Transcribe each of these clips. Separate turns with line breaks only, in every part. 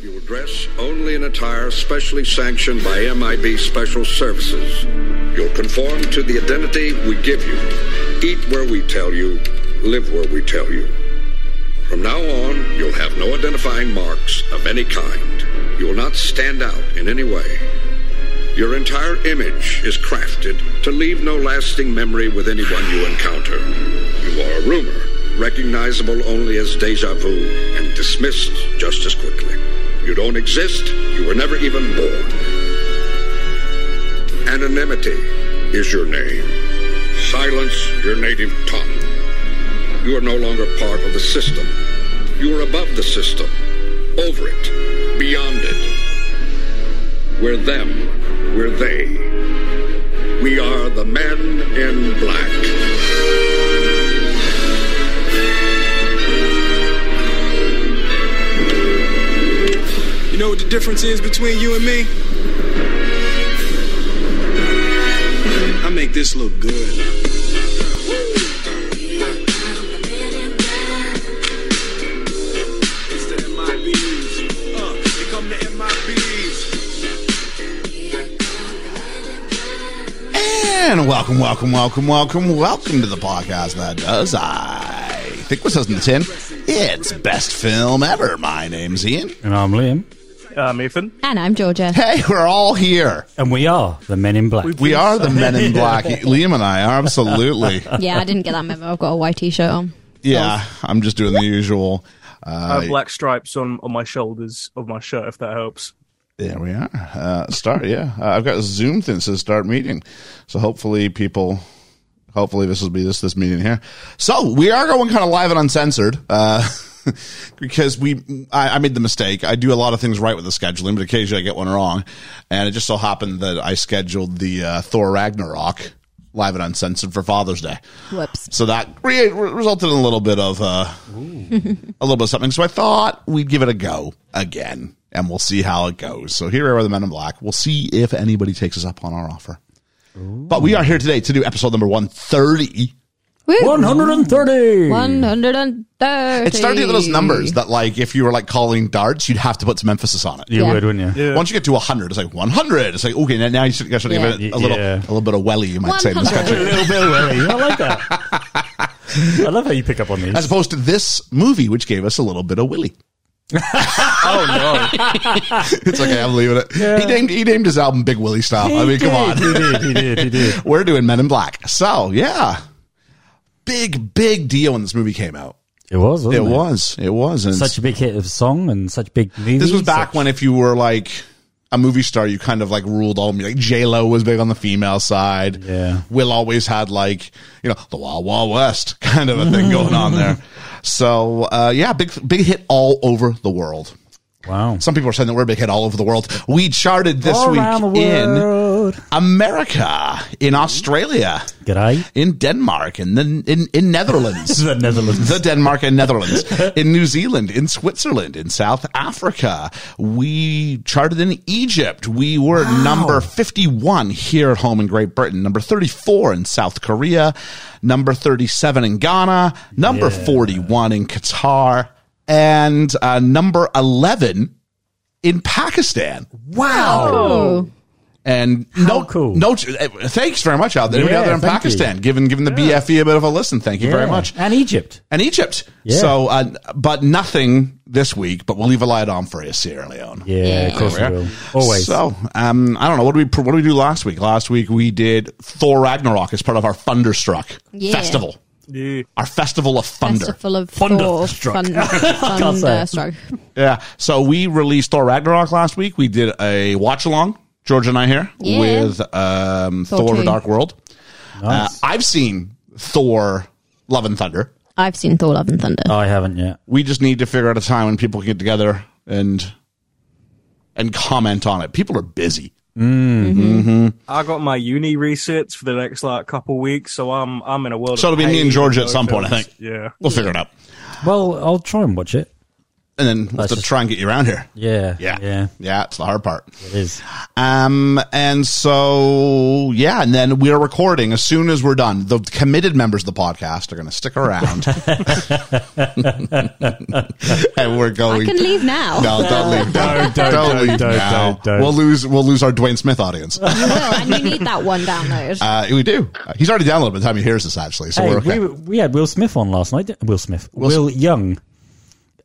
You will dress only in attire specially sanctioned by MIB Special Services. You'll conform to the identity we give you. Eat where we tell you, live where we tell you. From now on, you'll have no identifying marks of any kind. You will not stand out in any way. Your entire image is crafted to leave no lasting memory with anyone you encounter. You are a rumor, recognizable only as deja vu and dismissed just as quickly. You don't exist, you were never even born. Anonymity is your name. Silence your native tongue. You are no longer part of the system. You are above the system, over it, beyond it. We're them, we're they. We are the men in black.
You know what the difference is between you and me? I make this look good.
It's the MIBs. Uh, here come the MIBs.
And welcome, welcome, welcome, welcome, welcome to the podcast that does. I think what says in the tin. It's best film ever. My name's Ian.
And I'm Liam.
Um, Ethan.
And I'm Georgia.
Hey, we're all here.
And we are the Men in Black.
We are the men in black. Liam and I are absolutely.
Yeah, I didn't get that memo. I've got a white t-shirt on.
Yeah, I'm just doing the usual.
I
Uh,
have black stripes on, on my shoulders of my shirt, if that helps.
There we are. Uh, start. Yeah, uh, I've got a Zoom thing that says start meeting, so hopefully people. Hopefully this will be this this meeting here. So we are going kind of live and uncensored uh, because we I, I made the mistake. I do a lot of things right with the scheduling, but occasionally I get one wrong. And it just so happened that I scheduled the uh, Thor Ragnarok live and uncensored for Father's Day.
Whoops.
So that re- re- resulted in a little bit of uh, a little bit of something. So I thought we'd give it a go again, and we'll see how it goes. So here are the Men in Black. We'll see if anybody takes us up on our offer. But we are here today to do episode number one thirty.
Woo!
130!
130.
It started with those numbers that, like, if you were like calling darts, you'd have to put some emphasis on it.
You
Yeah.
would, wouldn't you?
Once you get to hundred, it's like one hundred. It's like okay, now, now you should, you should give it a little,
Yeah.
a little bit of welly, you might say, in this
100.
country.
A little bit wary. I like that. I love how you pick up on these.
As opposed to this movie, which gave us a little bit of willy.
Oh, no.
It's okay, I'm leaving it. He named he named his album Big Willie Style. I mean,
He
come on.
did, He did, he did, he did.
We're doing Men in Black. So yeah. Big, big deal when this movie came out.
It was,
It
wasn't it?
was. It was. And
Such a big hit of song and such big movies.
this was back
such-
when if you were like a movie star, you kind of like ruled all like J Lo was big on the female side.
Yeah.
Will always had like, you know, the Wild Wild West kind of a thing going on there. So uh, yeah, big big hit all over the world.
Wow.
Some people are saying that we're a big hit all over the world. We charted this
All
week
around the
in
world.
America, in Australia,
G'day.
in Denmark, in the in, in Netherlands.
The Netherlands.
The Denmark and Netherlands, in New Zealand, in Switzerland, in South Africa. We charted in Egypt. We were number 51 here at home in Great Britain, number 34 in South Korea, number 37 in Ghana, number
Yeah.
41 in Qatar, and uh, number 11 in Pakistan.
Oh.
And no,
cool.
no, eh, thanks very much out there.
Yeah,
out there in
thank
Pakistan, giving giving the BFE a bit of a listen. Thank you very
Yeah.
much.
And Egypt.
And Egypt.
Yeah.
So, uh, but nothing this week. But we'll leave a light on for you, Sierra Leone.
Yeah, of course we
There we are.
will. Always.
So, um, I don't know. What do we what do we do last week? Last week we did Thor Ragnarok as part of our Thunderstruck
Yeah.
festival.
yeah.
Our festival of thunder.
Festival of
Thunder
Thor.
struck.
Fun-
can't say.
Thunderstruck.
Yeah. So we released Thor Ragnarok last week. We did a watch along, George and I here,
Yeah.
with um,
Thor
Thor:
two.
Dark World.
Nice.
Uh, I've seen Thor: Love and Thunder.
I've seen Thor, Love and Thunder.
Uh,
I haven't yet.
We just need to figure out a time when people can get together and and comment on it. People are busy.
I got my uni resets for the next like couple weeks, so I'm I'm in a world.
So
of
it'll be me and
pain
Georgia at
no
some point, I
films.
think.
Yeah.
We'll figure it out.
Well, I'll try and watch it.
and then we'll have to
just-
try and get you around here.
Yeah.
Yeah,
Yeah.
yeah. It's the hard part.
It is.
Um, and so yeah, and then we are recording as soon as we're done. The committed members of the podcast are going to stick around, and we're
I
going.
can leave now.
no, don't leave.
Don't, don't,
Don't
don't,
leave
don't,
now.
don't, don't.
We'll lose. We'll lose our Dwayne Smith audience.
You will, and you need that one download.
Uh, we do. Uh, he's already downloaded by the time he hears this, actually. So
Hey,
we're okay.
we, we had Will Smith on last night. Will Smith. Will, Young.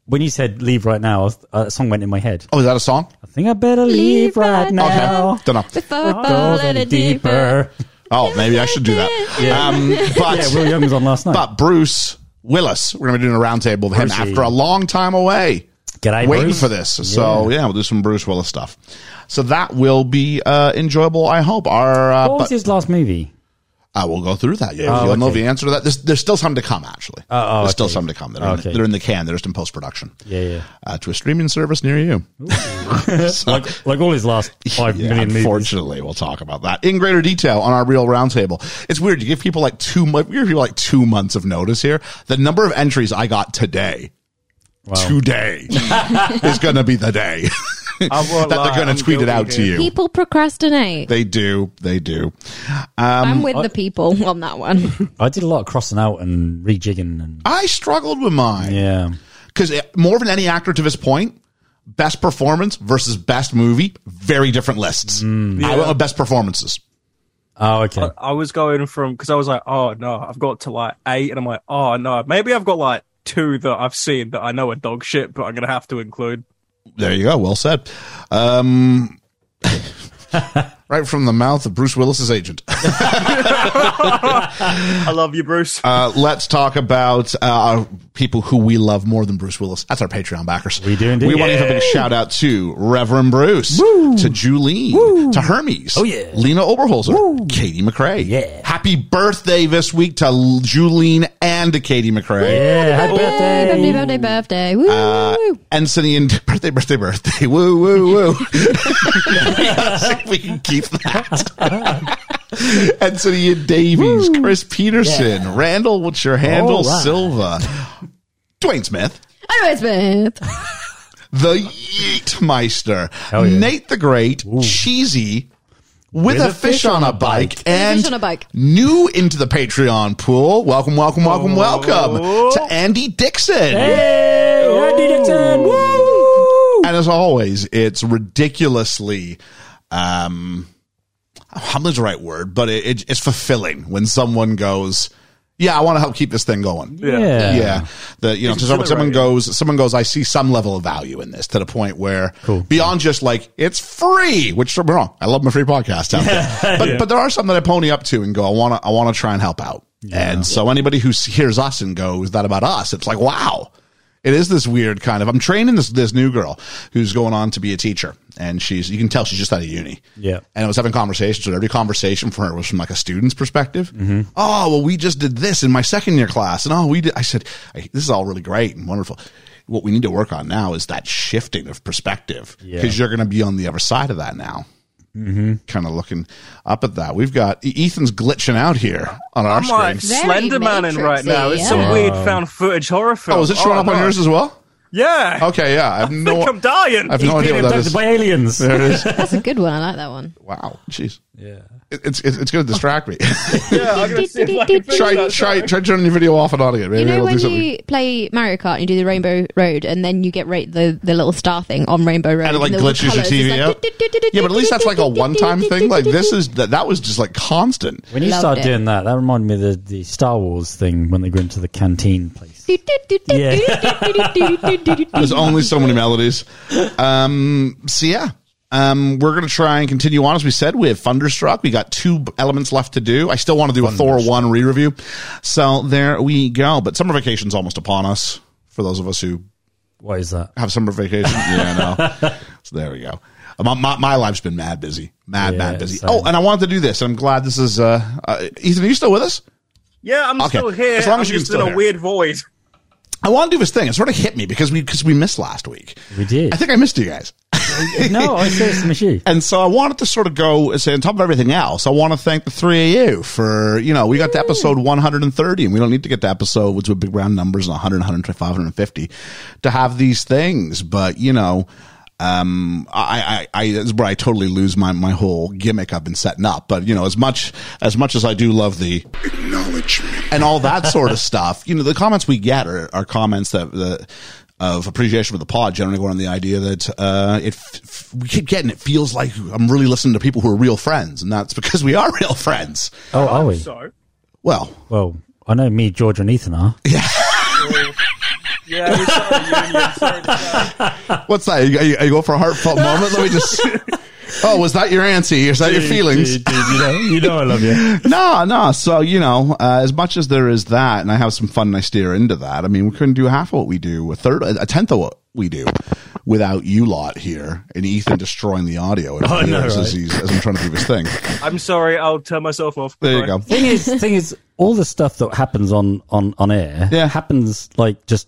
When you said leave right now, I was- uh, a song went in my head.
oh, is that a song?
I think I better leave, right, now.
Okay. Don't know.
Before
It Goes any deeper.
Oh, maybe I should do that. Um,
Yeah,
but
Will Young was on last night.
but Bruce Willis, we're going to be doing a roundtable of him
Brucey.
after a long time away.
G'day,
waiting
Bruce.
for this. So yeah, we'll do some Bruce Willis stuff. So that will be uh, enjoyable. I hope. Our uh,
what was
but,
his last movie?
I will go through that. Yeah, you'll know the answer to that. There's, there's still some to come. Actually,
oh,
there's
okay.
still some to come. They're, in,
Okay.
they're in the can. They're just in post production.
Yeah, yeah.
Uh, to a streaming service near you. So-
Like, like all his last five
Yeah,
million movies.
unfortunately, we'll talk about that in greater detail on our real roundtable. It's weird. You give people like two months. We give people like two months of notice here. The number of entries I got today, today, is going to be the day that they're going to tweet it out to you.
People procrastinate.
They do. They do. Um,
I'm with the people on that one.
I did a lot of crossing out and rejigging and
I struggled with mine
yeah.
because more than any actor to this point. Best performance versus best movie, very different lists.
Mm.
I went with best performances.
Oh, okay.
I was going from because I was like, oh no, I've got to like eight, and I'm like, oh no, maybe I've got like two that I've seen that I know are dog shit, but I'm gonna have to include.
There you go. Well said. Um, right from the mouth of Bruce Willis's agent.
I love you, Bruce.
Uh, let's talk about uh, our people who we love more than Bruce Willis. That's our Patreon backers.
We do indeed.
We want to give a big shout out to Reverend Bruce, to Julie, to Hermes, oh
yeah.
Lena Oberholzer, Katie McRae.
Yeah.
Happy birthday this week to L- Julene and to Katie McRae.
yeah, happy
Yay,
birthday.
birthday, birthday, birthday. Woo.
Uh, Anthony and birthday, birthday, birthday. Woo, woo, woo. See if we can keep that. Anthony and Davies, Chris Peterson, Randall, what's your handle?
All right.
Silva, Dwayne Smith,
Anyways, Beth.
the Yeetmeister,
Hell yeah.
Nate the Great, Cheesy, with, a, fish, on a bike, and
fish on a bike.
new into the Patreon pool. Welcome, welcome, welcome, welcome to Andy Dixon.
Hey, Andy Dixon. Woo!
And as always, it's ridiculously, um, humbling is the right word, but it, it, it's fulfilling when someone goes, yeah, I want to help keep this thing going.
Yeah.
Yeah. The, you know, to someone, someone goes, someone goes, I see some level of value in this to the point where beyond just like, it's free, which don't be wrong. I love my free podcast. Out there. But, but there are some that I pony up to and go, I want to, I want to try and help out. And so anybody who s- hears us and goes that about us, it's like, wow, it is this weird kind of, I'm training this, this new girl who's going on to be a teacher and she's, you can tell she's just out of uni.
Yeah.
And I was having conversations with her. every conversation for her was from like a student's perspective. Oh, well, we just did this in my second year class. And oh, we did, I said, "Hey, this is all really great and wonderful. What we need to work on now is that shifting of perspective
Yeah.
because you're going to be on the other side of that now. Kind of looking up at that. We've got E-, Ethan's glitching out here on our
I'm like
screen.
Very
Slender Man in right now. It's some
Matrixy,
weird found footage horror film.
Oh, is it showing up on
no.
yours as well?
Yeah.
Okay, yeah. I have
I think
no,
I'm dying.
I've no idea what that
Abducted
is.
by aliens.
There it is.
That's a good one. I like that one.
Wow, jeez.
Yeah.
It- It's it's, it's going to distract me.
you
try try try turning the video off and on again. Maybe
know
it'll do
when
something.
you play Mario Kart and you do the Rainbow Road and then you get rate the, the little star thing on Rainbow Road
and it like
the little
glitches your
colours, it's
TV
like
out.
do, do, do, do,
Yeah, but at least that's like a
do, do, do,
one-time
do, do,
thing. Like
do, do,
this
do.
is that that was just like constant.
When you
Loved
start
it.
doing that, that reminded me of the, the Star Wars thing when they go into the canteen place.
Do, do, do, do,
Yeah.
do, do, do, do, do, do, do.
There's only so many melodies. Um, so yeah, um, we're gonna try and continue on as we said. We have Thunderstruck. We got two b- elements left to do. I still want to do a Thor one re-review. So there we go. But summer vacation's almost upon us for those of us who
What is that?
have summer vacation. Yeah, I know. so there we go. My, my, my life's been mad busy, mad
Yeah,
mad busy.
same.
Oh, and I wanted to do this. and I'm glad this is. Uh, uh, Ethan, are you still with us?
Yeah, I'm
Okay.
still here.
As long
I'm
as you can
just
still
in a
hear.
weird void.
I want to do this thing. It sort of hit me because we because we missed last week.
We did.
I think I missed you guys.
no, I said it's Michi.
And so I wanted to sort of go, say, on top of everything else, I want to thank the three of you for, you know, we got to episode 130 and we don't need to get to episode, which would be round numbers and 100, 125, 150 to have these things. But, you know, um, I, I, I, that's where I totally lose my, my whole gimmick I've been setting up. But, you know, as much, as much as I do love the,
Acknowledge me.
and all that sort of stuff. You know, the comments we get are, are comments that the of appreciation for the pod generally go on the idea that uh, it f- f- we keep getting it feels like I'm really listening to people who are real friends, and that's because we are real friends.
Oh, are we?
So,
Well,
Well, I know me, George, and Ethan are.
yeah, we started a union. Sorry to say.
what's that? Are you, are you- are you going for a heartfelt moment? Let me just. Oh, was that your auntie? Is that your feelings?
you, know, you know I love you.
No, no. So you know, uh, as much as there is that, and I have some fun, and I steer into that. I mean, we couldn't do half of what we do, a third, a tenth of what we do, without you lot here and Ethan destroying the audio. It
Oh, I know,
appears as,
right?
he's, as I'm trying to do his thing.
I'm sorry, I'll turn myself off.
There you
Bye.
go.
Thing is, thing is, all the stuff that happens on on on air
Yeah.
happens like just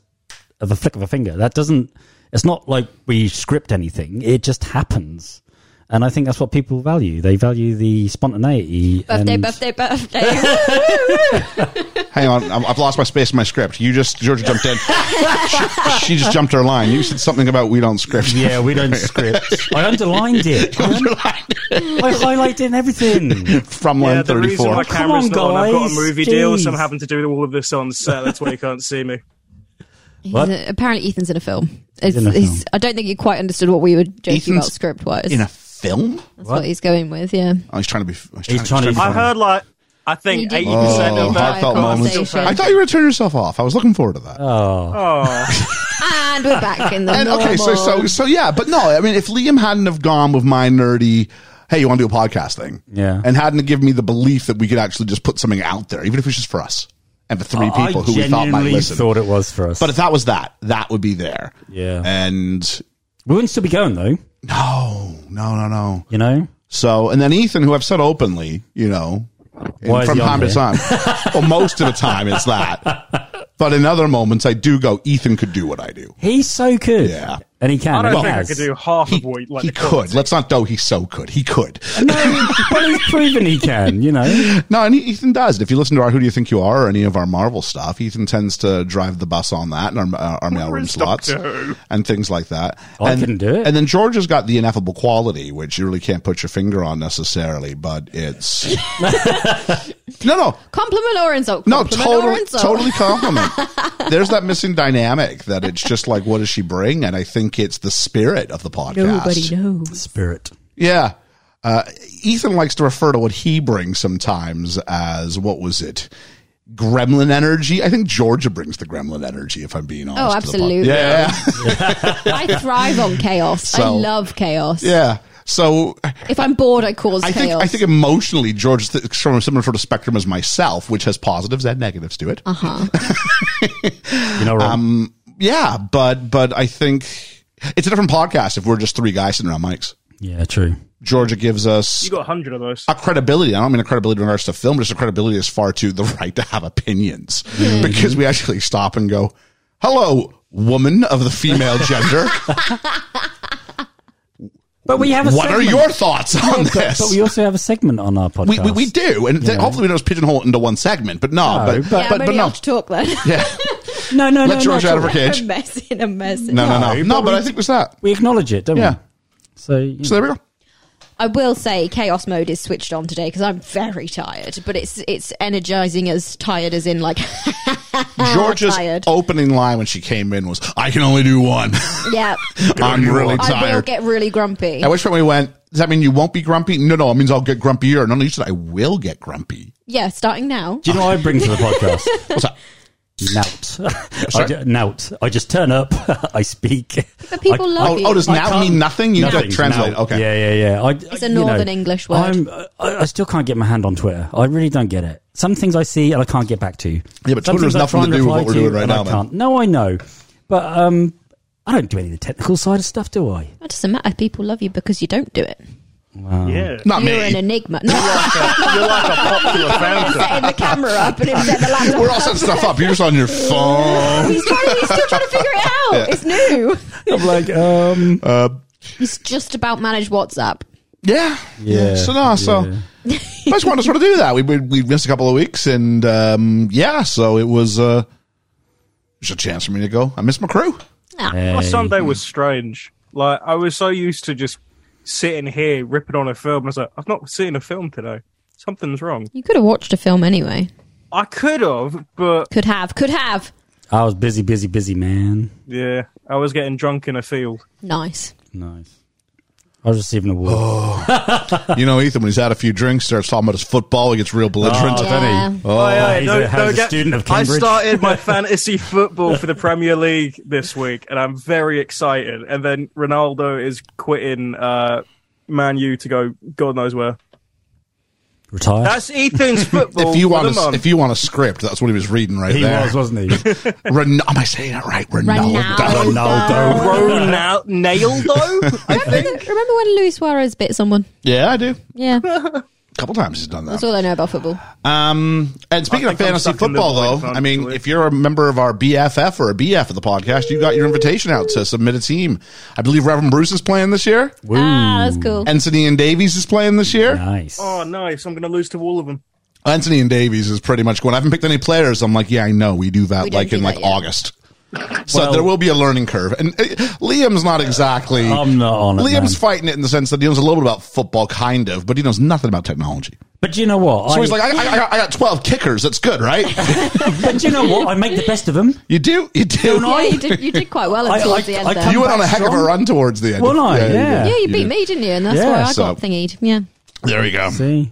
at the flick of a finger. That doesn't. It's not like we script anything. It just happens, and I think that's what people value. They value the spontaneity.
Birthday,
and-
birthday, birthday.
Hang on, I'm- I've lost my space in my script. You just Georgia jumped in. she, she just jumped her line. You said something about we don't script.
Yeah, we don't script. I underlined it. I, I highlighted and everything.
from
Yeah,
line
the
thirty
reason
four.
my
Come
camera's not
on,
on, I've got
guys,
a movie deal, so I'm
jeez.
having to do all of this on set. That's why you can't see me.
He's
What?
a- apparently, Ethan's in a film. It's,
in a
he's,
film.
I don't think you quite understood what we were joking about
Ethan's
script wise.
In a film?
That's what? he's going with, yeah.
Oh, he's trying to be. He's
He's trying to be
I
funny.
heard like I
You
think
did
eighty percent
Oh,
of that.
heartfelt moments.
conversation.
I thought you were going to turn yourself off. I was looking forward to that.
Oh,
And we're back in the
and okay, so so
normal.
so yeah, but no, I mean, if Liam hadn't have gone with my nerdy, hey, you want to do a podcast thing,
Yeah.
and hadn't have given me the belief that we could actually just put something out there, even if it's just for us and for three people who we thought might
Oh, genuinely
listen.
thought it was for us.
but if that was that, that would be there.
Yeah.
and
we wouldn't still be going though.
no, no, no, no.
You know,
So, and then Ethan, who I've said openly, you know, in-
Why is
from
he
time
on
to
here?
time, well, most of the time it's that. But in other moments, I do go, Ethan could do what I do.
he's so good.
Yeah.
and he can.
I don't
and he
think I
has.
could do half
He,
of what like
he
the comments.
could. Let's not know he so could. He could.
No, but he's proven he can. You know,
No, and E- Ethan does. And if you listen to our "Who Do You Think You Are" or any of our Marvel stuff, Ethan tends to drive the bus on that and our, uh, our, our mailroom
is
slots
Doctor Who?
and things like that.
Oh, I
and,
couldn't do it.
And then George has got the ineffable quality, which you really can't put your finger on necessarily, but it's no, no,
Compliment or insult?
no,
Compliment or
totally,
insult?
totally compliment. There's that missing dynamic that it's just like, what does she bring? And I think it's the spirit of the podcast.
Nobody knows.
spirit.
Yeah. Uh, Ethan likes to refer to what he brings sometimes as what was it? Gremlin energy. I think Georgia brings the gremlin energy, if I'm being honest. to the pod-
absolutely.
Yeah. Yeah.
I thrive on chaos. I
So-
love chaos.
yeah. So
If I'm bored, I cause
I
chaos.
think I think emotionally George is th- from a similar sort of spectrum as myself, which has positives and negatives to it.
Uh-huh.
You know, right?
Um, Yeah, but but I think it's a different podcast if we're just three guys sitting around mics.
yeah, true.
Georgia gives us
You got a hundred of those.
a credibility. I don't mean a credibility in regards to film, but just a credibility as far to the right to have opinions
Mm-hmm.
because we actually stop and go, hello, woman of the female gender.
But we have a.
what are
segment.
your thoughts on
But-
this?
But we also have a segment on our
we,
podcast.
we, we do. And th- hopefully we don't just pigeonhole it into one segment, but no,
No,
but,
but-
yeah,
but,
I'm
but
only
no.
allowed to talk then.
Yeah.
no, no, no,
Let
no,
George
no,
out of her cage.
a mess in a mess.
No, no, no.
No,
No,
but
but
we-
I think it was that.
We acknowledge it, don't
Yeah.
we? So, you
So there we go.
I will say chaos mode is switched on today because I'm very tired, but it's it's energizing as tired as in like
Oh,
Georgia's
tired.
opening line when she came in was, I can only do one.
yeah.
I'm really
I will
tired.
get really grumpy.
At which point we went, does that mean you won't be grumpy? No, no, it means I'll get grumpier. No, no, you said I will get grumpy.
yeah, starting now.
do you know what I bring to the podcast?
What's that?
Nout. I, ju- nout. I just turn up. I speak.
But people
I-
love
Oh,
you.
oh, does
I
now
can't-
mean nothing? You got to
Nothing.
translate.
Nout.
Okay.
Yeah, yeah, yeah. I, it's
a Northern English word.
I'm, I, I still can't get my hand on Twitter. I really don't get it. Some things I see and I can't get back to. Yeah,
but Twitter has nothing to do with what we're doing right now, man.
No, I know, but um, I don't do any of the technical side of stuff, do I?
It doesn't matter. People love you because you don't do it.
yeah,
Not
You're an
me.
enigma. No,
you're like a popular
I'm
founder.
setting the camera up and him setting the laptop.
We're all setting stuff up. You're just on your phone.
He's, trying, he's still trying to figure it out. It's new.
I'm like, um,
Uh,
He's just about managed WhatsApp.
Yeah.
Yeah,
So no, so
yeah.
I just wanted to sort of do that. We, we we missed a couple of weeks, and um, yeah, so it was uh, it was a chance for me to go. I missed my crew.
Ah.
My Sunday was strange. Like I was so used to just sitting here ripping on a film. I was like, I've not seen a film today. Something's wrong.
You could have watched a film anyway.
I could have, but
Could have. Could have.
I was busy, busy, busy, man.
yeah, I was getting drunk in a field.
Nice.
Nice. I was receiving a award.
You know, Ethan, when he's had a few drinks, starts talking about his football. He gets real belligerent.
Oh,
Yeah.
Benny.
Oh, yeah,
he's
don't-
a- he's
don't
a
get-
student of
I
Cambridge.
started my fantasy football for the Premier League this week, and I'm very excited. And then Ronaldo is quitting uh, Man U to go God knows where.
Retired.
That's Ethan's football.
if you
for
want,
the
a,
month.
if you want a script, that's what he was reading right
Oh, he
there.
was, wasn't he?
Ren- am I saying that right? Ronaldo.
Ronaldo.
Ronaldo.
Ronal- Naildo? I think.
Remember when Luis Suarez bit someone?
Yeah, I do. A
Yeah.
couple times he's done that.
That's all I know about football.
Um, and speaking
I
of
think I'm
fantasy
stuck in the
football,
void,
though, I mean,
frankly.
if you're a member of our BFF or a BF of the podcast, you got your invitation out to submit a team. I believe Reverend Bruce is playing this year.
Ah, that's cool.
Anthony and Davies is playing this year.
Nice.
Oh, nice. I'm going to lose to all of them.
Anthony and Davies is pretty much going. I haven't picked any players. I'm like, yeah, I know we do that
We don't
like
do
in
that
like
yet.
August. So
Well-
there will be a learning curve, and uh, Liam's not exactly.
I'm not on it.
Liam's
man.
fighting it in the sense that he knows a little bit about football, kind of, but he knows nothing about technology.
But you know what?
So
I,
he's like, I, I, I, got, I got twelve kickers. That's good, right?
but you know what? I make the best of them.
you do, you do.
Don't
Yeah, you did, you did quite well
I-
towards
I-
the end
I
there.
come
You went on a
back
heck of a
strong.
run towards the end.
Well, I,
you
yeah.
did.
yeah, you beat
did.
me, didn't you? And that's
Yeah,
why I
so-
got thingied. Yeah.
There you go.
See,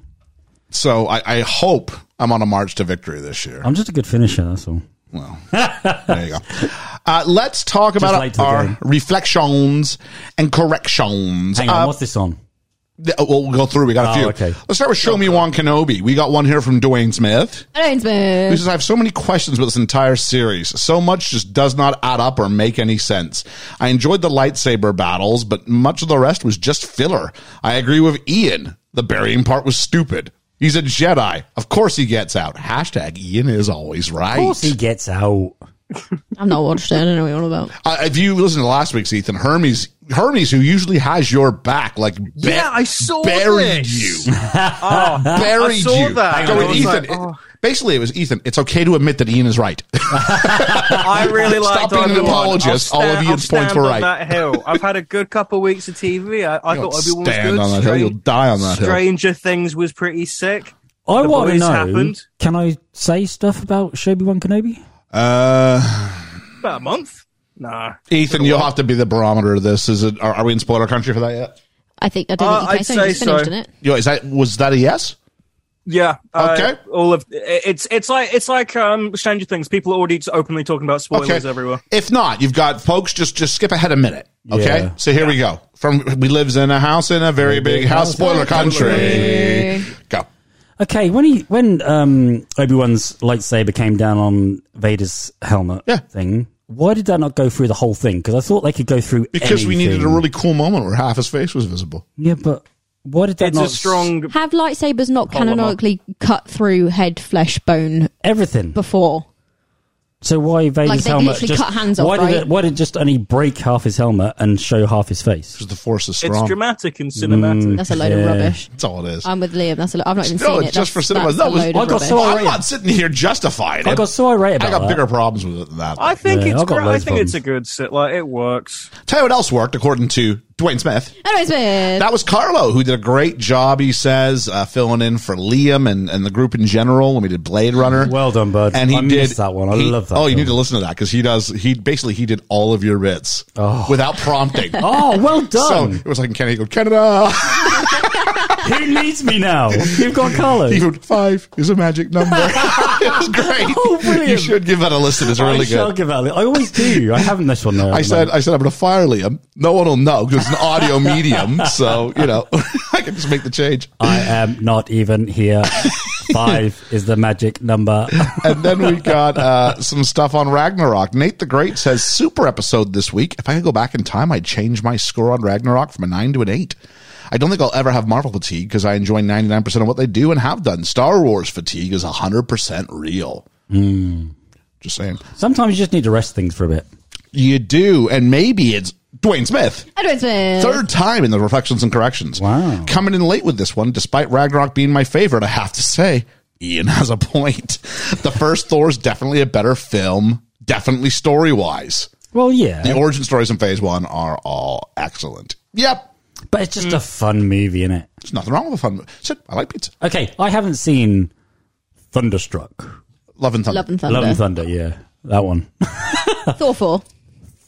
So I, I hope I'm on a march to victory this year.
I'm just a good finisher. That's all.
Well, there you go. Uh, let's talk
late
about
to the
our
game.
reflections and corrections.
Hang on.
Uh,
what's this on?
th- oh, we'll go through. We got a
Oh,
few.
okay.
Let's start with Show Me One Kenobi. We got one here from Dwayne Smith.
Jones
He
move.
says, I have so many questions about this entire series. So much just does not add up or make any sense. I enjoyed the lightsaber battles, but much of the rest was just filler. I agree with Ian. The burying part was stupid. He's a Jedi. Of course he gets out. Hashtag Ian is always right.
Of course he gets out.
I've not watched it. I don't know what you're all about.
Uh, if you listen to last week's Ethan Hermes, Hermes, who usually has your back, like ba-
Yeah, I saw
buried
this.
you,
Oh,
buried
I saw
you.
that.
Go
I
with
was
Ethan.
like,
It-
oh.
basically, it was Ethan. It's okay to admit that Ian is right.
I really
Stop
liked
being an
Obi-Wan.
apologist.
I'll
All of
stand-
you
I'll
points were
stand on
right.
that hill. I've had a good couple weeks of TV. I, I
Don't
thought Obi-Wan was
stand
good.
on that hill. You'll
Strange-
die on that hill.
Stranger Things was pretty sick.
I
The
want to
boys
know.
happened.
Can I say stuff about Shobi One Kenobi?
Uh,
About a month. Nah.
Ethan, you'll have to be the barometer of this. Is it? Are, are we in spoiler country for that yet?
I think I don't
Uh,
think you
I'd
guys think it's
say
finished,
so.
isn't it?
Yo, is that was that a yes?
Yeah. uh,
Okay.
all of it- it's it's like it's like um Stranger Things. People are already openly talking about spoilers everywhere.
If not, you've got folks. Just just skip ahead a minute. Okay.
Yeah.
So here we go. From we lives in a house in a very big, house. Spoiler country. Go.
Okay, when he when um, Obi Wan's lightsaber came down on Vader's helmet
Yeah.
thing, why did that not go through the whole thing? Because I thought they could go through
Because we needed a
anything.
really cool moment where half his face was visible.
yeah, but why did that
It's
not
a strong.
Have lightsabers not
Hold on, Mark.
canonically cut through head, flesh, bone
everything?
before?
So why Vader's
Like, they
helmet?
literally
just,
cut hands off,
why
right?
did it, why did it just only break half his helmet and show half his face?
Because the force is
It's
strong.
dramatic and
Mm.
cinematic.
That's a load of
Yeah.
rubbish.
That's all it is.
I'm with Liam. That's a lo- I've not even
No,
seen
it's
it.
just for
That's-
cinema.
that's
That
a
was-
load
I
of
got
rubbish.
so-
I'm not sitting here justifying it.
I got so irate
I
about
got
that.
bigger problems with it than that.
I think
Yeah,
it's.
I've got
Great. I
loads
think
of
it's a
them.
good sit. Like it works.
Tell you what else worked, according to Dwayne Smith.
Anyways, man.
That was Carlo, who did a great job, he says, uh, filling in for Liam and, and the group in general when we did Blade Runner.
Well done, bud.
And he
I
did
missed that one. I
he-
love that
Oh, you
film.
need to listen to that because he does. He basically he did all of your bits without prompting.
Oh, well
so
done.
it was like in Canada, he goes, Canada.
Who needs me now? You've got
He
Carlos.
went, five is a magic number. it was great.
Oh, brilliant.
You should give that a listen. It's really
I shall
good.
give out. I always do. I haven't this one though.
I said, I said, I'm going to fire Liam. No one will know because it's an audio medium. So you know, I can just make the change.
I am not even here. Five is the magic number.
and then we got uh, some stuff on Ragnarok. Nate the Great says super episode this week. If I could go back in time, I'd change my score on Ragnarok from a nine to an eight. I don't think I'll ever have Marvel fatigue because I enjoy 99% of what they do and have done. Star Wars fatigue is 100% real. Just saying.
Sometimes you just need to rest things for a bit.
You do, and maybe it's Dwayne Smith.
Edward Smith.
Third time in the Reflections and Corrections.
Wow.
Coming in late with this one, despite Ragnarok being my favorite, I have to say, Ian has a point. The first Thor is definitely a better film, definitely story wise.
Well, yeah,
The origin stories in phase one are all excellent. Yep.
but it's
Mm.
just a fun movie, is it?
There's nothing wrong with a fun movie. Sid, I like pizza.
Okay, I haven't seen Thunderstruck,
Love and Thunder.
Love and Thunder.
Love and Thunder. Yeah, that one.
Thor 4.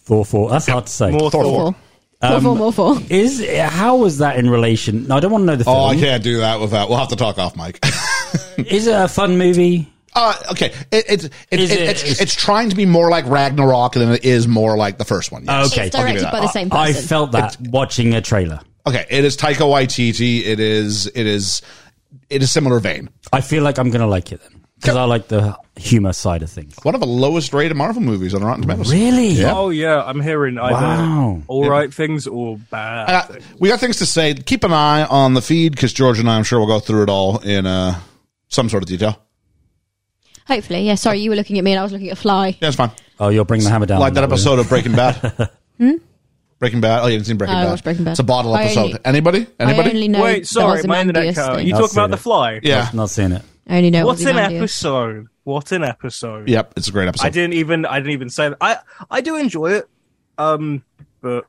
Thor four. That's hard to say.
More
Thor
Thor.
four.
Thor. Thor 4, more 4.
Is how was that in relation? No, I don't want to know the film.
Oh, I can't do that without. We'll have to talk off mic.
Is it a fun movie?
Uh, okay, it, it's it,
Is it-
it's it's trying to be more like Ragnarok than it is more like the first one. Yes.
Okay,
it's
I'll give
you
directed
that.
by the same
I
person.
felt that watching a trailer.
Okay, it is Taika Waititi. It is it is it is similar vein.
I feel like I'm gonna like it then because I like the humor side of things.
One of the lowest rated Marvel movies on Rotten Tomatoes.
Really?
Yeah.
Oh yeah, I'm hearing either
Wow.
all right things or bad.
I got- we got things to say. Keep an eye on the feed because George and I, I'm sure, will go through it all in uh, some sort of detail.
Hopefully, yeah. Sorry, you were looking at me and I was looking at Fly.
Yeah, it's fine.
Oh, you'll bring the hammer down.
like that
will you?
episode of Breaking Bad. Breaking Bad. Oh, you didn't see Breaking
I
Bad.
watched Breaking Bad.
It's a bottle
I
episode.
only-
Anybody? Anybody?
I only know
Wait, sorry, my internet
Ozymandias
cut.
thing.
You
I've
talking about
seen
the
it.
fly?
yeah.
Not seeing it.
I only know
What an
Ozymandias.
episode! What an episode!
Yep. It's a great episode.
I didn't even I didn't even say that. I I do enjoy it, um, but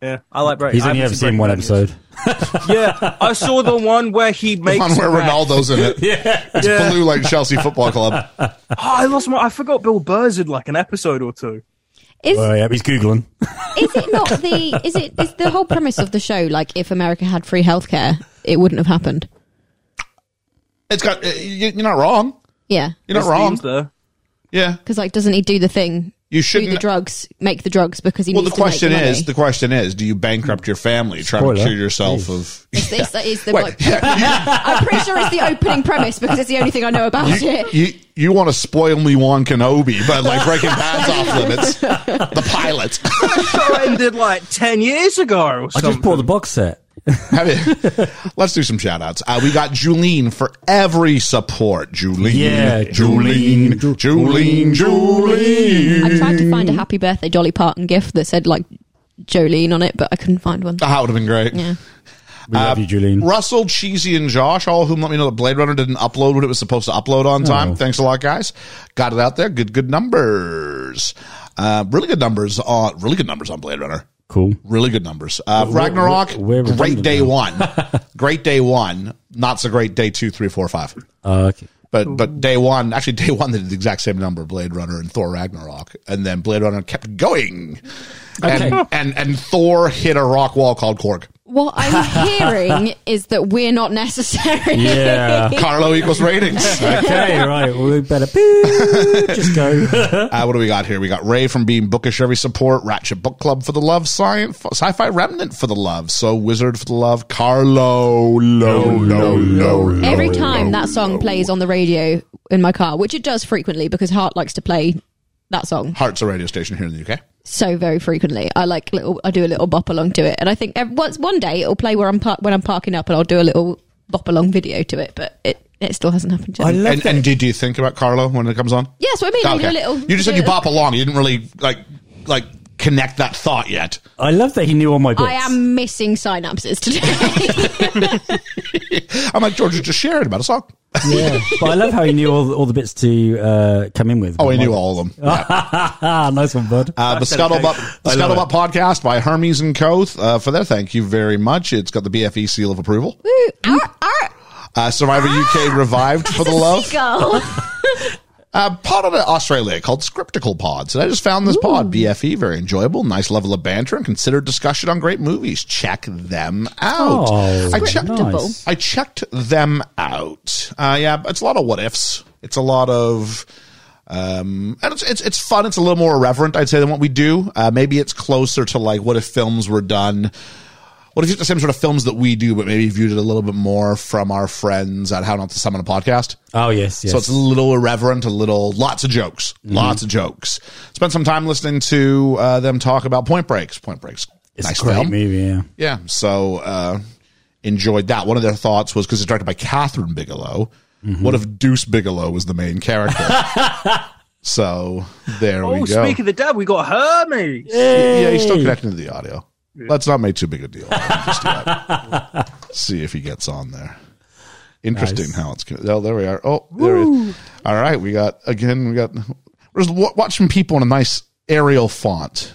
yeah, I like Brady.
He's
I
only ever
haven't
seen one
Brady Bunch.
episode.
Yeah, I saw the one where he
The
makes
one where
that-
Ronaldo's in it. yeah. It's
Yeah.
blue like Chelsea Football Club.
Oh, I lost my. I forgot Bill Burr's in like an episode or two.
Is,
Oh yeah, he's googling.
is it not the is it is the whole premise of the show like if America had free healthcare, it wouldn't have happened?
It's got. uh, you- You're not wrong.
Yeah,
You're not
His
wrong.
theme's There.
Yeah.
because like, doesn't he do the thing?
You
do the
shouldn't.
drugs, make the drugs because he.
Well, the
needs
question
to make
is, the question is, do you bankrupt your family trying to
Spoiler.
cure yourself of?
It's this- that is the-
Wait, yeah,
I'm pretty sure it's the opening premise because it's the only thing I know about
you,
it.
you, you, want to spoil me Juan Kenobi by like breaking Bad's off limits, the pilot.
Sure, it ended like ten years ago. Or
I
something.
just bought the box set.
I mean, let's do some shout outs. Uh, we got Julene for every support. Julene,
Yeah,
Julene,
Julene,
Julene, Julene.
I tried to find a happy birthday Dolly Parton gift that said like Jolene on it, but I couldn't find one.
That would have been great.
Yeah.
We love you, Julian.
Russell, Cheesy, and Josh, all of whom let me know that Blade Runner didn't upload what it was supposed to upload on time.
Oh.
Thanks a lot, guys. Got it out there. Good, good numbers. Uh, really good numbers on really good numbers on Blade Runner.
Cool.
Really good numbers. Uh,
We're-
Ragnarok,
we're- we're
great
redundant
day
now.
one, great day one. Not so great day two, three, four, five.
Uh, okay.
But but day one, actually day one, they did the exact same number: Blade Runner and Thor Ragnarok, and then Blade Runner kept going, and,
Okay.
and and Thor hit a rock wall called Korg.
What I'm hearing is that we're not necessary.
Yeah.
Carlo equals ratings.
okay, right. We better beep, just go.
Uh, what do we got here? We got Ray from Being Bookish Every Support, Ratchet Book Club for the Love, Science, Sci-Fi Remnant for the Love, So Wizard for the Love, Carlo, low, low, low, low.
Every time that song plays on the radio in my car, which it does frequently because Hart likes to play that song
Heart's a radio station here in the UK.
so very frequently. I like little, I do a little bop along to it, and I think ev- once one day it'll play where I'm par- when I'm parking up, and I'll do a little bop along video to it. But it, it still hasn't happened. Yet.
I love
And,
that.
and did you think about Carlo when it comes on?
yeah, that's what I mean. I do
Ah, Okay.
a little.
You just said you pop along. You didn't really like like connect that thought yet.
I love that he knew all my bits.
I am missing synapses today.
I'm like George is just sharing about a song.
Yeah, but I love how he knew all the, all the bits to uh, come in with.
Oh, he knew all of them.
Ah, nice one, bud.
Uh, the Scuttlebutt, the
I love
Scuttlebutt podcast by Hermes and Koth uh, for their thank you very much. It's got the BFE seal of approval.
Ooh, arr, arr,
Uh, Survivor UK revived for the love.
seagull.
a pod out Uh, of Australia called Scriptical Pods. And I just found this pod, BFE, very enjoyable, nice level of banter, and considered discussion on great movies. Check them out.
Oh,
I checked.
Scriptable.
nice.
I checked them out. Uh, yeah, it's a lot of what ifs. It's a lot of. Um, and it's, it's it's fun. It's a little more irreverent, I'd say, than what we do. Uh, maybe it's closer to like what if films were done what if it's the same sort of films that we do, but maybe viewed it a little bit more from our friends at How Not to Summon a Podcast?
Oh yes, yes. Mm-hmm.
So it's a little irreverent, a little, lots of jokes, lots of jokes. Spent some time listening to uh, them talk about Point Breaks. Point Breaks,
It's a great movie. Yeah.
Yeah, so uh, enjoyed that. One of their thoughts was because
Mm-hmm.
it's directed by Catherine Bigelow. What if Deuce Bigelow was the main character? So there
Oh,
we go.
speaking of the dad, we got Hermes.
yeah, he's still connected to the audio. Let's not make too big a deal. out of it just yet. See if he gets on there. Interesting how it's. con- Oh, there we are. Oh, there it is. All right, we got again. We got we're just wa- watching people in a nice Arial font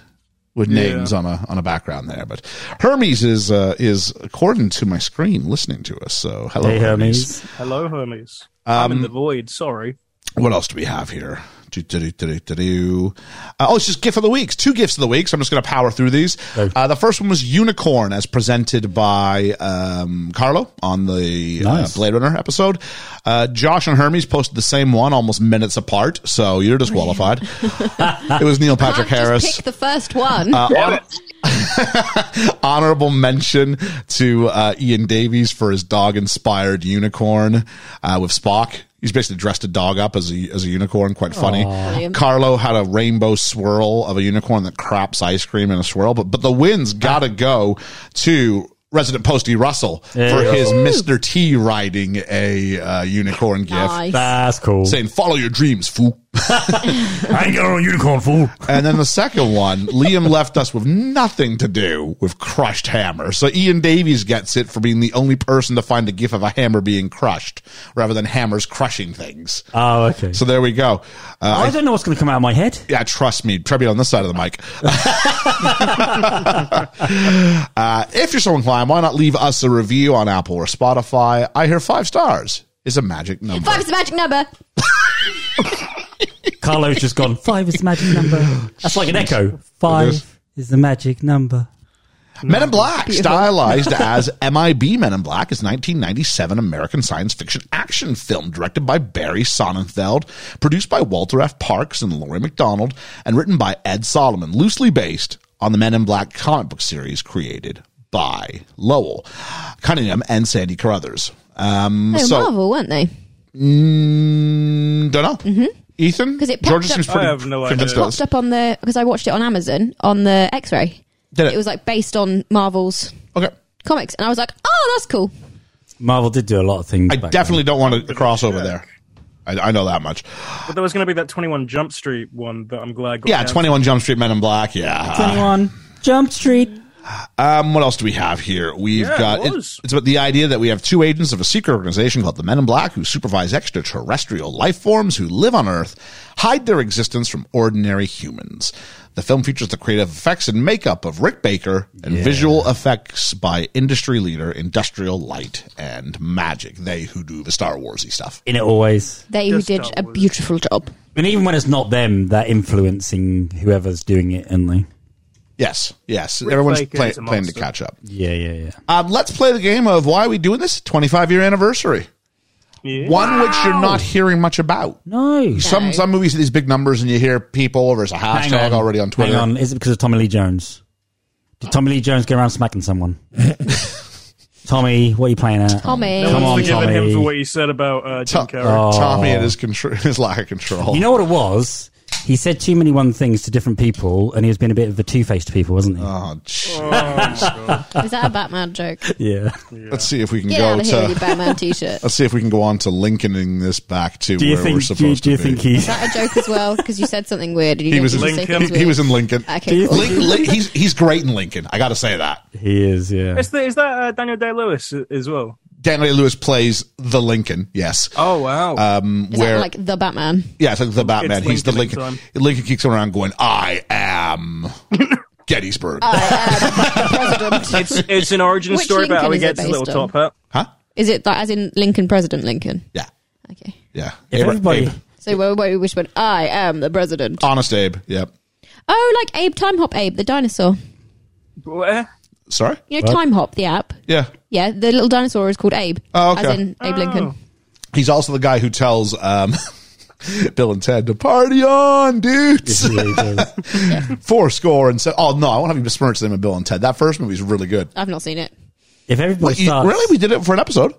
with names on a on a background there. But Hermes is uh, is according to my screen listening to us. So hello,
Hey,
Hermes.
Hermes.
Hello, Hermes.
Um,
I'm in the void. Sorry.
What else do we have here? Do, do, do, do, do, do. Uh, oh, it's just GIF of the weeks. Two GIFs of the week. So I'm just going to power through these. Uh, the first one was Unicorn, as presented by um, Carlo on the
Nice.
uh, Blade Runner episode. Uh, Josh and Hermes posted the same one almost minutes apart. So you're disqualified. it was Neil Patrick
Can't
Harris. Uh,
Just pick the first one.
honorable mention to uh, Ian Davies for his dog inspired unicorn uh, with Spock. He's basically dressed a dog up as a, as a unicorn. Quite funny.
Brilliant.
Carlo had a rainbow swirl of a unicorn that craps ice cream in a swirl. But but the win's got to go to resident postie Russell for
Yeah.
his Mister T riding a uh, unicorn gift.
nice.
That's cool.
Saying, follow your dreams, fool.
I ain't got no unicorn fool.
And then the second one, Liam left us with nothing to do with crushed hammer. So Ian Davies gets it for being the only person to find a gif of a hammer being crushed rather than hammers crushing things.
Oh, okay.
So there we go. Uh,
I don't know what's going to come out of my head.
yeah, trust me, Trebby on this side of the mic. uh, if you're so inclined, why not leave us a review on Apple or Spotify? I hear five stars is a magic number.
Five is the magic number.
Carlo's just gone. Five is the magic number. That's like an echo. Five
is.
is the magic number.
Men in Black, stylized as MIB Men in Black, is 1997 American science fiction action film directed by Barry Sonnenfeld, produced by Walter F. Parks and Laurie McDonald, and written by Ed Solomon, loosely based on the Men in Black comic book series created by Lowell Cunningham and Sandy Carruthers. Um,
They were
so,
Marvel, weren't they?
mm, don't know. Ethan,
Mm-hmm. 'Cause it popped
Georgia
up-
seems
I
pretty
have no
convinced
idea.
of
Popped
this.
up on the because I watched it on Amazon on the X-ray.
Did it?
It was like based on Marvel's
Okay,
comics, and I was like, oh, that's cool.
Marvel did do a lot of things.
I
back
definitely don't want a crossover there. I, I know that much.
But there was going to be that 21 Jump Street one that I'm glad got
Yeah,
canceled.
21 Jump Street Men in Black. Yeah.
then. 21 Jump Street.
Um, what else do we have here? We've
Yeah,
got
it
it-
was.
it's about the idea that we have two agents of a secret organization called the Men in Black who supervise extraterrestrial life forms who live on Earth, hide their existence from ordinary humans. The film features the creative effects and makeup of Rick Baker and visual effects by industry leader Industrial Light and Magic. They who do the Star Warsy stuff.
In it always.
They who
Just
did
Star
a
Wars.
beautiful job.
And even when it's not them, they're influencing whoever's doing it, and they.
Yes, yes. Everyone's
Baker
play,
is a
playing to
monster.
catch up.
Yeah, yeah, yeah.
Um, let's play the game of why are we doing this 25 year anniversary.
Yeah.
One which you're not hearing much about.
No.
Some some movies have these big numbers and you hear people or there's a hashtag already on Twitter.
Hang on. Is it because of Tommy Lee Jones? Did Tommy Lee Jones go around smacking someone? Tommy, what are you playing at?
Tommy.
No
Come on,
one's forgiven him for
Tommy.
what he said about uh, Jim
To-
Carrey.
Tommy and his control, his lack of control.
Oh. You know what it was? He said too many one things to different people, and he was being a bit of a two faced to people, wasn't he?
oh, gee.
Is that a Batman joke?
yeah.
Let's see if we can
Get
go
out of here with your
to.
Batman T-shirt.
Let's see if we can go on to linking this back to
Do you
where we're
think?
supposed
Do you, do you
to
think
be.
he?
Is that a joke as well? Because you said something weird. And you
He
don't
was in
usually say
Lincoln.
things
he, he was in Lincoln.
Okay, cool.
Link, Link- he's he's great in Lincoln. I got to say that.
He is. Yeah.
Is, the, is that uh, Daniel Day Lewis as well?
Daniel Lewis plays the Lincoln. Yes.
Oh wow!
Um,
Is
where
that like the Batman?
Yeah, it's like the Batman.
It's
He's the
Lincoln
Lincoln.
next
Lincoln keeps going around going, I am Gettysburg.
Uh,
it's it's an origin
Which
story about how he
Lincoln is it
gets his little
based
top hat.
huh?
Is it that as in Lincoln, President Lincoln?
Yeah.
Okay.
Yeah.
If
Abe-
everybody,
Abe.
So where, where, which one? I am the president.
Honest Abe. Yep.
Oh, like Abe Time Hop, Abe the dinosaur.
Where?
Sorry?
You know Time Hop, the app.
Yeah.
Yeah, the little dinosaur is called Abe.
Oh, okay.
As in Abe Lincoln.
He's also the guy who tells um, Bill and Ted to party on, dudes. Four score and so. Oh, no, I won't have you besmirch them and Bill and Ted. That first movie's really good.
I've not seen it.
if everybody
You-
starts,
really? We did it for an episode.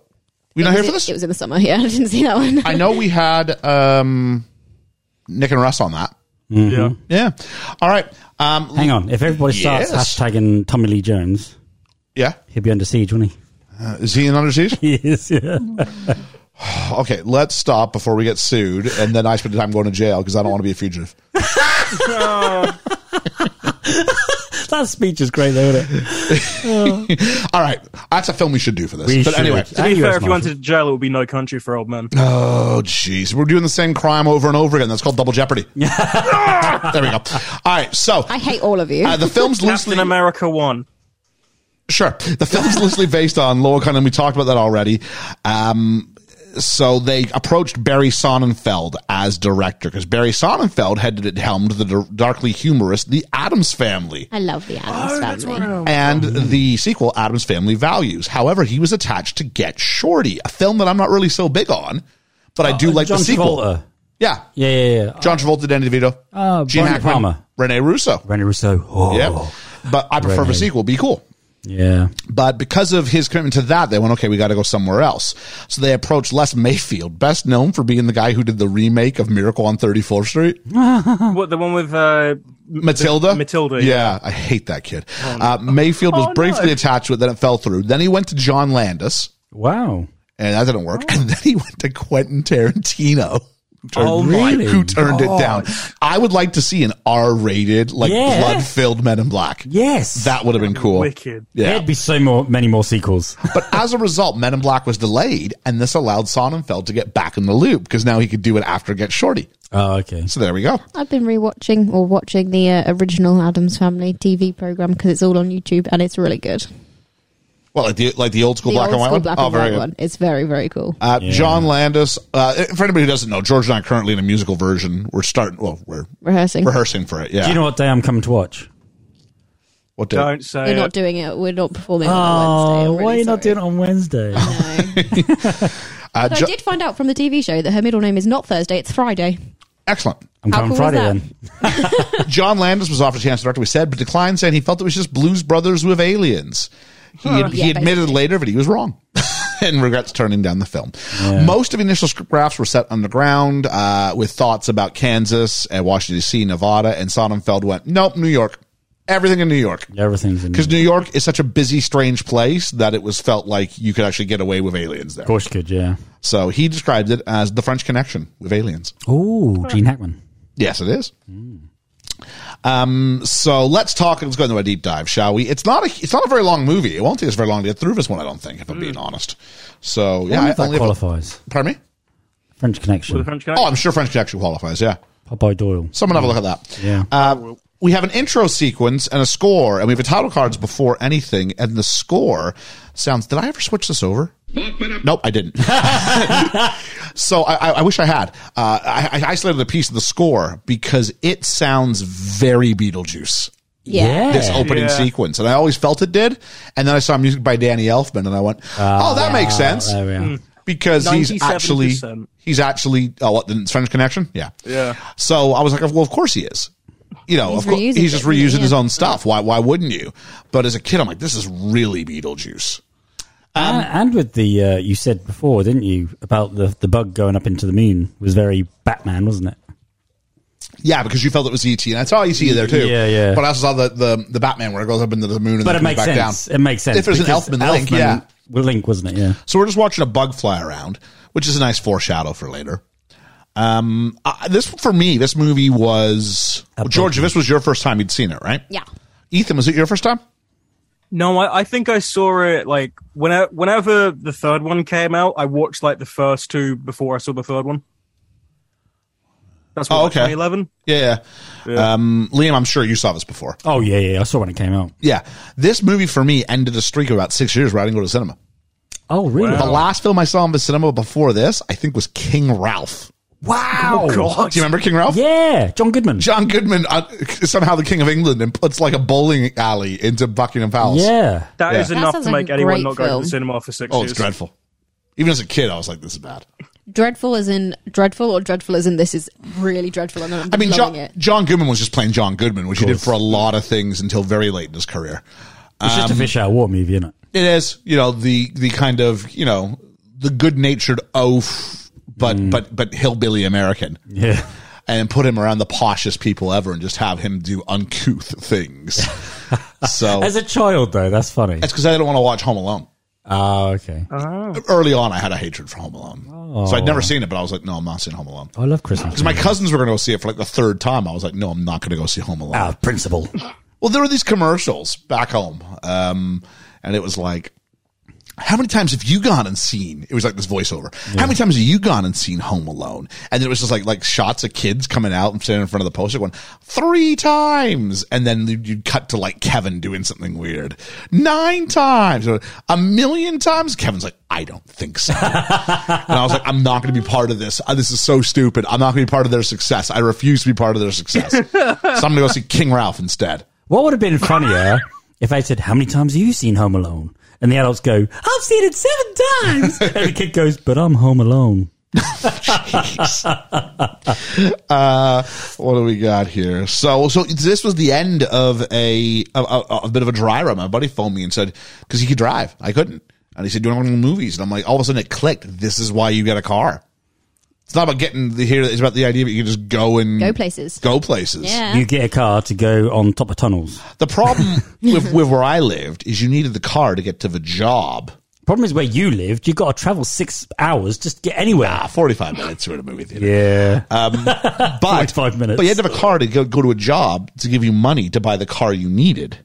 We not here
it was
for
in-
this?
It was in the summer. Yeah, I didn't see that one.
I know we had um, Nick and Russ on that.
Yeah.
Yeah. All right. Um,
Mm-hmm. hang on. If everybody starts
Yes.
hashtagging Tommy Lee Jones,
Yeah.
he'll be under siege, won't he?
Uh, is he in under siege?
He is. Yeah.
Okay, let's stop before we get sued, and then I spend time going to jail because I don't want to be a fugitive.
Oh.
That speech is great, though, isn't it?
All right, that's a film we should do for this.
We
but
should.
anyway,
To be
And
fair,
US
if you wanted to jail, it would be No Country for Old Men.
oh jeez, we're doing the same crime over and over again. That's called double jeopardy. Ah! there we go. All right, so
I hate all of you.
uh, the film's loosely
Captain America 1.
Sure. The film's loosely based on Law Conan. We talked about that already. Um, so they approached Barry Sonnenfeld as director because Barry Sonnenfeld had helmed the dar- darkly humorous The Adams Family
I love the Adams
Oh,
family.
and the sequel Adams Family Values. However, he was attached to Get Shorty, a film that I'm not really so big on, but I do like
Uh, John
the sequel.
Travolta.
Yeah.
Yeah, yeah, yeah.
John Travolta, Danny DeVito,
Uh, Brian De Palma.
Rene Russo.
Rennie Rousseau. Oh.
Yeah. But I prefer the
Rene.
sequel. Be cool.
Yeah.
But because of his commitment to that, they went, okay, we got to go somewhere else. So they approached Les Mayfield, best known for being the guy who did the remake of Miracle on 34th Street.
What, the one with uh,
Matilda?
Matilda,
Yeah, I hate that kid.
Oh,
Uh, Mayfield was briefly attached to it, then it fell through. Then he went to John Landis,
Wow.
and that didn't
Oh.
work. And then he went to Quentin Tarantino. who turned-
Oh my
Who turned it
God.
down? I would like to see an R-rated, like
Yeah.
blood-filled Men in Black.
Yes.
That would have been cool.
Wicked.
Yeah.
There'd be so more, many more sequels.
But as a result, Men in Black was delayed, and this allowed Sonnenfeld to get back in the loop because now he could do it after Get Shorty.
oh, okay.
So there we go.
I've been rewatching or watching the uh, original Adams Family TV program because it's all on YouTube and it's really good.
Well, like the like the old school
The
black
old
and white
school
one.
black
oh,
and
very
white
good.
one. It's very very cool.
Uh, John Landis. Uh, for anybody who doesn't know, George and I are currently in a musical version. We're starting. Well, we're
Rehearsing.
rehearsing for it. Yeah.
Do you know what day I'm coming to watch?
what day?
Don't say
We're
it.
not doing it. We're not performing on
Oh,
a Wednesday. I'm really
Oh, why are you not
sorry.
doing it on Wednesday?
Uh,
But
Jo-
I did find out from the TV show that her middle name is not Thursday; it's Friday.
excellent.
I'm
How
coming
cool is
Friday
that?
then.
John Landis was offered a chance to direct. We said, but declined, saying he felt it was just Blues Brothers with aliens. He, had- he
Yeah,
admitted
basically.
later that he was wrong and regrets turning down the film. Most of the initial script drafts were set underground uh, with thoughts about Kansas and Washington, D.C., Nevada, and Sonnenfeld went, nope, New York. Everything in New York.
Yeah, everything's in.
Because New York is such a busy, strange place that it was felt like you could actually get away with aliens there.
Of course you could, yeah.
So he described it as the French connection with aliens.
Oh, Gene Hackman.
Yes, it is. Um, so let's talk. Let's go into a deep dive, shall we? It's not a. It's not a very long movie. It won't take us very long to get through this one. I don't think, if I'm being honest. So yeah,
Yeah,
I
if that
only have a-
qualifies.
pardon me.
French
With the
Connection.
Oh,
French connection.
I'm sure French Connection qualifies. Yeah,
Popeye Doyle.
someone have a look at that.
Yeah.
Uh, we have an intro sequence and a score, and we have a title cards before anything. And the score sounds. Did I ever switch this over? Nope, I didn't. so I, I- I wish I had. Uh, I, I isolated a piece of the score because it sounds very Beetlejuice.
Yeah.
this opening
Yeah.
sequence, and I always felt it did. And then I saw music by Danny Elfman, and I went, "Oh, that makes sense,"
Ah, There we are.
Mm.
because he's
97%.
actually he's actually oh, what the French Connection, yeah,
Yeah.
So I was like, "Well, of course he is." You know,
He's
of course,
reusing
he's just
it, isn't he?
reusing his
Yeah.
own stuff. Why? Why wouldn't you? But as a kid, I'm like, "This is really Beetlejuice."
and, and with the, uh, you said before, didn't you, about the, the bug going up into the moon was very Batman, wasn't it?
Yeah, because you felt it was ET, and I saw ET there too.
Yeah, yeah.
But I also saw the the, the Batman where it goes up into the moon and
But
then comes
it makes
back
sense.
down.
It makes sense.
If there's an
because
Elfman link, yeah.
well, Link, wasn't it? Yeah.
So we're just watching a bug fly around, which is a nice foreshadow for later. Um, uh, this for me, this movie was
bug
George. This was your first time you'd seen it, right?
Yeah.
Ethan, was it your first time?
No, I, I think I saw it like when I- whenever the third one came out, I watched like the first two before I saw the third one. That's what,
Oh, okay.
2011?
Yeah. yeah. Um, Liam, I'm sure you saw this before.
Oh, yeah, yeah. I saw when it came out.
Yeah, this movie for me ended a streak of about six years where I didn't go to the cinema.
Oh, really?
The last film I saw in the cinema before this, I think, was King Ralph.
Wow.
Do you remember King Ralph?
Yeah, John Goodman.
John Goodman uh, somehow the King of England and puts like a bowling alley into Buckingham Palace.
yeah.
That
Yeah.
is
That
enough
sounds
to
like
make
a
anyone
great
not go to
film.
the cinema for six
Oh,
years.
it's dreadful. Even as a kid, I was like, "This is bad."
Dreadful as in dreadful, or dreadful as in this is really dreadful. And I'm
I mean,
loving
John,
it.
John Goodman was just playing John Goodman, which he did for a lot of things until very late in his career.
It's just a
Um,
fish out of water movie, isn't it?
It is, you know, the the kind of you know the good natured oaf, but
Mm.
but but hillbilly American,
Yeah.
and put him around the poshest people ever, and just have him do uncouth things. so Oh.
As a child, though, that's funny.
that's because I don't want to watch Home Alone.
Oh, Oh. okay.
Early on, I had a hatred for Home Alone, so I'd never seen it, but I was like, no, I'm not seeing Home Alone.
I love Christmas.
Because my cousins were going to go see it for like the third time. I was like, no, I'm not going to go see Home Alone.
Ah, principal.
Well, there were these commercials back home, um, and it was like, how many times have you gone and seen? It was like this voiceover. How many times have you gone and seen Home Alone? And it was just like like shots of kids coming out and standing in front of the poster, going three times, and then you'd you'd cut to like Kevin doing something weird nine times, or a million times. Kevin's like, I don't think so. And I was like, I'm not going to be part of this. Uh, This is so stupid. I'm not going to be part of their success. I refuse to be part of their success. so I'm going to go see King Ralph instead.
What would have been funnier if I said, "How many times have you seen Home Alone?" And the adults go, "I've seen it seven times," and the kid goes, "But I'm home alone."
Uh, what do we got here? So, so this was the end of a of, of, a bit of a dry run. My buddy phoned me and said because he could drive, I couldn't, and he said, "Do you want to go to the movies?" And I'm like, all of a sudden it clicked. This is why you get a car. It's not about getting the here. It's about the idea that you can just go and
Go places.
Go places.
Yeah.
You get a car to go on top of tunnels.
The problem with, with where I lived is you needed the car to get to the job.
Problem is where you lived. You've got to travel six hours just to get anywhere.
Ah, 45 minutes to a movie theater.
yeah.
Uh, but
45 minutes.
But you had to have a car to go, go to a job to give you money to buy the car you needed.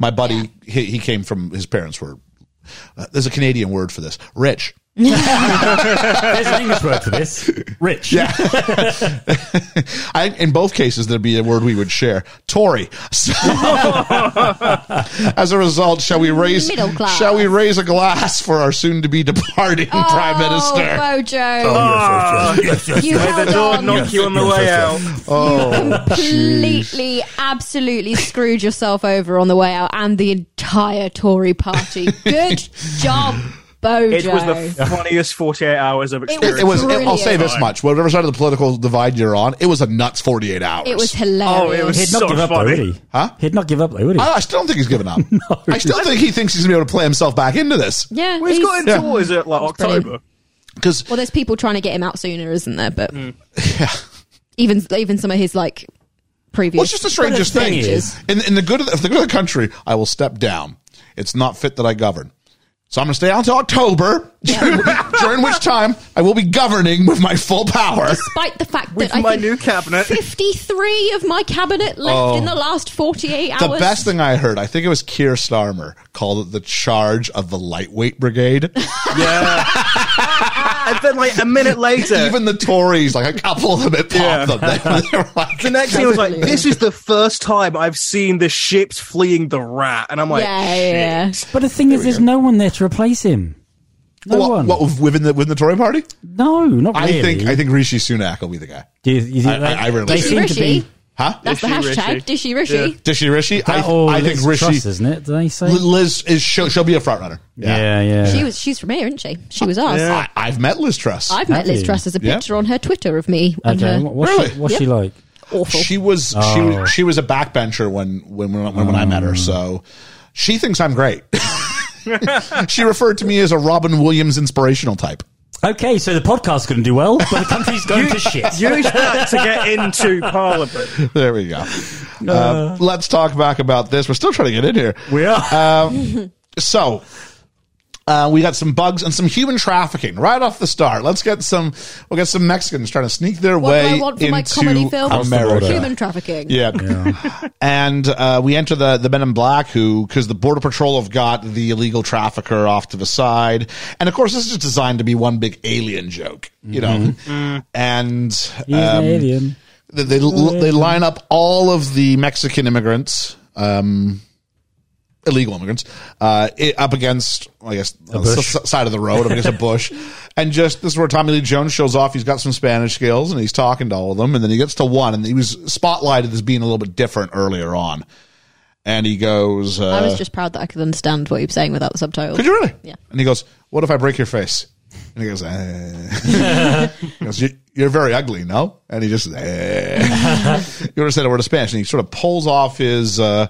My buddy, he, he came from his parents were. Uh, there's a Canadian word for this. Rich.
There's an English word for this. Rich.
I, in both cases, there'd be a word we would share. Tory. So, as a result, shall we raise
Middle class. Oh,
shall we raise a glass for our soon to be departing Prime Minister?
Bojo,
Oh,
you
The
held
door
on.
knock you on the way out.
Oh,
completely, absolutely screwed yourself over on the way out and the entire Tory party. Good job, Bojo.
It was the funniest 48 hours of
was-
experience.
It was. I'll say
Brilliant.
this much: whatever side of the political divide you're on, it was a nuts 48 hours.
It was hilarious.
Oh, it was-
He'd not
So
give up
funny.
though, would he? Huh? He'd not give up though, would he?
I, I still don't think he's given up. I still think he thinks he's gonna be able to play himself back into this.
yeah,
Well, he's got
he's-
into what is it like
brilliant.
October?
Because
Well, there's people trying to get him out sooner, isn't there? But even even some of his like previous.
what's just the strangest
Well, the
thing
thing
is,
is-
in, in the good of the, for the good of the country, I will step down. It's not fit that I govern. So I'm going to stay out until October, during which time I will be governing with my full power.
Despite the fact
With
that I
my
think
new cabinet.
53 of my cabinet left in the last 48 hours.
The best thing I heard, I think it was Keir Starmer, called it the charge of the lightweight brigade.
Yeah. and then, like, a minute later,
Even the Tories, like a couple of them, it popped
Yeah.
them. They, they were like,
the next thing was like,
Definitely.
this is the first time I've seen the ships fleeing the rat. And I'm like,
Yeah, yeah, yeah.
But the thing is, there's no one there to replace him. No
what,
one.
what, within the within the Tory party?
no, not really.
I think I think Rishi Sunak will be the guy.
Do you, you think
I- I-
they,
I really
they
do.
seem to be.
Rishi.
Huh?
That's the
Dishy
hashtag. Dishy Rishi.
Dishy Rishi? I,
That or
I think
Liz
Rishi
Truss, isn't it? Do they say?
Li- Liz is she'll, she'll be a front runner.
yeah, yeah.
She was. She's from here, isn't she? She was ours.
I, I've met Liz Truss.
I've met
Have
Liz
you?
Truss as a
Yeah.
picture on her Twitter of me and
okay.
her.
what- What's,
Really?
she, what's she
Yeah.
like?
Awful.
she was she
Oh.
was she was a backbencher when when when, when, when I
Um.
met her, so she thinks I'm great. she referred to me as a Robin Williams inspirational type.
Okay, so the podcast's going to do well, but the country's going to shit.
Use that to get into Parliament.
There we go. Uh, let's talk back about this. We're still trying to get in here.
We are.
Um, so uh, we got some bugs and some human trafficking right off the start. Let's get some. We'll get some Mexicans trying to sneak their
What do
way
I want for
into
my comedy film?
America.
Human trafficking.
Yeah. and uh, we enter the, the men in black who, because the Border Patrol have got the illegal trafficker off to the side. And of course, this is designed to be one big alien joke, you know?
Mm-hmm.
And
He's an alien.
they, they, they line up all of the Mexican immigrants, um, illegal immigrants, uh, i up against, I guess, on the
bush.
s- side of the road, up against a bush. And just this is where Tommy Lee Jones shows off. He's got some Spanish skills and he's talking to all of them. And then he gets to one and he was spotlighted as being a little bit different earlier on. And he goes, uh,
I was just proud that I could understand what you were saying without the subtitles.
Could you really?
Yeah.
And he goes, What if I break your face? And he goes, "Eh." he goes "You- You're very ugly, no? And he just, "Eh." You understand a word of Spanish. And he sort of pulls off his, uh,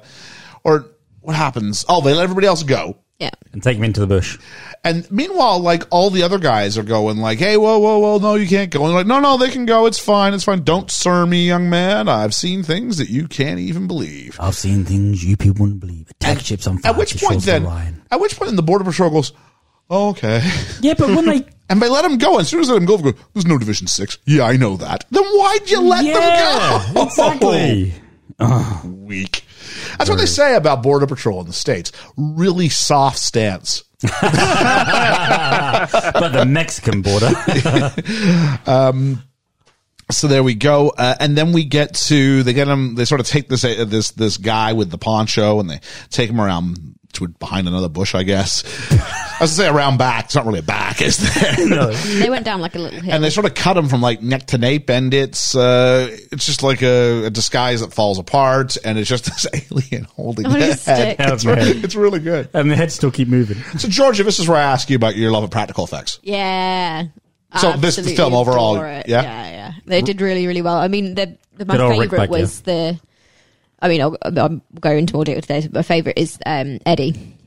or what happens? Oh, they let everybody else go.
Yeah.
and take him into the bush.
And meanwhile, like all the other guys are going like, "Hey, whoa, whoa, whoa! No, you can't go." And they're like, "No, no, they can go. It's fine. It's fine. Don't sir me, young man. I've seen things that you can't even believe."
I've seen things you people wouldn't believe. Attack ships on fire.
At which
to
point,
Shoals of
then?
Orion.
At which point, then the border patrol goes, oh, "Okay,"
Yeah, but when they
and they let him go. As soon as they let him go, they go, "There's no division six. Yeah, I know that. Then why'd you let
yeah,
them go? Oh,
exactly.
Weak. That's what they say about border patrol in the states. Really soft stance.
Oh. but the Mexican border.
So there we go, uh, and then we get to they get him. They sort of take this uh, this this guy with the poncho, and they take him around to behind another bush, I guess. I was gonna say around back. It's not really a back, is there?
They went down like a little hill.
And they sort of cut him from like neck to nape, and it's uh, it's just like a, a disguise that falls apart, and it's just this alien holding
On
the
his
head.
stick.
It's,
Oh, man.
really, it's really good.
and the heads still keep moving.
So Georgia, this is where I ask you about your love of practical effects.
Yeah.
So this- this
Absolutely
film overall,
adore it.
yeah?
yeah, yeah, they did really, really well. I mean, the, the my
Good old Rick
favorite
back,
was the. I mean, I'll, I'll go into more detail today. But my favorite is um, Eddie.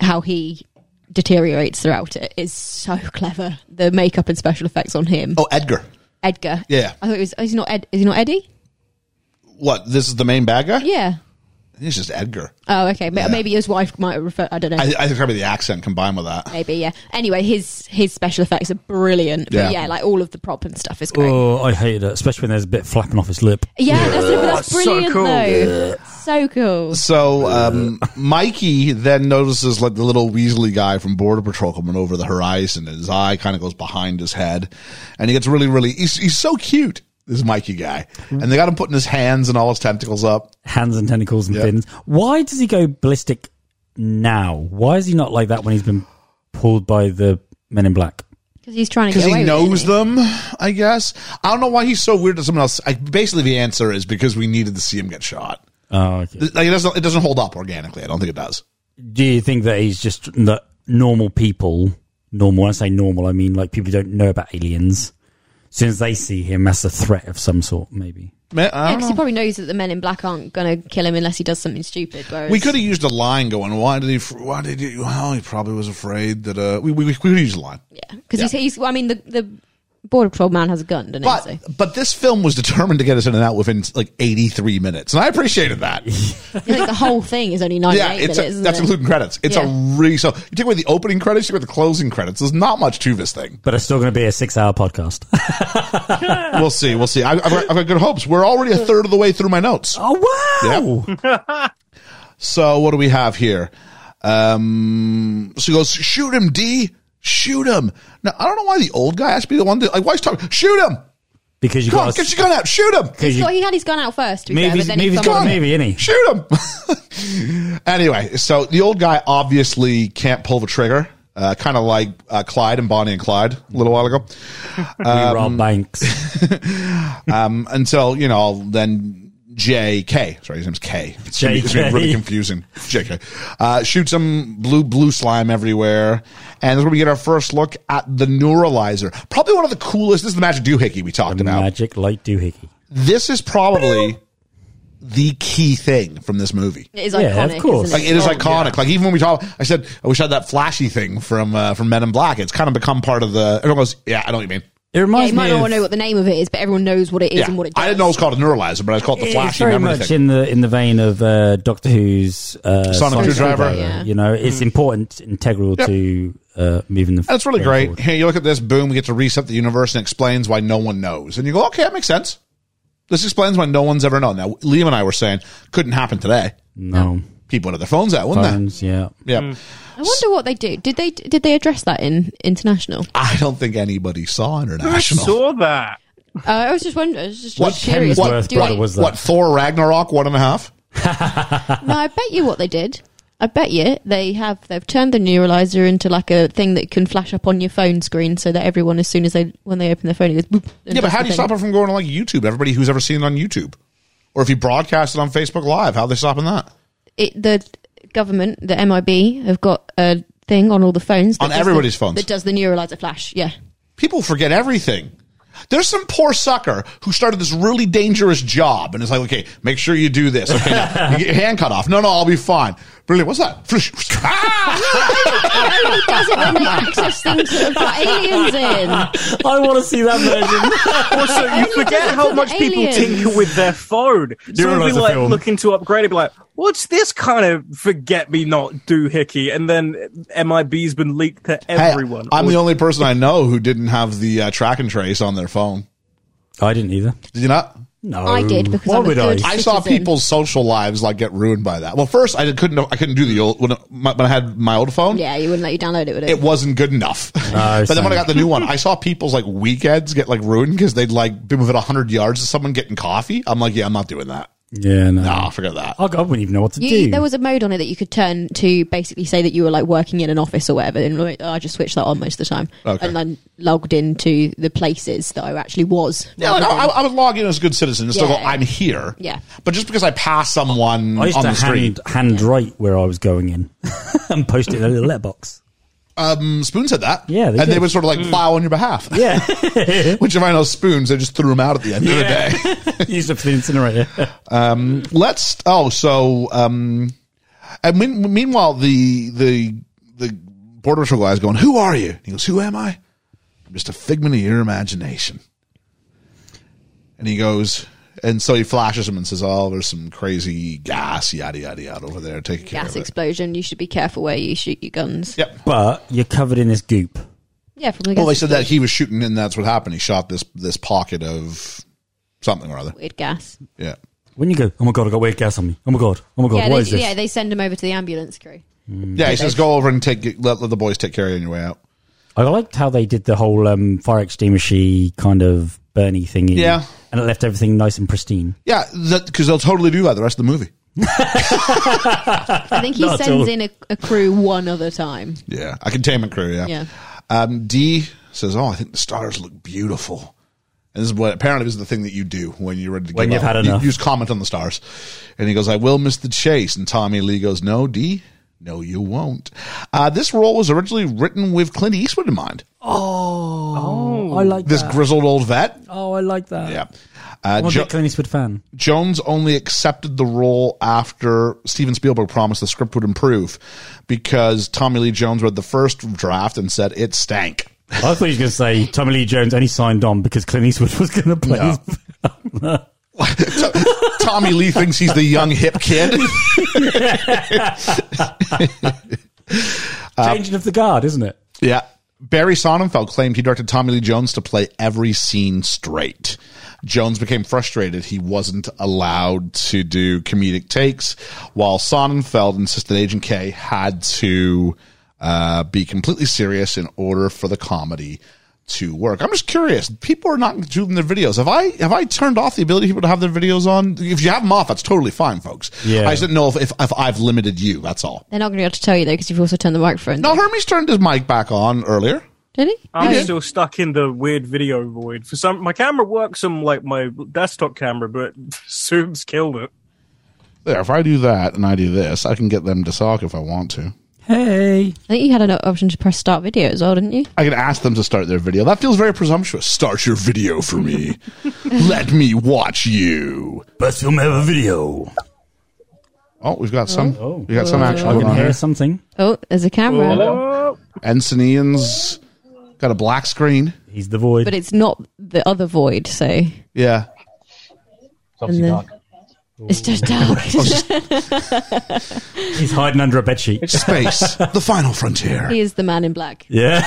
How he deteriorates throughout it is so clever. The makeup and special effects on him,
Oh, Edgar,
Edgar.
yeah.
I thought it was. Is he not? Ed, is he not Eddie?
what? This is the main bad guy.
Yeah.
It's just Edgar.
Oh, okay. Ma-
Yeah.
Maybe his wife might refer. I don't know.
I, I think probably the accent combined with that.
Maybe yeah. Anyway, his his special effects are brilliant. But
Yeah.
yeah, like all of the prop and stuff is great.
Oh, I hate it, especially when there's a bit flapping off his lip.
Yeah, That's, that's
Oh, so
brilliant
cool.
though. So cool.
So um, Mikey then notices like the little Weasley guy from Border Patrol coming over the horizon, and his eye kind of goes behind his head, and he gets really, really. He's, he's so cute, this Mikey guy, and they got him putting his hands and all his tentacles up.
Hands and tentacles and
Yeah.
fins. Why does he go ballistic now? Why is he not like that when he's been pulled by the men in black?
Because he's trying to
Because
get away
he knows
with it, isn't
them, I guess. I don't know why he's so weird to someone else. I, basically, the answer is because we needed to see him get shot.
Oh, okay.
Like it doesn't, it doesn't hold up organically. I don't think it does.
Do you think that he's just that normal people, normal, when I say normal, I mean like people who don't know about aliens, as soon as they see him, that's a threat of some sort, maybe.
Man, I
Yeah,
don't
'cause
know.
he probably knows that the men in black aren't going to kill him unless he does something stupid. Whereas
We could have used a line going, why did he, fr- why did he, well, he probably was afraid that, uh, we, we, we could have used a line.
yeah, because he's, he's. well, I mean, the the border patrol man has a gun, doesn't
But,
he? So.
but this film was determined to get us in and out within like 83 minutes. And I appreciated that.
I think the whole thing is only ninety eight
yeah. It's
minutes.
a,
isn't
that's
it?
including credits. It's
Yeah.
a really, so you take away the opening credits, you take away the closing credits. There's not much to this thing.
But it's still going to be a six hour podcast.
We'll see. We'll see. I, I've, got, I've got good hopes. We're already a third of the way through my notes.
oh, wow.
So what do we have here? Um, so he goes, shoot him, D. Shoot him. Now, I don't know why the old guy has to be the one to, like, why is he talking? Shoot him.
Because you
Come on,
got
get your gun out. Shoot him.
because
He's
you,
got- he had his gun out first. To be fair,
Maybe-
but then he
maybe he's
fumbled
got a
it.
maybe, isn't he?
Shoot him. anyway, so the old guy obviously can't pull the trigger. Uh, kind of like uh, Clyde and Bonnie and Clyde a little while ago,
we rob banks.
um, until you know then J.K. Sorry, his name's K. It's gonna be- it's gonna be
J.K..
really confusing. J.K. Uh, shoots him blue blue slime everywhere, and that's where we get our first look at the neuralizer. Probably one of the coolest. This is the magic doohickey we talked about.
Magic light doohickey.
This is probably the key thing from this movie.
It is
Yeah, of
iconic.
course.
Isn't
Like
it? Oh,
it is iconic. Like even when we talk, I said I wish I had that flashy thing from uh, from Men in Black. It's kind of become part of the. Everyone goes, yeah, I know what you mean.
It
yeah,
reminds
you might
me
not
of,
want to know what the name of it is, but everyone knows what it is
Yeah,
and what it does.
I didn't know it was called a neuralizer, but I called the
it's
flashy
very
memory
much
thing.
in the in the vein of uh, Doctor Who's uh,
Sonic Screwdriver.
Yeah.
You know, it's important, integral
Yeah.
to uh, moving the.
And it's really
going
great.
forward.
Here you look at this. Boom, we get to reset the universe and it explains why no one knows. And you go, okay, that makes sense. This explains why no one's ever known. Now, Liam and I were saying couldn't happen today.
No,
People would have their phones out, wouldn't
Bones, yeah.
they? Yeah.
I wonder what they do. Did they did they address that in international?
I don't think anybody saw
I
international.
saw that.
Uh, I was just wondering. I was just
What
curious.
Hemsworth
do
brother
they-
was that?
what Thor Ragnarok one and a half?
No, I bet you what they did. I bet you they have they've turned the neuralizer into like a thing that can flash up on your phone screen so that everyone as soon as they when they open their phone it goes boop. and
Yeah, but
does
how
the
do you
thing.
stop it from going on like YouTube? Everybody who's ever seen it on YouTube, or if you broadcast it on Facebook Live, how are they stopping that
it? The government, the MIB, have got a thing on all the phones that
On
does the-
everybody's phones.
that does the neuralizer flash. Yeah,
people forget everything? There's some poor sucker who started this really dangerous job, and it's like, okay, make sure you do this. Okay, now, you get your hand cut off. No, no, I'll be fine. Brilliant. What's that? Flush.
He does it when they access things that have got aliens in.
I want to see that version.
Also, you forget how much people
Aliens.
tinker with their phone. Someone will
realise
be
the
like
film.
looking to upgrade it, be like, "What's this kind of forget me not doohickey?" And then MIB's been leaked to
Hey,
everyone.
I'm the only person I know who didn't have the uh, track and trace on their phone.
I didn't either.
Did you not?
No,
I did because
Why
I'm a
would
good-
I saw
Citizen.
people's social lives like get ruined by that. Well, first I couldn't I couldn't do the old when, my, when I had my old phone.
Yeah, you wouldn't let you download it, would it?
It wasn't good enough. but then when I
same.
got the new one, I saw people's like weekends get like ruined because they'd like been within hundred yards of someone getting coffee. I'm like, yeah, I'm not doing that.
Yeah, no.
Ah, forget that.
I, I wouldn't even know what to
You,
do.
there was a mode on it that you could turn to basically say that you were like working in an office or whatever. And like, I just switched that on most of the time,
Okay.
and then logged into the places that I actually was.
Yeah, like, I, I would log in as a good citizen and still
Yeah.
go, I'm here.
Yeah.
But just because I pass someone
I used
on
to
the street,
hand, hand write where I was going in and post it in a little letterbox.
um, Spoon said that.
Yeah, they
and they
did. Mm.
would sort of like plow on your behalf.
Yeah,
Which if I know spoons, I just threw them out at the end of the day.
used it for the incinerator.
Let's. Oh, so um, and mean, meanwhile, the the the border patrol guy is going, "Who are you?" And he goes, "Who am I? I'm just a figment of your imagination." And he goes, and so he flashes him and says, "Oh, there's some crazy gas, yada yada yada, over there. Take care
Gas
of it."
explosion. You should be careful where you shoot your guns.
Yep.
But you're covered in this goop.
Yeah, from the
Well, they
gas,
said that he was shooting, and that's what happened. He shot this this pocket of something or other.
weird gas.
Yeah.
When you go, oh my god, I got weird gas on me. Oh my god, oh my god,
yeah,
what
they,
is this?
yeah, they send them over to the ambulance crew.
Yeah, he says, "Go over and take let, let the boys take care of you on your way out."
I liked how they did the whole um, fire extinguisher kind of Bernie thingy.
Yeah.
and it left everything nice and pristine.
Yeah, because they'll totally do that the rest of the movie. Ah,
I think he
Not at all.
sends in a, a crew one other time.
Yeah, a containment crew. Yeah.
Yeah.
Um, D says, "Oh, I think the stars look beautiful." And this is what apparently this is the thing that you do when you're ready to
When
give
you've
up.
had
You-
enough.
You, just comment on the stars. And he goes, "I will miss the chase." And Tommy Lee goes, "No, D, no, you won't." Uh, this role was originally written with Clint Eastwood in mind.
Oh. I like
This grizzled old vet.
Oh, I like that.
Yeah. Uh,
I'm a
Jo-
big Clint Eastwood fan.
Jones only accepted the role after Steven Spielberg promised the script would improve because Tommy Lee Jones read the first draft and said it stank.
I thought you were going to say Tommy Lee Jones only signed on because Clint Eastwood was going to play.
No.
his-
Tommy Lee thinks he's the young hip kid.
Changing of the guard, isn't it?
yeah. Barry Sonnenfeld claimed he directed Tommy Lee Jones to play every scene straight. Jones became frustrated he wasn't allowed to do comedic takes, while Sonnenfeld insisted Agent K had to uh, be completely serious in order for the comedy to work. I'm just curious. People are not doing their videos. Have I have I turned off the ability of people to have their videos on? If you have them off, that's totally fine, folks.
Yeah.
I just didn't know if, if, if I've limited you. That's all.
They're not going to be able to tell you though because you've also turned the microphone.
No, Hermes turned his mic back on earlier.
did he?
I'm
No.
still stuck in the weird video void. For some, my camera works on like my desktop camera, but Zoom's killed it.
There, if I do that and I do this, I can get them to talk if I want to.
Hey,
I think you had an option to press start video as well, didn't you?
I can ask them to start their video. That feels very presumptuous. Start your video for me. Let me watch you.
best film ever video.
Oh, we've got some.
Oh.
we got some action
I
going
can
on
hear
here.
something.
Oh, there's a camera.
Oh,
Ensign Ian's got a black screen.
He's the void.
but it's not the other void. So
Yeah.
and then- it's just dark.
He's hiding under a bedsheet.
Space. the final frontier.
he is the man in black.
Yeah,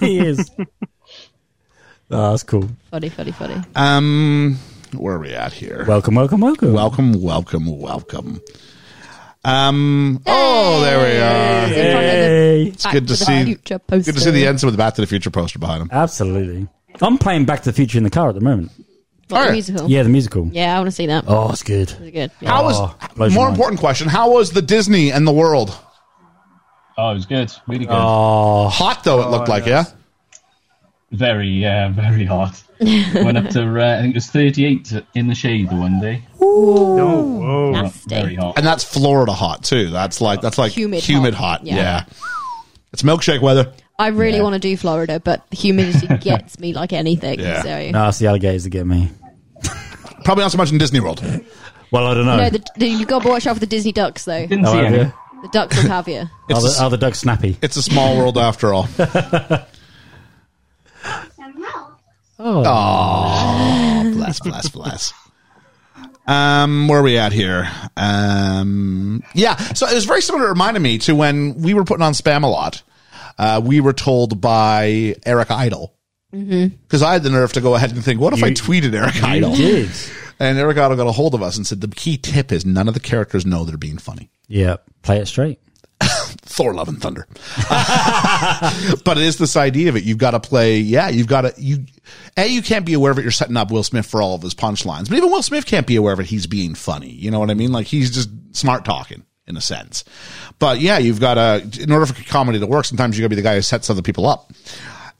he is. Oh, that's cool.
Funny, funny, funny.
Um, where are we at here?
Welcome, welcome, welcome.
welcome, welcome, welcome. Um, oh, there we are.
It's in front of the
Hey.
Back
good to
the
see-
Future
Good to see the Ensign with the Back to the Future poster behind him.
Absolutely. I'm playing Back to the Future in the car at the moment.
Not
All
the
right.
musical. Yeah.
Yeah, the musical.
I want to see that.
Oh, it's good.
It's good. Yeah.
How was
Oh, blows your
more
mind.
important question? How was the Disney and the world?
Oh, it was good. Really good.
Oh,
Hot though it looked like, yeah.
Very, yeah, very hot. Went up to, uh, I think it was 38 in the shade the one day.
Oh, whoa.
Not
Nasty.
Very hot.
And that's Florida hot too. That's like that's like humid,
Humid
hot.
hot.
Yeah.
Yeah.
it's milkshake weather.
I really want to do Florida, but the humidity gets me like anything.
Yeah.
So
no, it's the alligators that get me.
Probably not so much in Disney World.
Well, I don't know.
No, the, the, you've got to watch out for the Disney ducks, though.
Didn't
Oh,
see
have
any.
you?
The ducks will have you.
Are
It's
the,
a,
are the ducks snappy?
it's a small world after all.
Oh,
bless, bless, bless. Um, where are we at here? Um, yeah. So it was very similar. It reminded me to when we were putting on spam a lot. Uh, we were told by Eric Idle because I had the nerve to go ahead and think, what if I
You-
tweeted Eric
you
Idle?
did.
And Eric Idle got a hold of us and said the key tip is none of the characters know they're being funny.
Yeah, play it straight.
Thor: Love and Thunder. but it is this idea of it. You've got to play. Yeah, you've got to. You a you can't be aware of it. You're setting up Will Smith for all of his punchlines, but even Will Smith can't be aware of it. He's being funny. You know what I mean? Like he's just smart talking in a sense. But yeah, you've got to. In order for comedy to work, sometimes you got to be the guy who sets other people up.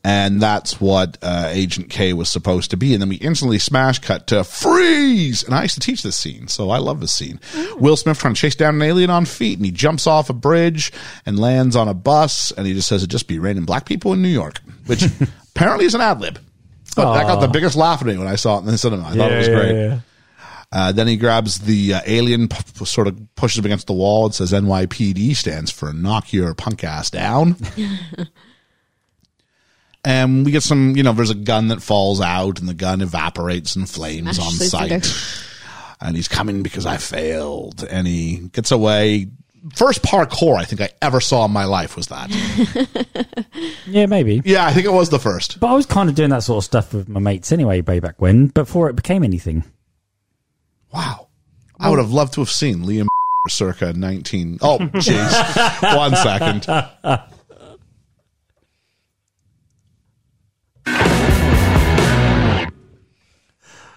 And that's what uh, Agent K was supposed to be. And then we instantly smash cut to freeze. And I used to teach this scene, so I love this scene. Will Smith trying to chase down an alien on feet, and he jumps off a bridge and lands on a bus, and he just says, "It just be raining black people in New York," which apparently is an ad lib. But that got the biggest laugh at me when I saw it in the cinema. I thought it was great. Uh, then he grabs the uh, alien, p- p- sort of pushes him against the wall. It says NYPD stands for knock your punk ass down. and we get some, you know, there's a gun that falls out and the gun evaporates and flames on
Smash through the
sight. And he's coming because I failed. And he gets away. First parkour I think I ever saw in my life was that.
Yeah, maybe.
yeah, I think it was the first.
But I was kind of doing that sort of stuff with my mates anyway, way back when, before it became anything.
Wow. I would have loved to have seen Liam circa 19. Oh, jeez. One second.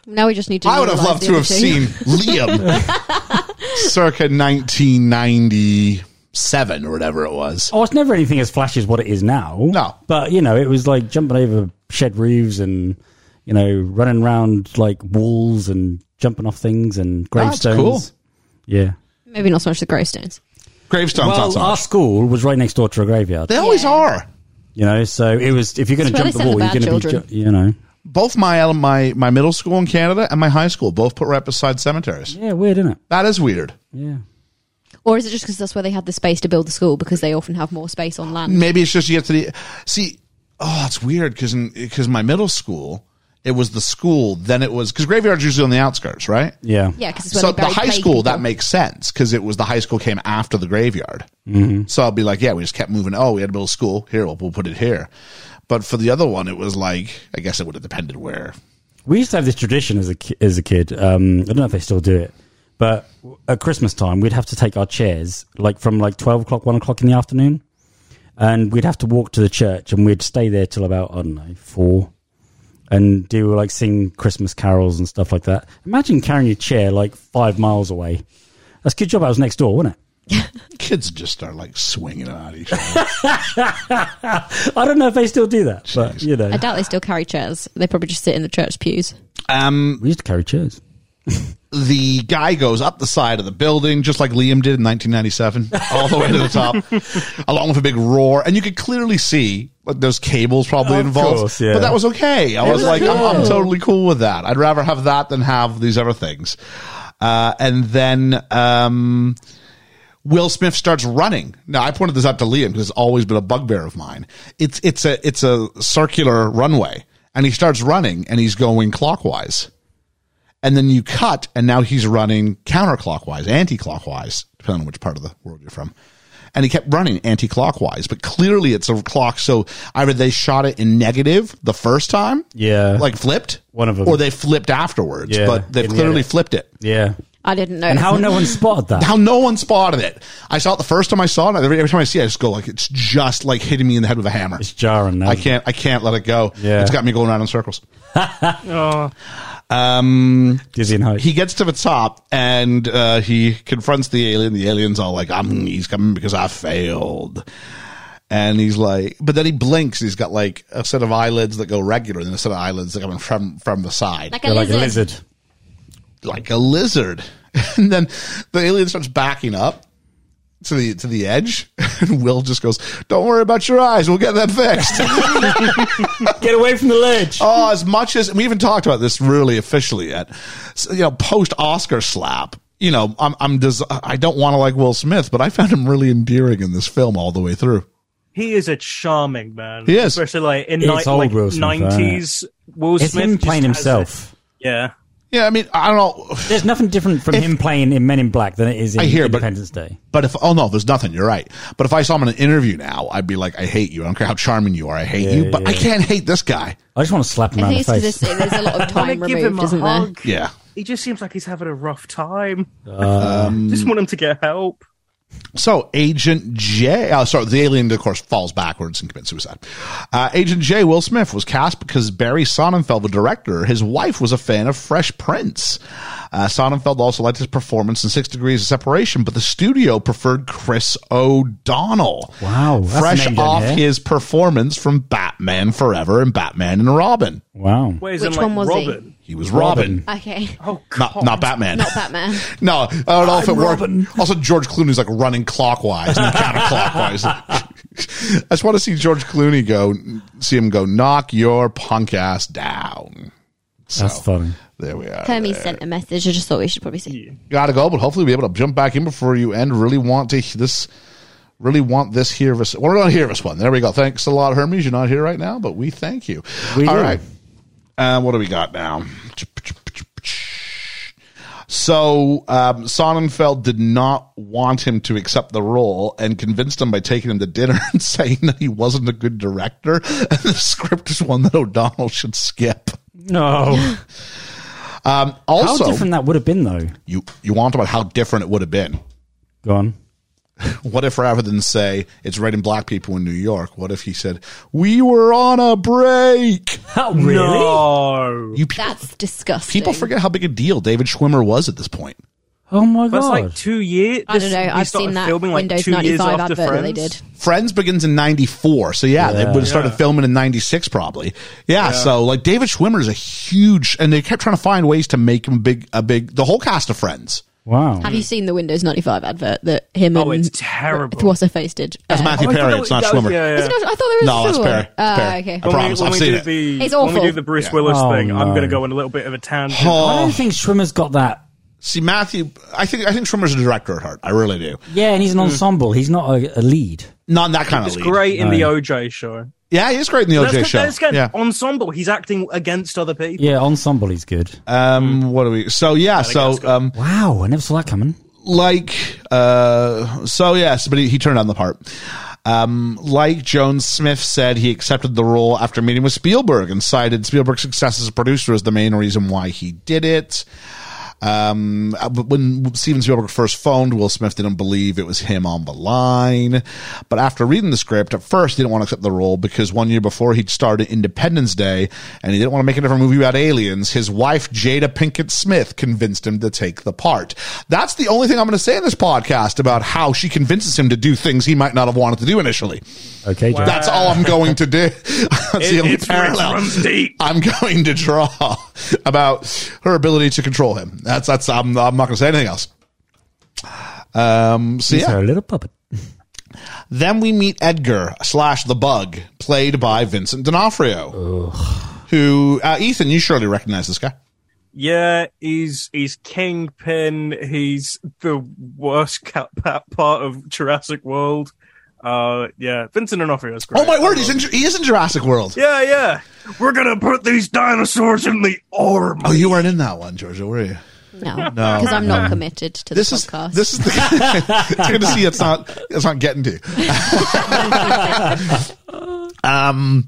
Now we just need to.
I would have
realise
loved
the
to
other
have
two.
seen Liam circa 1997 or whatever it was.
Oh, it's never anything as flashy as what it is now.
No.
But, you know, it was like jumping over shed roofs and, you know, running around like walls and jumping off things and
That's
gravestones.
cool.
Yeah.
Maybe not so much the gravestones.
Gravestones not
Well,
so
our
much.
school was right next door to a graveyard,
They always
uh, Yeah.
are.
you know, so it was, if you're going to
That's where
jump the wall,
they send the
you're
bad
going to be,
children.
ju- you know.
Both my uh, my my middle school in Canada and my high school both put right beside cemeteries.
Yeah, weird, isn't it?
That is weird.
Yeah.
Or is it just because that's where they had the space to build the school because they often have more space on land?
Maybe it's just you get to the see. Oh, it's weird because because my middle school it was the school. Then it was because graveyards usually on the outskirts, right?
Yeah.
Yeah, because it's where
so
they
the
buried
high
plague
school that
people.
makes sense because it was the high school came after the graveyard so i'll be like yeah we just kept moving oh we had a middle school here we'll, we'll put it here but for the other one it was like i guess it would have depended where
We used to have this tradition as a ki- as a kid. Um, I don't know if they still do it, but at Christmas time we'd have to take our chairs like from like twelve o'clock, one o'clock in the afternoon, and we'd have to walk to the church and we'd stay there till about I don't know four, and do like sing Christmas carols and stuff like that. Imagine carrying your chair like five miles away. That's a good job. I was next door, wasn't it?
kids just start like swinging out each other
I don't know if they still do that, but you know,
I doubt they still carry chairs. They probably just sit in the church pews.
um
we used to carry chairs.
the guy goes up the side of the building just like liam did in 1997 all the way to the top along with a big roar and you could clearly see like those cables probably
Of
involved
course, yeah.
but that was okay i was,
was
like I'm, I'm
cool.
totally cool with that i'd rather have that than have these other things uh, and then um, Will Smith starts running. Now I pointed this out to Liam because it's always been a bugbear of mine. It's it's a it's a circular runway, and he starts running, and he's going clockwise, and then you cut, and now he's running counterclockwise, anti-clockwise, depending on which part of the world you're from. And he kept running anti-clockwise, but clearly it's a clock. So either they shot it in negative the first time,
Yeah.
like flipped
One of 'em.
or they flipped afterwards,
Yeah,
but they've
in the
clearly
edit.
flipped it
Yeah,
I didn't know.
and how no one spotted that.
how no one spotted it. I saw it the first time I saw it. and Every, every time I see it, I just go like it's just like hitting me in the head with a hammer.
It's jarring. Now.
I can't. I can't let it go.
Yeah.
It's got me going around in circles.
Oh,
dizzy and height.
He gets to the top and uh, he confronts the alien. The alien's all like, "I'm. He's coming because I failed." And he's like, but then he blinks. He's got like a set of eyelids that go regular, and then a set of eyelids that come from from the side.
Like a
They're like
lizard.
a lizard.
like a lizard. And then the alien starts backing up to the to the edge, and Will just goes, "Don't worry about your eyes. We'll get that fixed."
Get away from the ledge.
oh, as much as we even talked about this really officially yet, so, you know, post Oscar slap. you know, I'm, I'm des- I don't want to like Will Smith, but I found him really endearing in this film all the way through.
He is a charming man.
He is.
Especially like in
It's
night,
old
like
Will Smith, isn't it?
90s Will
It's
Smith.
him
just
playing
has
himself.
a- yeah.
Yeah, I mean, I don't know,
There's nothing different from
If-
him playing in Men in Black than it is in
I hear, but-
Independence Day.
but if oh no, there's nothing. You're right. But if I saw him in an interview now, I'd be like, I hate you. I don't care how charming you are. I hate you, but I
yeah.
can't hate this guy.
I just want to slap him
I
around
think
the
it's because there's,
face.
there's a lot of
I
time
want to give him
removed,
a
isn't there?
hug.
Yeah.
He just seems like he's having a rough time.
Um,
just want him to get help.
So Agent J, oh, sorry, the alien, of course, falls backwards and commits suicide. Uh, Agent J, Will Smith, was cast because Barry Sonnenfeld, the director, his wife was a fan of Fresh Prince. Uh, Sonnenfeld also liked his performance in Six Degrees of Separation, but the studio preferred Chris O'Donnell.
Wow, that's eh? a
Fresh
name down
off
here.
his performance from Batman Forever and Batman and Robin.
wow.
Where is
Which
in, like,
one was he?
Robin?
He was Robin.
Okay.
Oh, God.
Not, not Batman.
Not Batman.
No, I don't know if it
I'm Robin.
worked. Also, George Clooney's like running clockwise and then counterclockwise. I just want to see George Clooney go, see him go, knock your punk ass down. So,
That's funny.
There we are.
Hermes sent a message. I just thought we should probably see.
Gotta go, but hopefully we'll be able to jump back in before you end. Really want to he- this. Really want this here. This, well, we're not here. This one. There we go. Thanks a lot, Hermes. You're not here right now, but we thank you. All
We
right.
do.
Uh, what do we got now? So um, Sonnenfeld did not want him to accept the role and convinced him by taking him to dinner and saying that he wasn't a good director and the script is one that O'Donnell should skip.
No.
Um,
How
also,
different that would have been, though.
you you want about how different it would have been.
Go on.
What if rather than say it's red and black people in New York, what if he said we were on a break?
Oh, really?
No.
You pe-
That's disgusting.
people forget how big a deal David Schwimmer was at this point.
Oh, my
That's
God.
like two years.
I don't know.
This- we
I've
started
seen that
filming, like,
Windows
two years
95
after
advert that they
Friends.
did.
Friends begins in 94. So yeah, they
Yeah.
would have started filming in 96 probably. Yeah, So like David Schwimmer is a huge, and they kept trying to find ways to make him big, a big, the whole cast of friends.
wow.
Have you seen the Windows 95 advert that him
Oh,
and
it's terrible.
what's her face did?
That's
Uh,
Matthew
Oh, I thought
Perry. It's
that was-
not
that was-
Schwimmer.
yeah, yeah.
Is it not- I thought there was
No,
a
that's
sewer.
Perry.
Ah,
Perry.
okay.
I promise.
when
I've
we
seen
do
it.
The,
It's
When
awful.
we do the Bruce Willis
Oh,
thing, I'm
no.
going to go on a little bit of a tangent.
I
Oh,
don't think Schwimmer's got that.
see Matthew. I think I think Schwimmer's a director at heart. I really do.
Yeah, and he's an ensemble. He's not a, a lead.
Not in that kind
It's
of lead.
great in the OJ show.
Yeah, he is great in the
That's
OJ
good-
show.
That's good.
Yeah.
Ensemble. He's acting against other people.
Yeah, ensemble. He's good.
Um, what do we? So yeah, so um,
wow, I never saw that coming.
like uh so yes but he, he turned on the part um like jones smith said he accepted the role after meeting with spielberg and cited spielberg's success as a producer as the main reason why he did it um uh, but when steven spielberg first phoned will smith didn't believe it was him on the line but after reading the script at first he didn't want to accept the role because one year before he'd starred in independence day and he didn't want to make another movie about aliens his wife jada pinkett smith convinced him to take the part that's the only thing i'm going to say in this podcast about how she convinces him to do things he might not have wanted to do initially
Okay, Joe.
that's all i'm going to do that's the
It,
only
it's
parallel.
it runs deep.
I'm going to draw about her ability to control him. That's that's. I'm, I'm not going to say anything else. Um. So
he's
yeah.
her little puppet.
Then we meet Edgar slash the Bug, played by Vincent D'Onofrio, who uh, Ethan, you surely recognize this guy.
Yeah, he's he's kingpin. He's the worst cat pat part of Jurassic World. Uh, yeah, Vincent D'Onofrio is great.
Oh my word! He's in, he is in Jurassic World.
Yeah, yeah. We're gonna put these dinosaurs in the arm.
Oh, you weren't in that one, Georgia, were you?
No, because I'm not committed to the
This is
podcast.
this is the. it's good to see it's not it's not getting to. you. um,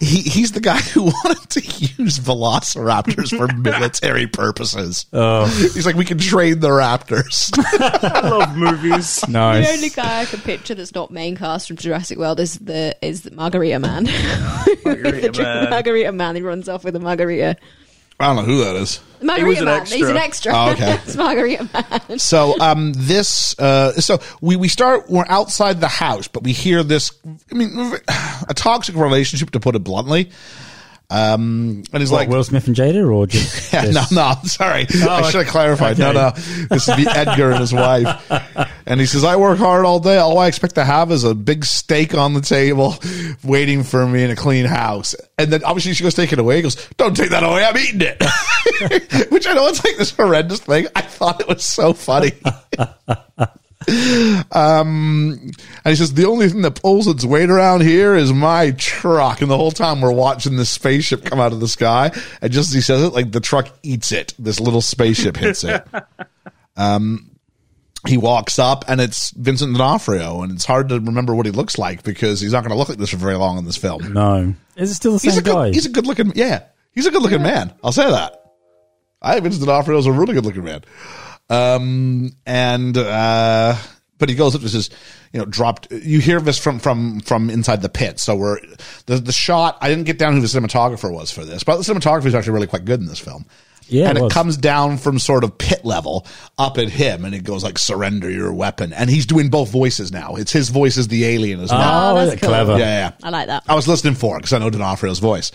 he he's the guy who wanted to use velociraptors for military purposes. He's like, we can train the raptors.
I love movies.
Nice.
the only guy I can picture that's not main cast from Jurassic World is the is the Margarita Man. the
Margarita
dr-
Man.
Margarita Man who runs off with a margarita.
I don't know who that is.
The Margarita
an
Man. He's an
extra.
extra.
Oh, okay.
it's Margarita Man.
So um, this uh, so we we start we're outside the house, but we hear this. I mean, a toxic relationship to put it bluntly. Um, and he's
What,
like,
Will Smith and Jada, or just
yeah, no,
this? Oh,
no, I'm sorry. I should have clarified. No,
okay.
no. This would be Edgar and his wife. And he says, I work hard all day. All I expect to have is a big steak on the table waiting for me in a clean house. And then obviously she goes, take it away. He goes, don't take that away. I'm eating it. Which I know it's like this horrendous thing. I thought it was so funny. And he says, the only thing that pulls its weight around here is my truck. And the whole time we're watching this spaceship come out of the sky. And just as he says it, like the truck eats it. This little spaceship hits it. Um, he walks up and it's Vincent D'Onofrio. And it's hard to remember what he looks like because he's not going to look like this for very long in this film.
No. Is it still the
He's
same
a good,
guy?
he's a good looking, yeah, he's a good looking man. I'll say that. I think Vincent D'Onofrio is a really good looking man. Um, and, uh, but he goes up to says, you know, dropped, you hear this from, from, from inside the pit. So we're, the, the shot, I didn't get down who the cinematographer was for this, but the cinematography is actually really quite good in this film.
Yeah, it
And it,
was.
comes down from sort of pit level up at him and it goes like, surrender your weapon. And he's doing both voices now. It's his voice as the alien as well.
Oh,
that's
that's
cool.
Yeah,
clever.
yeah.
I like
Oh,
that.
I was listening for it because I know D'Onofrio's voice,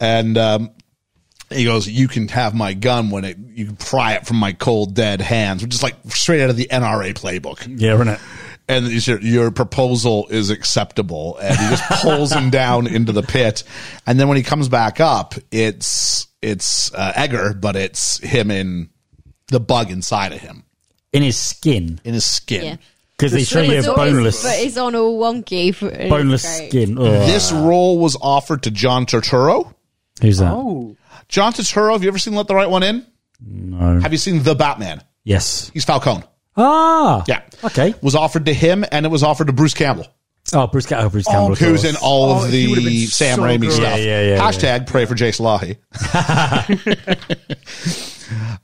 and um, he goes, "You can have my gun when it you can pry it from my cold dead hands," which is like straight out of the NRA playbook.
yeah, isn't it?
And he said, "Your proposal is acceptable," and he just pulls him down into the pit. And then when he comes back up, it's it's uh, Egger, but it's him in the bug inside of him
In his skin.
in his skin.
Yeah.
Because he's trying to
It's
be a
all- it's-
boneless,
But it's on all wonky. For, it's
boneless
great.
skin. Ugh.
This role was offered to John Turturro.
Who's that?
Oh,
John Turturro, have you ever seen Let the Right One In?
No.
Have you seen The Batman?
Yes.
He's Falcone.
Ah.
Yeah.
Okay.
Was offered to him and it was offered to Bruce Campbell,
Oh, Bruce, Ca- oh, Bruce Campbell. of
who's in
course.
all
Oh,
of
he would've
the
been
Sam
so
Raimi
good.
stuff.
Yeah, yeah, yeah,
Hashtag pray for Jay Salahi.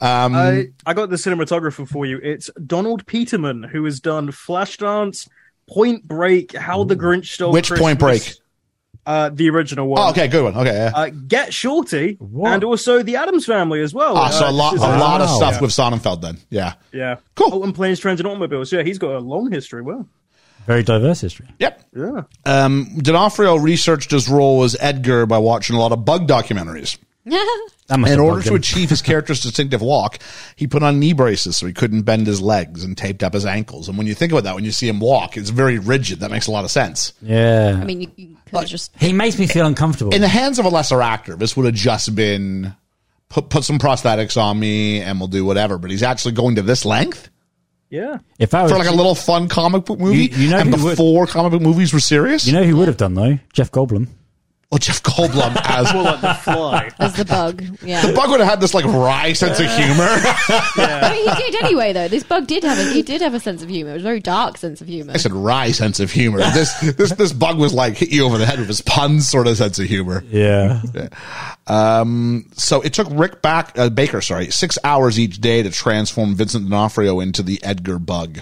Mm-hmm.
I, I got the cinematographer for you. It's Donald Peterman, who has done Flashdance, Point Break, How the Grinch Stole
Which
Christmas,
Point Break?
Uh, the original one.
Oh, okay, good one. Okay, yeah.
Uh, Get Shorty,
What?
and also The Adams Family as well.
Ah, so
Uh,
a lot, a
this is-
lot of
Wow.
stuff
Yeah.
with Sonnenfeld then. Yeah.
Yeah.
Cool.
Oh, and Planes, Trains, and Automobiles. Yeah, he's got a long history. Well,
Very diverse history.
Yep.
yeah.
Um, D'Onofrio researched his role as Edgar by watching a lot of bug documentaries.
That must
In
have
order
bugged
to
him.
achieve his character's distinctive walk, he put on knee braces so he couldn't bend his legs and taped up his ankles. And when you think about that, when you see him walk, it's very rigid. That makes a lot of sense.
Yeah.
I mean, you, you could just.
he makes me feel uncomfortable.
in the hands of a lesser actor, this would have just been put put some prosthetics on me and we'll do whatever. But he's actually going to this length
Yeah.
if I was,
for like a little fun comic book movie.
You- you know
and
who would-
before comic book movies were serious.
you know who would have done though? Jeff Goldblum.
oh, Jeff Goldblum as
Well,
uh,
like The Fly.
As the bug, yeah.
the bug would have had this like wry sense of humor.
I mean, he did anyway, though. This bug did have a he did have a sense of humor. It was a very dark sense of humor.
I said wry sense of humor. This this this bug was like hit you over the head with his pun sort of sense of humor.
Yeah.
So it took Rick back uh, Baker, sorry, six hours each day to transform Vincent D'Onofrio into the Edgar Bug.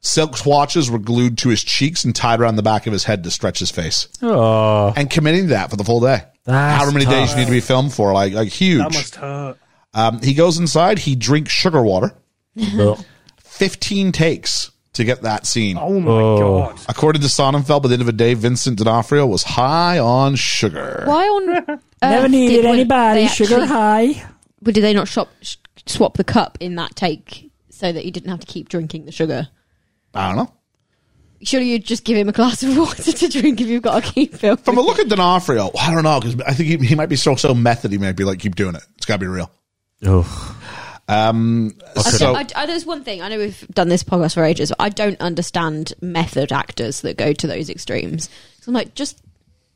Silk swatches were glued to his cheeks and tied around the back of his head to stretch his face,
oh.
and committing to that for the full day.
That's
However many days
tough.
you need to be filmed for, like like
That
huge.
must hurt.
Um, he goes inside. He drinks sugar water.
Look.
Fifteen takes to get that scene.
Oh, my God.
According to Sonnenfeld, by the end of the day, Vincent D'Onofrio was high on sugar.
Why on
Never
earth
needed
did when
anybody.
they
Sugar
actually-
high.
But did they not shop, sh- swap the cup in that take so that you didn't have to keep drinking the sugar?
I don't know.
Surely you'd just give him a glass of water to drink if you've got to keep filming.
From a look at D'Onofrio, I don't know because I think he, he might be so so method. He might be like, keep doing it. It's got to be real.
Ugh.
I,
So-
don't- I- I- there's one thing I know we've done this podcast for ages. But I don't understand method actors that go to those extremes. So I'm like, just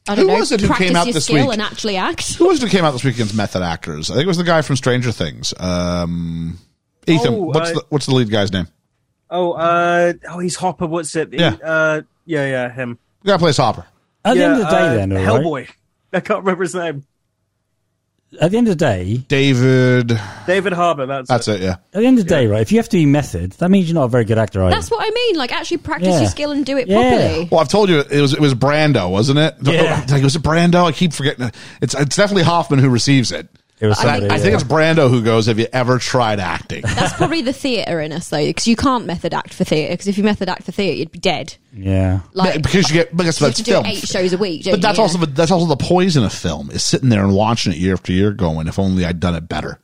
I don't
Who
know,
was it who
practice
came out
your
this
skill
week?
and actually act.
Who was it who came out this week against method actors? I think it was the guy from Stranger Things. Um, Ethan,
Oh,
what's
uh,
the what's the lead guy's name?
Oh, uh, oh, he's Hopper. What's it? He-
Yeah.
Uh, yeah, yeah, him.
The guy plays Hopper.
At the
yeah,
end of the day,
uh,
then, all right?
Hellboy. I can't remember his name.
At the end of the day,
David.
David Harbour. That's,
That's
it.
it. Yeah.
at the end of the day, right? If you have to be method, that means you're not a very good actor, either.
That's what I mean. Like actually practice
Yeah.
your skill and do it
Yeah.
properly.
Well, I've told you it was it was Brando, wasn't it?
Yeah.
Like, was it Brando? I keep forgetting. It's it's definitely Hoffman who receives it.
It was
I
somebody.
think-
I think
yeah.
it's Brando who goes, Have you ever tried acting?
That's probably the theatre in us, though, because you can't method act for theatre. Because if you method act for theatre, you'd be dead.
yeah.
Like
because you get, because
you
that's
have to do
film.
eight shows a week. don't
But that's
you?
also that's also the poison of film is sitting there and watching it year after year, going, "If only I'd done it better."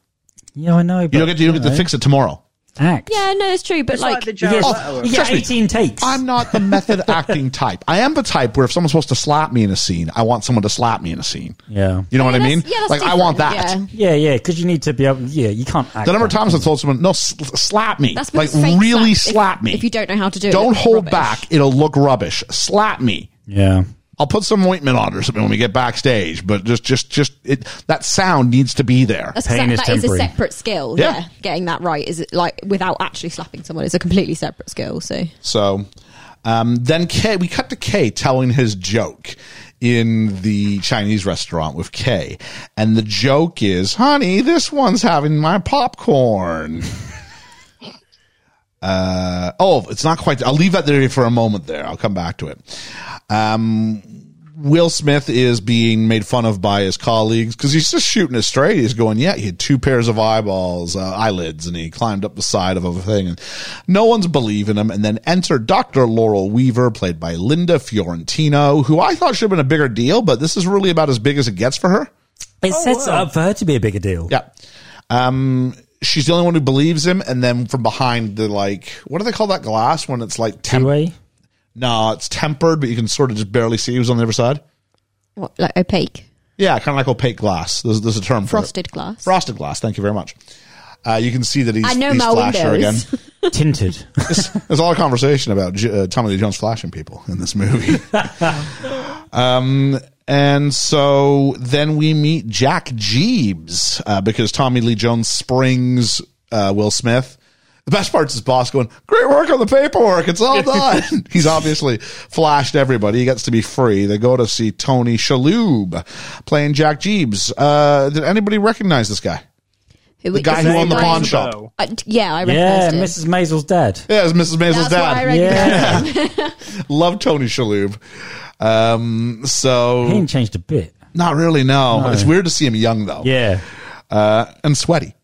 Yeah, I know.
You don't get to, you don't get to fix it tomorrow.
act.
yeah, no, it's true. But
It's like,
like,
the Jared Leto.
You
Oh, Trust
get
me.
18 takes.
I'm not the method acting type. I am the type where if someone's supposed to slap me in a scene, I want someone to slap me in a scene.
yeah.
You know what I mean?
that's- yeah, that's
like I want that.
different, yeah.
Yeah, yeah, because you need to be able. Yeah, you can't act.
The number of
on
times
it.
I've told someone, "No, sl- slap me,"
That's
like
because fake
really
slap- if-
slap me.
if you don't know how to do it,
don't
it's
hold
rubbish.
back. It'll look rubbish. Slap me.
Yeah.
I'll put some ointment on it or something when we get backstage, but just, just, just it, that sound needs to be there.
That's 'cause
Pain is
that, that is a
temporary.
separate skill.
Yeah.
Yeah. getting that right is like without actually slapping someone is a completely separate skill. So
So um, then Kay, we cut to Kay telling his joke in the Chinese restaurant with Kay. And the joke is, honey, this one's having my popcorn. Uh, oh, it's not quite. I'll leave that there for a moment there. I'll come back to it. Um, Will Smith is being made fun of by his colleagues because he's just shooting it straight. He's going, yeah, he had two pairs of eyeballs, uh, eyelids, and he climbed up the side of a thing. And no one's believing him. And then enter Dr. Laurel Weaver, played by Linda Fiorentino, who I thought should have been a bigger deal, but this is really about as big as it gets for her.
It sets it up for her to be a bigger deal.
Oh, Yeah. Um, she's the only one who believes him. And then from behind the like, what do they call that glass when it's like
Two
temp-
way.
No, it's tempered, but you can sort of just barely see who's on the other side.
what, like opaque,
Yeah, kind of like opaque glass. There's, there's a term for it.
frosted glass.
Frosted glass. Thank you very much. Uh, you can see that he's,
I know
he's
my
flasher
windows.
again.
Tinted.
There's, there's a lot of conversation about J- uh, Tommy Lee Jones flashing people in this movie. um, and so then we meet Jack Jeebs uh, because Tommy Lee Jones springs uh, Will Smith. The best part's his boss going, Great work on the paperwork. It's all done. He's obviously flashed everybody. He gets to be free. They go to see Tony Shalhoub playing Jack Jeebs. Uh, did anybody recognize this guy?
Who
The
is
guy who
that
owned the
guy?
pawn
Rings a
shop.
bell.
Uh, d- yeah, I
yeah,
recognised him.
Mrs. Maisel's dad.
Yeah, it's Mrs. Maisel's
That's
dad.
why I recognised
Yeah.
him.
Love Tony Shalhoub. Um,
He
so
ain't changed a bit.
not really. No. it's weird to see him young though.
Yeah.
uh, and sweaty.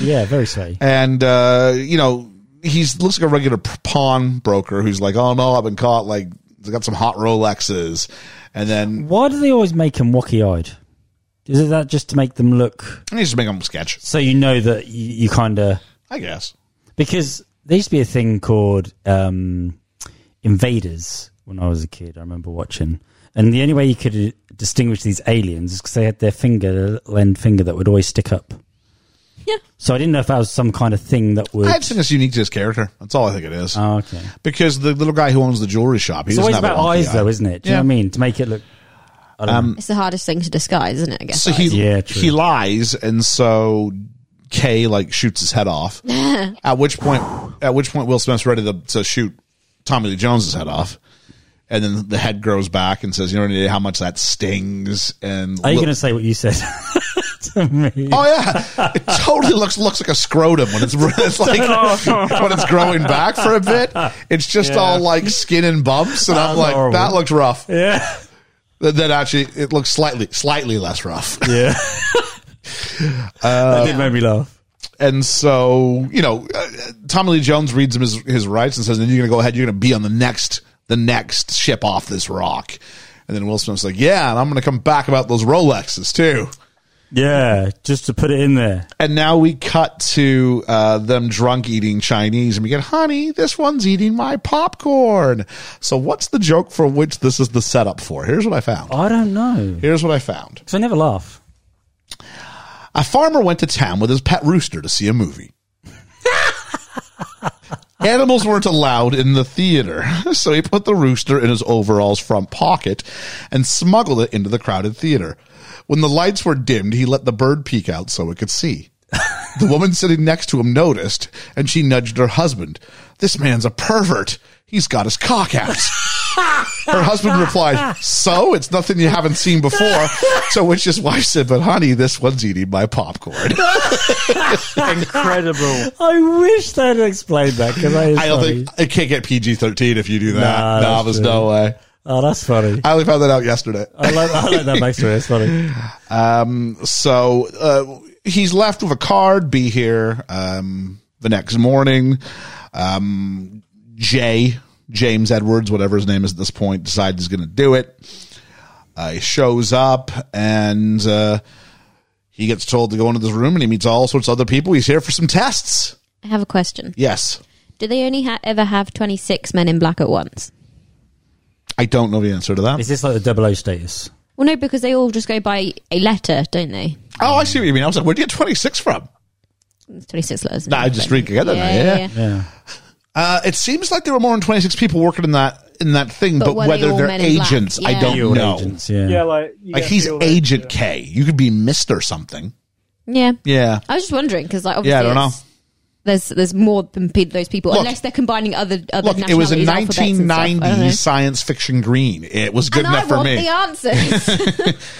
Yeah, very sweaty.
And uh, you know, he's looks like a regular p- pawn broker who's like, oh no, I've been caught. Like, I got some hot Rolexes, and then
Why do they always make him wacky eyed? Is it that just to make them look
and he's just making him sketch.
so you know that you, you kind of.
I guess.
Because there used to be a thing called um, Invaders when I was a kid. I remember watching. And the only way you could uh, distinguish these aliens is because they had their finger, their end finger that would always stick up.
Yeah.
So I didn't know if that was some kind of thing that would.
I just think it's unique to his character. That's all I think it is.
Oh, okay.
because the little guy who owns the jewelry shop, he
It's
doesn't
always
have a
about
wonky
eyes,
eye.
though, isn't it? Do
Yeah.
you know what I mean? To make it look. I don't know.
It's the hardest thing to disguise, isn't it? I guess.
So he
Yeah, true.
he lies, and so Kay like shoots his head off. at which point, at which point, Will Smith's ready to, to shoot Tommy Lee Jones's head off, and then the head grows back and says, "You don't need how much that stings." And
Are you
Lil-
going to say what you said to me?
Oh yeah, it totally looks looks like a scrotum when it's it's like when it's growing back for a bit. It's just all like skin and bumps, and I'm
That's
like,
horrible.
that looks rough.
Yeah.
Th- That actually, it looks slightly slightly less rough.
Yeah.
Uh,
that did make me laugh.
And so, you know, uh, Tommy Lee Jones reads him his, his rights and says, "Then you're going to go ahead. You're going to be on the next the next ship off this rock." And then Will Smith's like, "Yeah, and I'm going to come back about those Rolexes too."
Yeah, just to put it in there.
And now we cut to uh, them drunk eating Chinese, and we get, "Honey, this one's eating my popcorn." So, what's the joke for which this is the setup for? Here's what I found.
I don't know.
Here's what I found.
Because I never laugh.
A farmer went to town with his pet rooster to see a movie. Animals weren't allowed in the theater, so he put the rooster in his overalls front pocket and smuggled it into the crowded theater. When the lights were dimmed, he let the bird peek out so it could see. The woman sitting next to him noticed, and she nudged her husband. This man's a pervert. He's got his cock out. Her husband replied, So? It's nothing you haven't seen before. To which his wife said, But honey, this one's eating my popcorn.
Incredible.
I wish they'd explained that because I,
I don't think it can't get PG 13 if you do that. no,
Nah, that's
there's
true.
no way.
Oh, that's funny.
I only found that out yesterday. Um,
I like, I like that backstory. It's funny.
So uh, he's left with a card. Be here um, the next morning. Um, Jay James Edwards, whatever his name is at this point, decides he's going to do it. Uh, he shows up and uh, he gets told to go into this room, and he meets all sorts of other people. He's here for some tests.
I have a question.
Yes,
Do they only ha- ever have 26 men in black at once?
I don't know the answer to that.
Is this like the double O status?
Well, no, because they all just go by a letter, don't they?
Oh, I see what you mean. I was like, where'd you get twenty six from?
It's 26 letters.
Nah, I just read together now, yeah.
Yeah.
Uh, it seems like there were more than 26 people working in that in that thing, but,
But were they
whether
all
they are
men in black?
agents, I
Yeah.
don't
Oh, Your
know.
agents, yeah.
Yeah, like you
Like
get a
he's
feel that-
Agent K. You could be Mister something.
Yeah.
Yeah,
I was just wondering because, like, obviously,
yeah. I don't know.
it's- There's there's more than pe- those people,
Look-
unless they're combining other other.
Look, it was a
nationalities, alphabets and stuff. I don't know.
1990s science fiction green. It was good
and
enough
I
for
want
me.
the answers.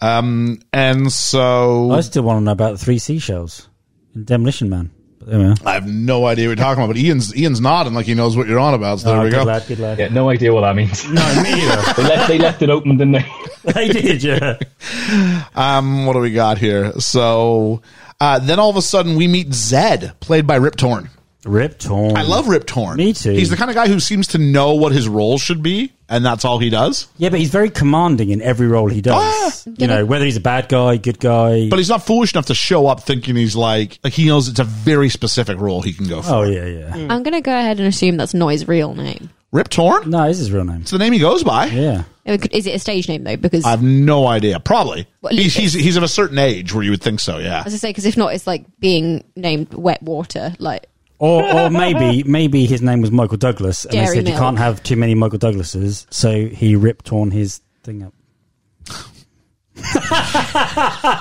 and so
I still want to know about the three seashells in Demolition Man. But there we are.
I have no idea what you're talking about. But Ian's Ian's nodding like he knows what you're on about. So there
Oh,
we
good
go.
lad, good lad.
Yeah, no idea what that means.
No, me either.
they, left, they left it open, didn't they?
they did, yeah.
Um, what do we got here? So uh, then all of a sudden we meet Zed, played by Rip Torn.
Rip Torn.
I love Rip Torn.
Me too.
He's the kind of guy who seems to know what his role should be, and that's all he does.
Yeah, but he's very commanding in every role he does. you know, whether he's a bad guy, good guy.
But he's not foolish enough to show up thinking he's like like he knows it's a very specific role he can go for.
oh, yeah, yeah.
I'm gonna go ahead and assume that's not his real name.
Rip Torn?
No, it's his real name.
It's the name he goes by.
Yeah.
It could- Is it a stage name though? Because
I have no idea. Probably.
Well,
he's,
leave
he's he's of a certain age where you would think so. Yeah.
as I say, because if not, it's like being named Wet Water. Like,
Or, or maybe maybe his name was Michael Douglas, and they
Dairy
said you
milk.
can't have too many Michael Douglases, so he ripped torn his thing up.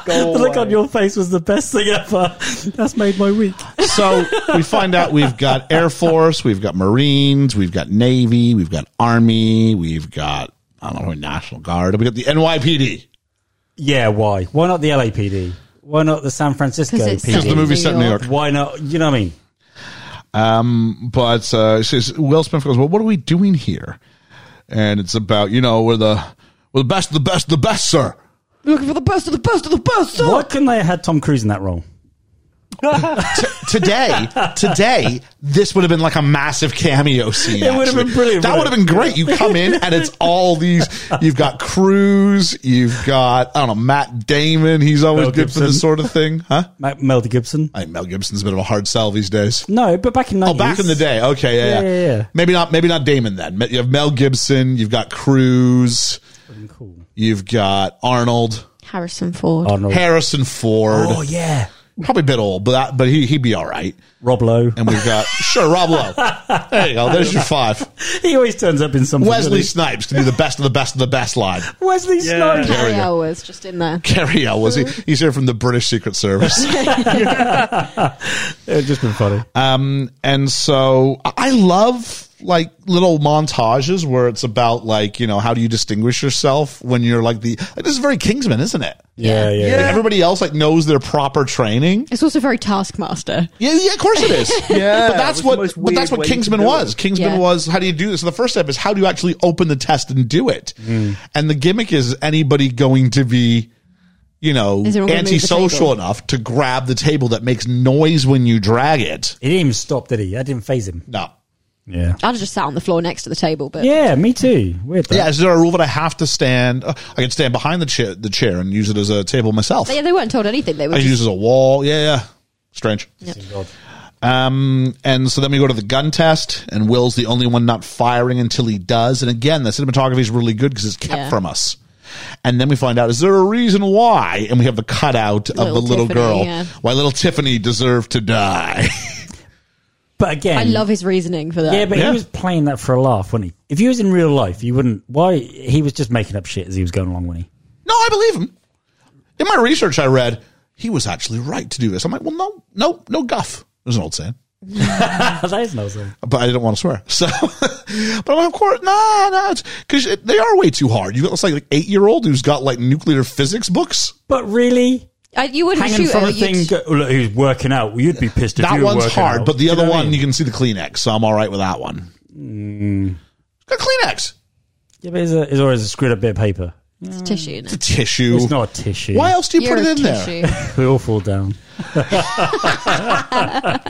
Go
The look
away.
on your face was the best thing ever. That's made my week.
So we find out we've got Air Force, we've got Marines, we've got Navy, we've got Army, we've got I don't know National Guard, we got the NYPD.
Yeah, why? Why not the LAPD? Why not the San Francisco
'Cause it's
PD?
San
The movie set in New York.
Why not? You know what I mean?
but uh, it says Will Smith goes, "Well, what are we doing here?" And it's about you know we're the we're the best, of the best, of the best, sir.
looking for the best of the best of the best.
Why couldn't they have had Tom Cruise in that role?
Today, today, this would have been like a massive cameo scene.
It would have
actually.
been brilliant,
That would
wouldn't
have been great. You come in and it's all these. You've got Cruise. You've got I don't know Matt Damon. He's always
Mel
good for this
Gibson.
sort of thing, huh?
Ma- Mel Gibson?
I mean, Mel Gibson's a bit of a hard sell these days.
No, but back in the
Oh, back in the day. Okay, yeah, yeah,
Yeah, yeah, yeah.
Maybe not. Maybe not Damon then. You have Mel Gibson. You've got Cruise.
Cool.
You've got Arnold.
Harrison Ford.
Oh,
Arnold.
Harrison Ford,
Oh yeah,
probably a bit old, but that, but he he'd be all right.
Rob Lowe.
And we've got sure Rob Lowe. There you go. There's your five.
He always turns up in something.
Wesley
doesn't
Snipes can do the best of the best of the best line.
he? Wesley Snipes.
Harry Elwes just in there.
Carrie Elwes, he, he's here from the British Secret Service,
It's just been funny.
and so I- I love like little montages where it's about like you know how do you distinguish yourself when you're like the like, this is very Kingsman, isn't it?
yeah, yeah.
Like, everybody else like knows their proper training.
It's also very Taskmaster.
Yeah, yeah, of course it is.
Yeah,
but that's
it was
what
the
but
most
that's
weird
what
way you
Kingsman
could do
was.
it.
Kingsman
Yeah.
was how do you do this? So the first step is how do you actually open the test and do it?
Mm.
And the gimmick is anybody going to be you know
Is everyone gonna move the
antisocial
table?
enough to grab the table that makes noise when you drag it?
He didn't even stop, did he? That didn't phase him.
No.
Yeah.
I'd have just sat on the floor next to the table, but
Yeah, me too. Weird. Though.
Yeah, is there a rule that I have to stand? uh, I can stand behind the chair, the chair and use it as a table myself.
They, they weren't told anything. They were
I can
just,
use it as a wall. Yeah, yeah. Strange.
God.
Um, and so then we go to the gun test, and Will's the only one not firing until he does. And again, the cinematography is really good because it's kept
Yeah.
from us. And then we find out, is there a reason why? And we have the cutout of
Little
the little
Tiffany,
girl.
yeah.
Why little Tiffany deserved to die.
But again,
I love his reasoning for that.
Yeah, but
Yeah.
he was playing that for a laugh, wasn't he? If he was in real life, you wouldn't. Why? He was just making up shit as he was going along, wasn't he?
no, I believe him. In my research, I read, he was actually right to do this. I'm like, well, no, no, no guff. There's an old saying.
that is no thing.
but I didn't want to swear. So, but I'm like, of course, nah, nah, because they are way too hard. You got this like, like eight year old who's got like nuclear physics books.
But really,
I, you wouldn't
hanging
shoot
from
her.
a thing.
You'd,
Go, look, he was working out. Well, you'd be pissed if
that
you were
one's
working
hard,
out.
but the
Do you
other
know what I
one
mean? Mm.
you can see the Kleenex, so I'm all right with that one. Got Kleenex.
Yeah, but it's, a, it's always a screwed up bit of paper.
It's tissue. isn't it?
Tissue.
It's not a tissue.
Why else do you
You're
uh, put
a
it in
tissue.
We all fall down.
there?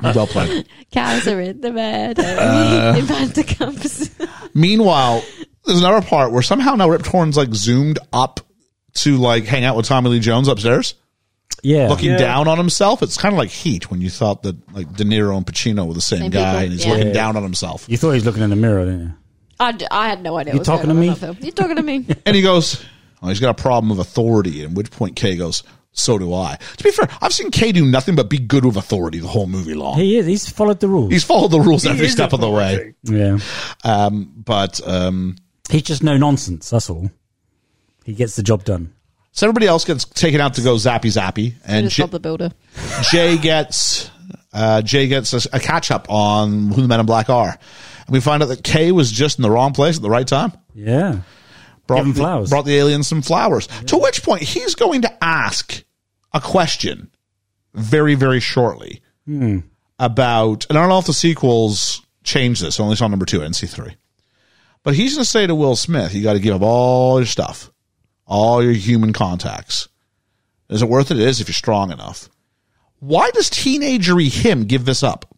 Well played.
Cows are in the meadow.
Uh,
in Vanderkamps.
Meanwhile, there's another part where somehow now Rip Torn's like zoomed up to like hang out with Tommy Lee Jones upstairs,
Yeah.
looking
Yeah.
down on himself. It's kind of like Heat when you thought that like De Niro and Pacino were the same,
Same
guy,
people,
and he's
yeah.
looking down on himself.
you thought he was looking in the mirror, didn't you?
I, d- I had no idea.
You
what was
talking
going
to
on in
me?
that film. You talking to me?
And he goes, oh, he's got a problem of authority. At which point Kay goes, so do I. To be fair, I've seen Kay do nothing but be good with authority the whole movie long.
He is. He's followed the rules.
he's followed the rules every
is
step of the way.
authority.
yeah.
Um, but um,
He's just no nonsense. That's all. He gets the job done.
so everybody else gets taken out to go zappy zappy, and
Just
J-
Bob the Builder.
Jay gets uh, Jay gets a, a catch up on who the Men in Black are, and we find out that Kay was just in the wrong place at the right time.
Yeah.
Brought
Give him
the,
flowers.
Brought the aliens some flowers. To which point he's going to ask a question very very shortly about, and I don't know if the sequels change this. I Only saw number two, NC three. But he's going to say to Will Smith, "You got to give up all your stuff, all your human contacts. Is it worth it? It is if you're strong enough." Why does teenagery him give this up?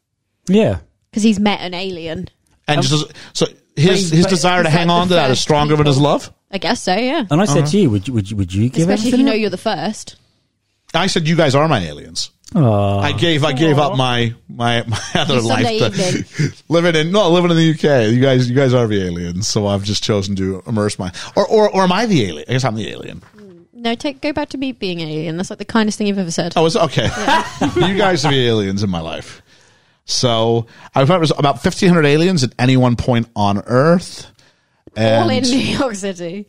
Yeah.
Because he's met an alien.
And just so his
But-
his
but
desire to
it's
hang
like
on
the
to that is
first
stronger than his
people.
love.
I guess so,
Uh,
yeah.
And I said
Uh-huh.
to you, would you, would you, would you give
Especially if you know
anything
you're the first.
I said, "You guys are my aliens."
up?
I gave I gave up my my, my other
Your
life
Sunday
to
evening.
living in not living in the UK. You guys you guys are the aliens, so I've just chosen to immerse my or or, or am I the alien? I guess I'm the alien.
No, take go back to me being an alien. That's like the kindest thing you've ever said.
Oh, it's okay. you guys are the aliens in my life. So I remember it was about fifteen hundred aliens at any one point on Earth. And
All in New York City.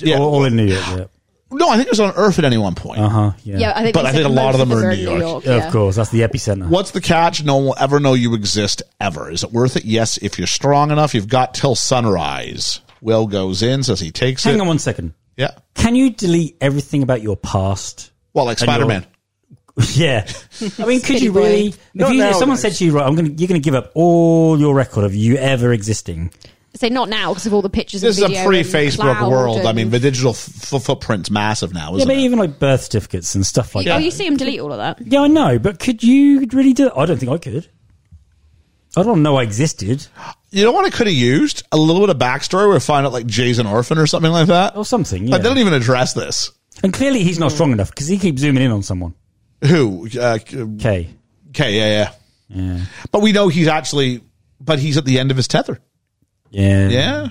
yeah.
All, all in New York. Yeah.
no, I think it was on Earth at any one point.
Uh huh. Yeah.
Yeah, I think.
But
they
I
said
think a lot of
most
them are
us
in New York.
Of
yeah.
course. That's the epicenter.
What's the catch? No one will ever know you exist ever. Is it worth it? Yes, if you're strong enough, you've got till sunrise. Will goes in, says he takes
Hang
it.
on one second.
Yeah.
Can you delete everything about your past?
Well, like
And you're-
Spider Man.
Yeah, I mean, could
Silly
you really?
boy.
If,
Not
you, if someone
nowadays.
said to you, "Right, I'm gonna, you're going to give up all your record of you ever existing,"
Say not now because of all the pictures.
This is
and
a
video
pre
and
Facebook
cloud
world. I
and-
mean, the digital f- f- footprint's massive now,
yeah,
isn't
but
it?
even like birth certificates and stuff like
Oh,
that.
you see him delete all of that.
Yeah, I know, but could you really do? I don't think I could. I don't know I existed
You know what I could have used? A little bit of backstory where find out like Jay's an orphan or something like that.
or something. Oh, Yeah.
But they don't even address this.
and clearly, he's not strong enough because he keeps zooming in on someone.
Who? Uh,
Okay,
okay, yeah, yeah.
yeah,
But we know he's actually, but he's at the end of his tether.
yeah,
Yeah.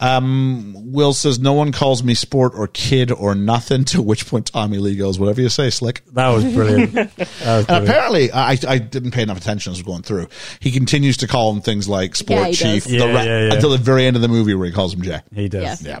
Um, Will says, No one calls me sport or kid or nothing, to which point Tommy Lee goes, Whatever you say, slick.
That was brilliant. that was
And
brilliant.
apparently, I, I didn't pay enough attention as I was going through. He continues to call him things like sport
Yeah, he
chief
does.
the
Yeah,
re-
yeah, yeah.
until the very end of the movie where he calls him Jay.
He does.
Yeah.
Yeah.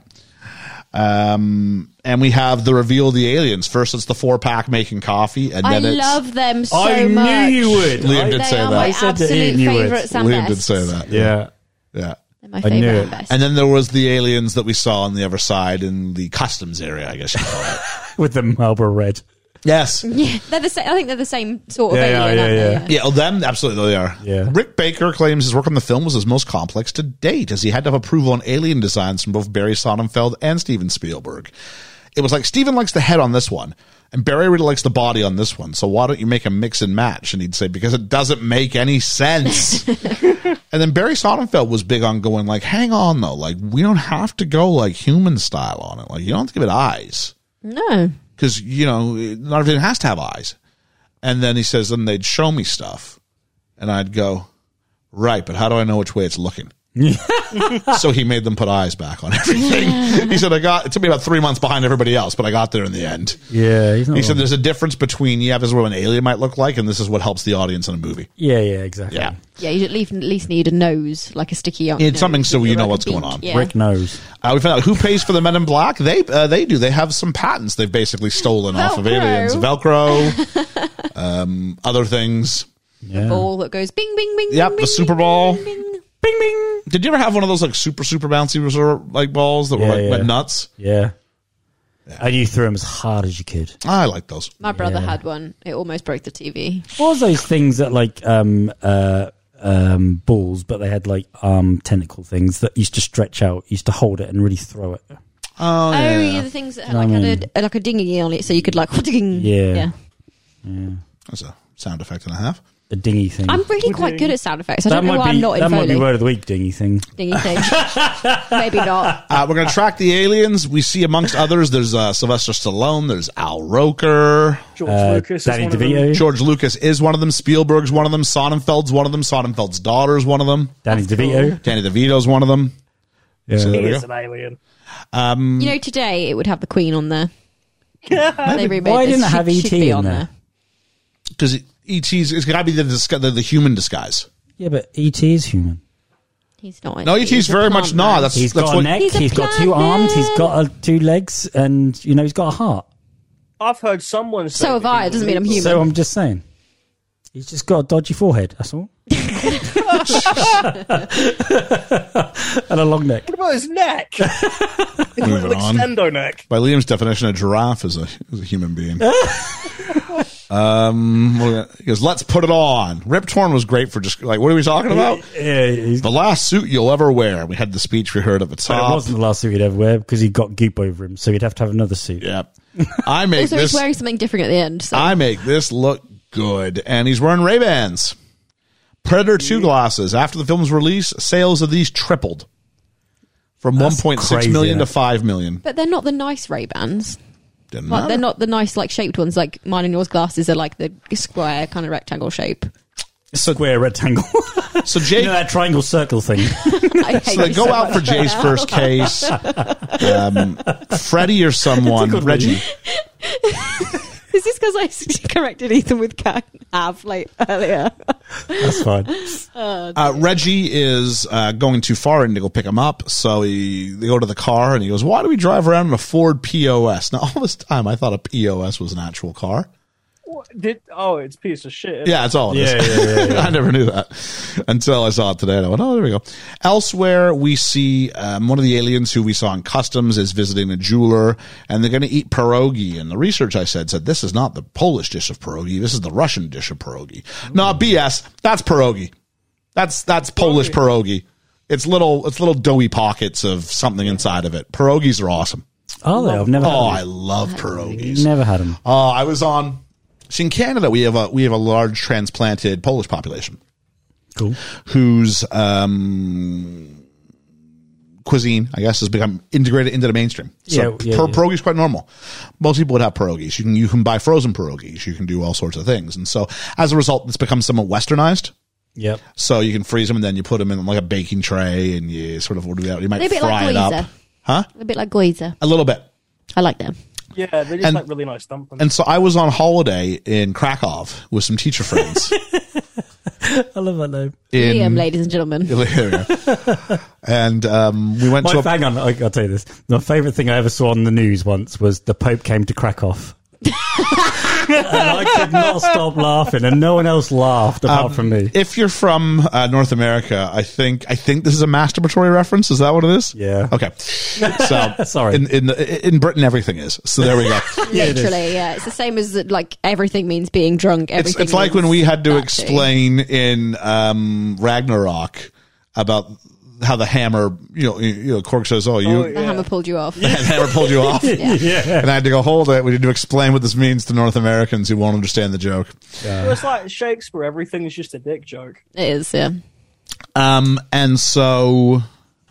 Um, and we have the reveal of the aliens. First, it's the four pack making coffee, and
I
then it's
love them so
I
much.
knew you would.
Liam
I-
did
They
say
are
that.
my
I said that
absolute
Ian knew it.
favourite Sam
Liam did
Bests.
say that.
yeah.
Yeah.
They're my
I knew
favourite
it.
and best.
And then there was the aliens that we saw on the other side in the customs area, I guess you call it.
with the Marlboro Red.
yes.
yeah, they're the same. I think they're the same sort of
Yeah,
alien.
yeah, yeah,
aren't they?
yeah.
Yeah, well, them absolutely they are.
Yeah.
Rick Baker claims his work on the film was his most complex to date, as he had to have approval on alien designs from both Barry Sonnenfeld and Steven Spielberg. It was like Steven likes the head on this one, and Barry really likes the body on this one. So why don't you make a mix and match? And he'd say because it doesn't make any sense. and then Barry Sonnenfeld was big on going like, hang on though, like we don't have to go like human style on it. Like you don't have to give it eyes
No.
because you know not everything has to have eyes. And then he says, then they'd show me stuff, and I'd go, right, but how do I know which way it's looking? so he made them put eyes back on everything. he said, I got it took me about three months behind everybody else, but I got there in the end.
Yeah, he's not.
He said, there's a difference between yeah, this is what an alien might look like, and this is what helps the audience in a movie.
yeah, yeah, exactly.
Yeah.
Yeah, you at least, at least need a nose, like a sticky.
It's
nose,
something so
or
you know
like a
what's going
beak,
on.
Yeah.
Rick knows.
Uh, we found out who pays for the Men in Black. They uh, they do. They have some patents they've basically stolen off of
Velcro.
aliens, Velcro, um, other things.
Yeah.
Ball that goes bing, bing, bing.
Yep,
bing,
the
bing,
Super
bing,
Bowl.
bing, bing.
Bing bing.
Did you ever have one of those like super super bouncy resort like balls that were
Yeah,
like
yeah.
went nuts?
Yeah. And you threw him as hard as you could.
I like those.
My brother had one. It almost broke the TV.
What was those things that like um uh um, balls, but they had like arm tentacle things that used to stretch out, used to hold it and really throw it.
Oh,
Oh,
yeah.
yeah, the things that had, like,
I
had a, like a dinghy on it, so you could like ding.
Yeah.
yeah.
That's a sound effect and a half.
A dingy thing.
I'm really quite good at sound effects. I
that
don't know
might
why
be
I'm not in
that might be
Foley.
word of the week. Dingy thing.
Dinghy thing. Maybe not.
Uh, we're going to track the aliens. We see, amongst others, there's uh, Sylvester Stallone, there's Al Roker,
George
Uh,
Lucas
Danny
is one of them.
DeVito.
George Lucas is one of them, Spielberg's one of them, Sonnenfeld's one of them, Sonnenfeld's daughter is one of them,
Danny DeVito.
Danny DeVito's one of them.
Yeah.
So there
He
we
is
go.
an alien.
Mm.
You know, today it would have the Queen on there. they remade
why
this.
didn't it
She-
have
she'd
E.T.
be
in
on
there?
Because ET's it's got to be the, disgu- the the human disguise.
Yeah, but ET is human.
He's not.
No,
he's
ET's
a
very
plant
much
man.
not. That's
He's
that's
got a
what
neck.
He's a
he's got two
plant
arms. He's
man.
got uh, two legs, and you know he's got a heart.
I've heard someone say.
So have
that
I.
he
It doesn't mean I'm human.
So I'm just saying, he's just got a dodgy forehead. That's all. and a long neck.
What about his neck? his little
Moving on.
extendo neck.
By Liam's definition, a giraffe is a is a human being. um, well, he goes, "Let's put it on." Rip Torn was great for just like, what are we talking about?
Yeah, he's,
The last suit you'll ever wear. We had the speech we heard at the
but it
top.
wasn't the last suit he'd ever wear because he got goop over him, so he'd have to have another suit.
Yeah, I make
Also,
this.
he's wearing something different at the end. So.
I make this look good, and he's wearing Ray Bans. Predator Two glasses. After the film's release, sales of these tripled from one
That's
point six
crazy,
million to
isn't it?
five million.
but they're not the nice Ray Bans.
Didn't
Like,
matter.
they're not the nice like shaped ones. Like mine and yours glasses are like the square kind of rectangle shape.
Square rectangle.
so Jake,
you know that triangle circle thing.
I hate
So they
you
go
so
out
much
for Jay's
now.
first case. Um, Freddie or someone,
good one.
Reggie.
Is this because I s- corrected Ethan with can have like earlier?
That's fine.
Uh, Reggie is uh, going too far and to go pick him up. So he, they go to the car and he goes, Why do we drive around in a Ford POS? Now, all this time, I thought a POS was an actual car.
What Did oh, it's a piece of shit.
Yeah, that's all it is.
Yeah, yeah, yeah,
I never knew that until I saw it today. And I went, oh, there we go. Elsewhere, we see um, one of the aliens who we saw in customs is visiting a jeweler, and they're going to eat pierogi. And the research I said said this is not the Polish dish of pierogi. This is the Russian dish of pierogi. No,
Mm.
BS. That's pierogi. That's that's Polish pierogi. It's little it's little doughy pockets of something inside of it. Pierogies are awesome.
Are they? I've never.
Oh,
had
I
them.
love pierogies.
never had them.
Uh, I was on. So in Canada, we have a we have a large transplanted Polish population
Cool.
whose um, cuisine, I guess, has become integrated into the mainstream. So
Yeah, yeah,
per-
yeah.
pierogies quite normal. Most people would have pierogies. You can you can buy frozen pierogies. You can do all sorts of things, and so as a result, it's become somewhat westernized.
Yep.
So you can freeze them, and then you put them in like a baking tray, and you sort of order it out. You might
They're a bit
fry
like
it up
Goiza. A bit like Goiza.
a little bit.
I like them.
yeah, they're just
And-
like really nice dumplings.
And so I was on holiday in Krakow with some teacher friends.
I love that name.
in,
Liam, ladies and gentlemen.
There we go. and um, we went
My,
to a,
hang on, I, I'll tell you this. My favourite thing I ever saw on the news once was the Pope came to Krakow. and I could not stop laughing, and no one else laughed apart from me.
if you're from uh, North America, I think I think this is a masturbatory reference. Is that what it is?
Yeah.
Okay. So
Sorry.
In in, the, in Britain, everything is. So there we go.
Yeah, it is.
Literally, yeah. It's the same as like everything means being drunk.
it's
Everything.
it's like when
means
we had to
that too.
explain in um, Ragnarok about how the hammer, you know, you, you know, Korg says, "Oh, you."
Oh, yeah.
the hammer pulled you off.
the hammer pulled you off,
Yeah.
and I had to go hold it. We need to explain what this means to North Americans who won't understand the joke.
Well, it's like Shakespeare. Everything is just a dick joke.
It is. Yeah.
Um, and so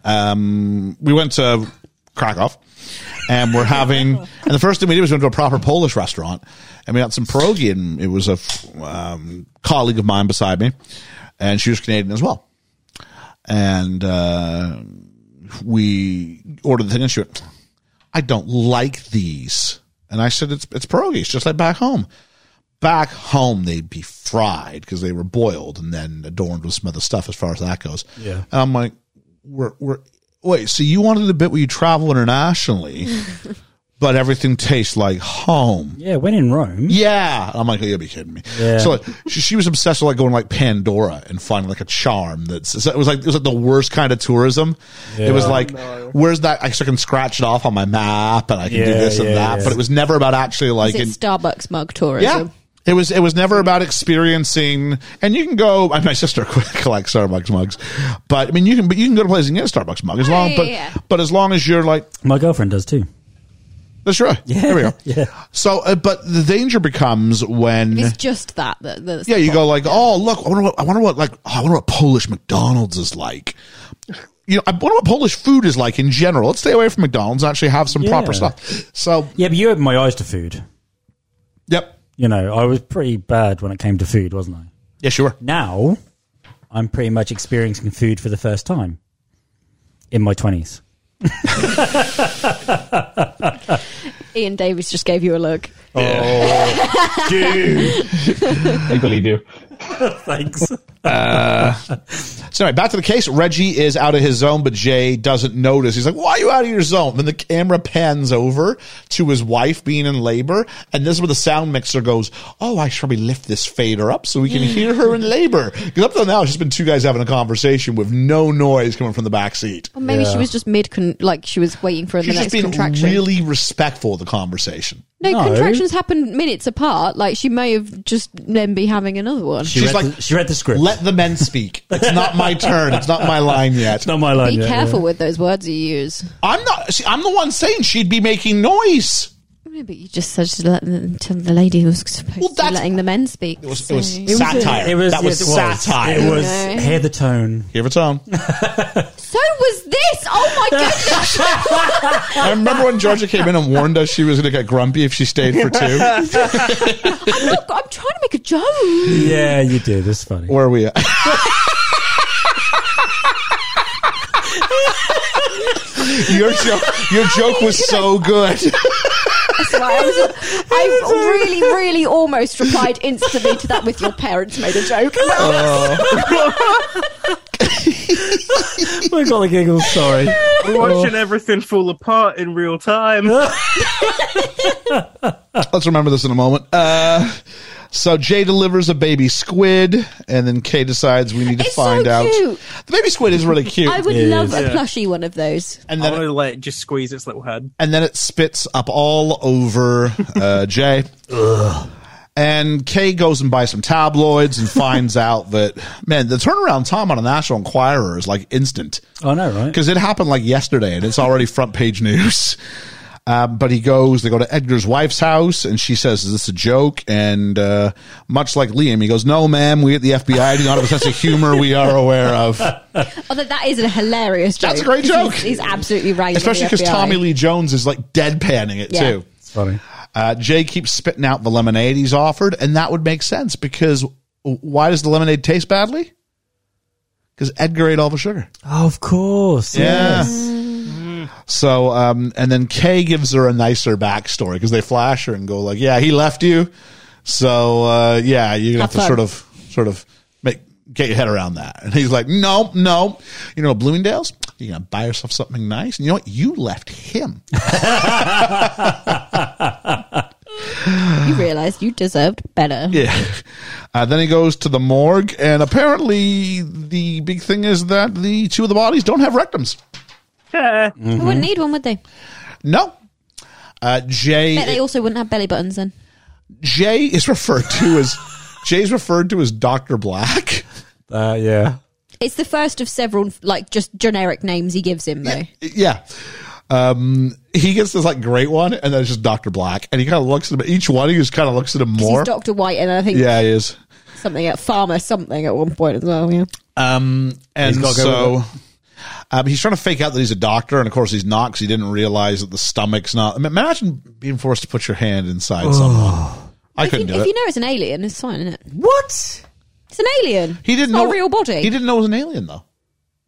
um, we went to Krakow, and we're having. and the first thing we did was we went to a proper Polish restaurant, and we had some pierogi, and it was a f- um, colleague of mine beside me, and she was Canadian as well, and uh, we ordered the thing, and she went, "I don't like these," and I said, "It's it's pierogi, it's just like back home." back home they'd be fried because they were boiled and then adorned with some other stuff as far as that goes
Yeah.
and i'm like we're, we're wait so you wanted a bit where you travel internationally but everything tastes like home
Yeah, when in Rome.
yeah i'm like oh, you'll be kidding me
Yeah.
so like, she, she was obsessed with like going like pandora and finding like a charm that's so it was like it was like the worst kind of tourism it was like where's that i so I can scratch it off on my map and i can do
Yeah,
this and
yeah,
that
yeah.
but it was never about actually like
Is it
in-
Starbucks mug tourism?
yeah. It was it was never about experiencing, and you can go. I mean, my sister collects Starbucks mugs, but I mean, you can but you can go to places and get a Starbucks mug as long,
Oh, Yeah,
but
yeah, yeah.
but as long as you're like,
My girlfriend does too.
that's right. Yeah, there we go.
Yeah.
So, uh, but the danger becomes when
It's just that. that that's
yeah,
the
you go
problem.
like, oh look, I wonder what I wonder what like oh, I wonder what Polish McDonald's is like. You know, I wonder what Polish food is like in general. Let's stay away from McDonald's and actually have some proper
Yeah.
stuff. So,
Yeah, but you opened my eyes to food.
yep,
You know, I was pretty bad when it came to food, wasn't I?
yeah, sure.
Now, I'm pretty much experiencing food for the first time in my 20s.
Ian Davies just gave you a look.
I believe you.
Thanks.
So anyway, back to the case. Reggie is out of his zone, but Jay doesn't notice. He's like, "Why are you out of your zone?" Then the camera pans over to his wife being in labor, and this is where the sound mixer goes, "Oh, I should probably lift this fader up so we can hear her in labor." Because up till now, it's just been two guys having a conversation with no noise coming from the back seat.
Or maybe she was just mid, con- like she was waiting for
She's
the
just
next
being
contraction.
really respectful of the conversation.
no,
No.
contractions happen minutes apart. Like she may have just then be having another one.
She,
She's
read
like,
the, she read the script.
Let the men speak. It's not my turn. It's not my line yet.
it's not my line.
be
yet, yeah.
careful with those words you use.
I'm not. See, I'm the one saying she'd be making noise.
Yeah, But you just said to, let the, to the lady who was supposed
Well,
to be
that's-
letting the men speak.
It was, it was
so-
satire.
It was,
that was,
yes,
satire.
It was
Okay.
hear the tone.
Give it on.
So was this. Oh my goodness.
I remember when Georgia came in and warned us she was going to get grumpy if she stayed for two.
Look, I'm trying to make a joke.
Yeah, you did. It's funny.
Where are we at? your joke, your joke was so good.
That's why I, was, I really, really almost replied instantly to that with your parents made a joke.
Oh. I got the giggles. Sorry.
We're watching everything fall apart in real time.
Let's remember this in a moment. Uh, so Jay delivers a baby squid, and then Kay decides we need to
It's so
find out.
cute.
The baby squid is really cute,
I would
Yes.
love a plushy one of those.
and
I
then
want to let it just squeeze its little head.
and then it spits up all over uh, Jay. And Kay goes and buys some tabloids and finds out that man, the turnaround time on a National Enquirer is like instant
I know, right?
because it happened like yesterday and it's already front page news. Um, but he goes, they go to Edgar's wife's house and she says, is this a joke? And, uh, much like Liam, he goes, no, ma'am, we at the FBI do not have a sense of humor we are aware of.
Although that is a hilarious joke.
That's a great
He's-
joke.
He's, absolutely right.
Especially because Tommy Lee Jones is like deadpanning it
Yeah.
too.
It's funny.
Uh, Jay keeps spitting out the lemonade he's offered, and that would make sense because w- why does the lemonade taste badly? Because Edgar ate all the sugar.
Oh, of course.
Yeah.
Yes.
So, um, and then Kay gives her a nicer backstory because they flash her and go like, "Yeah, he left you." So, uh, yeah, you have,
Have
to
fun.
sort of, sort of make get your head around that. And he's like, "No, no, you know, Bloomingdale's, you're gonna buy yourself something nice." And you know what? You left him.
You realised you deserved better.
Yeah. Uh, then he goes to the morgue, and apparently the big thing is that the two of the bodies don't have rectums.
They wouldn't need one, would they?
Mm-hmm. No. Uh,
But they
Jay
also wouldn't have belly buttons then.
Jay is referred to as Jay's referred to as Doctor Black.
Uh, yeah.
It's the first of several, like, just generic names he gives him, though.
Yeah. Um, he gets this like great one, and then it's just Doctor Black, and he kind of looks at him. Each one, he just kind of looks at him more.
He's Dr. White and I think
yeah, he is.
something at Farmer something at one point as well, yeah.
Um, and
He's gotta go
so
with
um, he's trying to fake out that he's a doctor, and of course he's not because he didn't realize that the stomach's not. I mean, imagine being forced to put your hand inside someone. I
If, you,
couldn't do
if
it.
you know it's an alien, it's fine, isn't it?
What?
It's an alien.
he didn't
it's not
know
a real body.
He didn't know it was an alien though.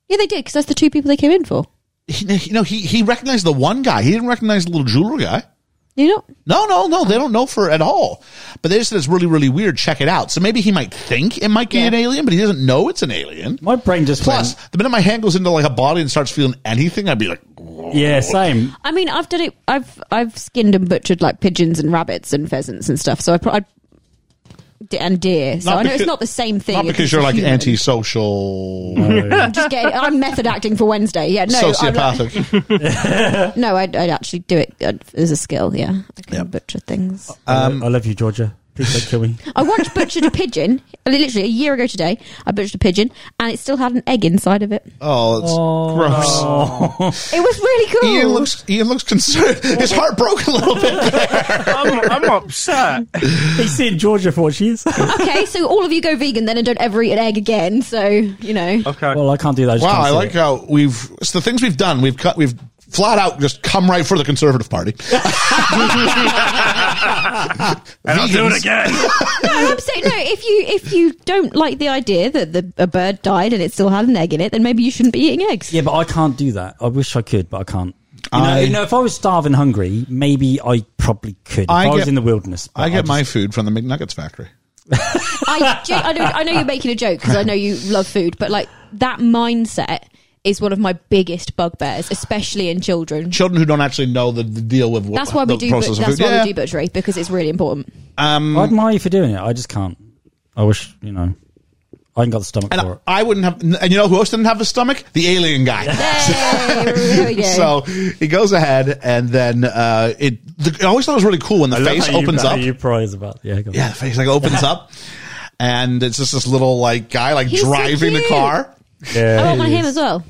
Yeah, they did because that's the two people they came in for.
He, he- no, he he recognized the one guy. He didn't recognize the little jeweler guy.
You know,
No, no, no. They don't know for at all. But they just said it's really, really weird. Check it out. So maybe he might think it might be
Yeah.
an alien, but he doesn't know it's an alien.
My brain just
Plus, the minute my hand goes into like a body and starts feeling anything, I'd be like,
Went, yeah, same.
I mean, I've done it. I've I've skinned and butchered like pigeons and rabbits and pheasants and stuff. So I, pro- I d- and deer. So
Not
I know
because-
it's not the same thing.
not
if
because
it's
you're like
human.
antisocial.
I'm just getting. I'm method acting for Wednesday. Yeah, no, I'm like-
sociopathic.
no, I'd, I'd actually do it uh, as a skill. Yeah, I can
Yep.
butcher things.
Um, I love- I love you, Georgia. Please don't kill me.
I once butchered a pigeon, literally a year ago today. I butchered a pigeon, and it still had an egg inside of it.
Oh, it's gross.
Oh, It was really cool.
Ian looks Ian looks concerned. His heart broke a little bit.
I'm, I'm upset.
He's in Georgia for what she is.
okay, so all of you go vegan then and don't ever eat an egg again. So you know,
Okay.
well, I can't do that. I just
Wow,
can't
I
see
like
it.
how we've it's the things we've done. We've cut. We've flat out just come right for the Conservative Party.
and I'll do it
Vegans.
again.
no, I'm saying no. If you if you don't like the idea that the, a bird died and it still had an egg in it, then maybe you shouldn't be eating eggs.
Yeah, but I can't do that. I wish I could, but I can't. You know,
I-
you know, if I was starving hungry, maybe I probably could. If
I
I, was
get-
in the wilderness, but
I get
just-
my food from the McNuggets factory.
I, do- I, know, I know you're making a joke because I know you love food, but like that mindset is one of my biggest bugbears, especially in children.
Children who don't actually know the, the deal with what,
That's why
the
we do. But,
process
that's
of food.
why
Yeah.
we do butchery because it's really important.
I admire you for doing it. I just can't. I wish you know. I ain't got the stomach for
and
it.
I wouldn't have. And you know who else didn't have a stomach? The alien guy.
Yay, there we go.
So he goes ahead, and then uh, it. The, I always thought it was really cool when the face opens up.
You prize about yeah. Go on.
Yeah, the face like opens up, and it's just this little like guy like
He's so
driving the
cute.
car.
Oh, I want one him as well.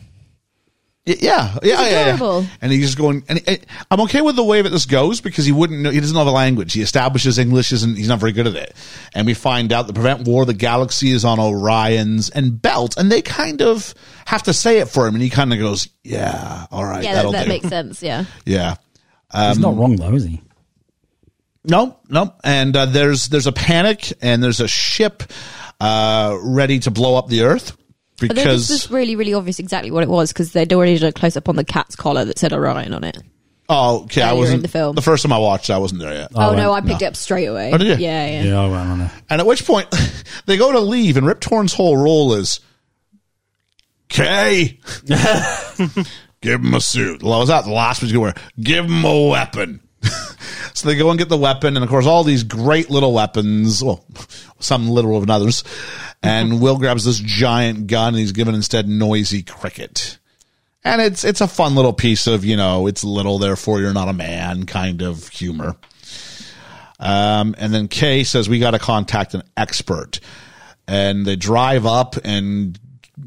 Y- Yeah, yeah, yeah, yeah.
adorable.
And he's just going. And he- I'm okay with the way that this goes because he wouldn't. know He doesn't know the language. He establishes English isn't. He's not very good at it. And we find out the Prevent War of the Galaxy is on Orion's and Belt, and they kind of have to say it for him, and he kind of goes, "Yeah, all right,
Yeah,
that'll
that, that
do."
makes sense. Yeah.
yeah.
He's
um,
not wrong though, is he?
No, no. And uh, there's there's a panic, and there's a ship uh, ready to blow up the Earth
Although this
because
Oh, was really, really obvious exactly what it was because they'd already done a close up on the cat's collar that said Orion on it.
oh, okay, I
earlier
wasn't
in the film.
The first time I watched, it, I wasn't there yet.
Oh,
right.
no, I picked it up straight away.
Oh, did you?
Yeah, yeah.
I went on it.
And at which point they go to leave, and Rip Torn's whole role is Kay. Give him a suit. Well, I was out the last was gonna wear. Give him a weapon. so they go and get the weapon, and of course, all these great little weapons. Well, some literal than others. And Will grabs this giant gun, and he's given instead noisy cricket. And it's it's a fun little piece of you know it's little therefore you're not a man kind of humor. Um, and then Kay says, We got to contact an expert. And they drive up, and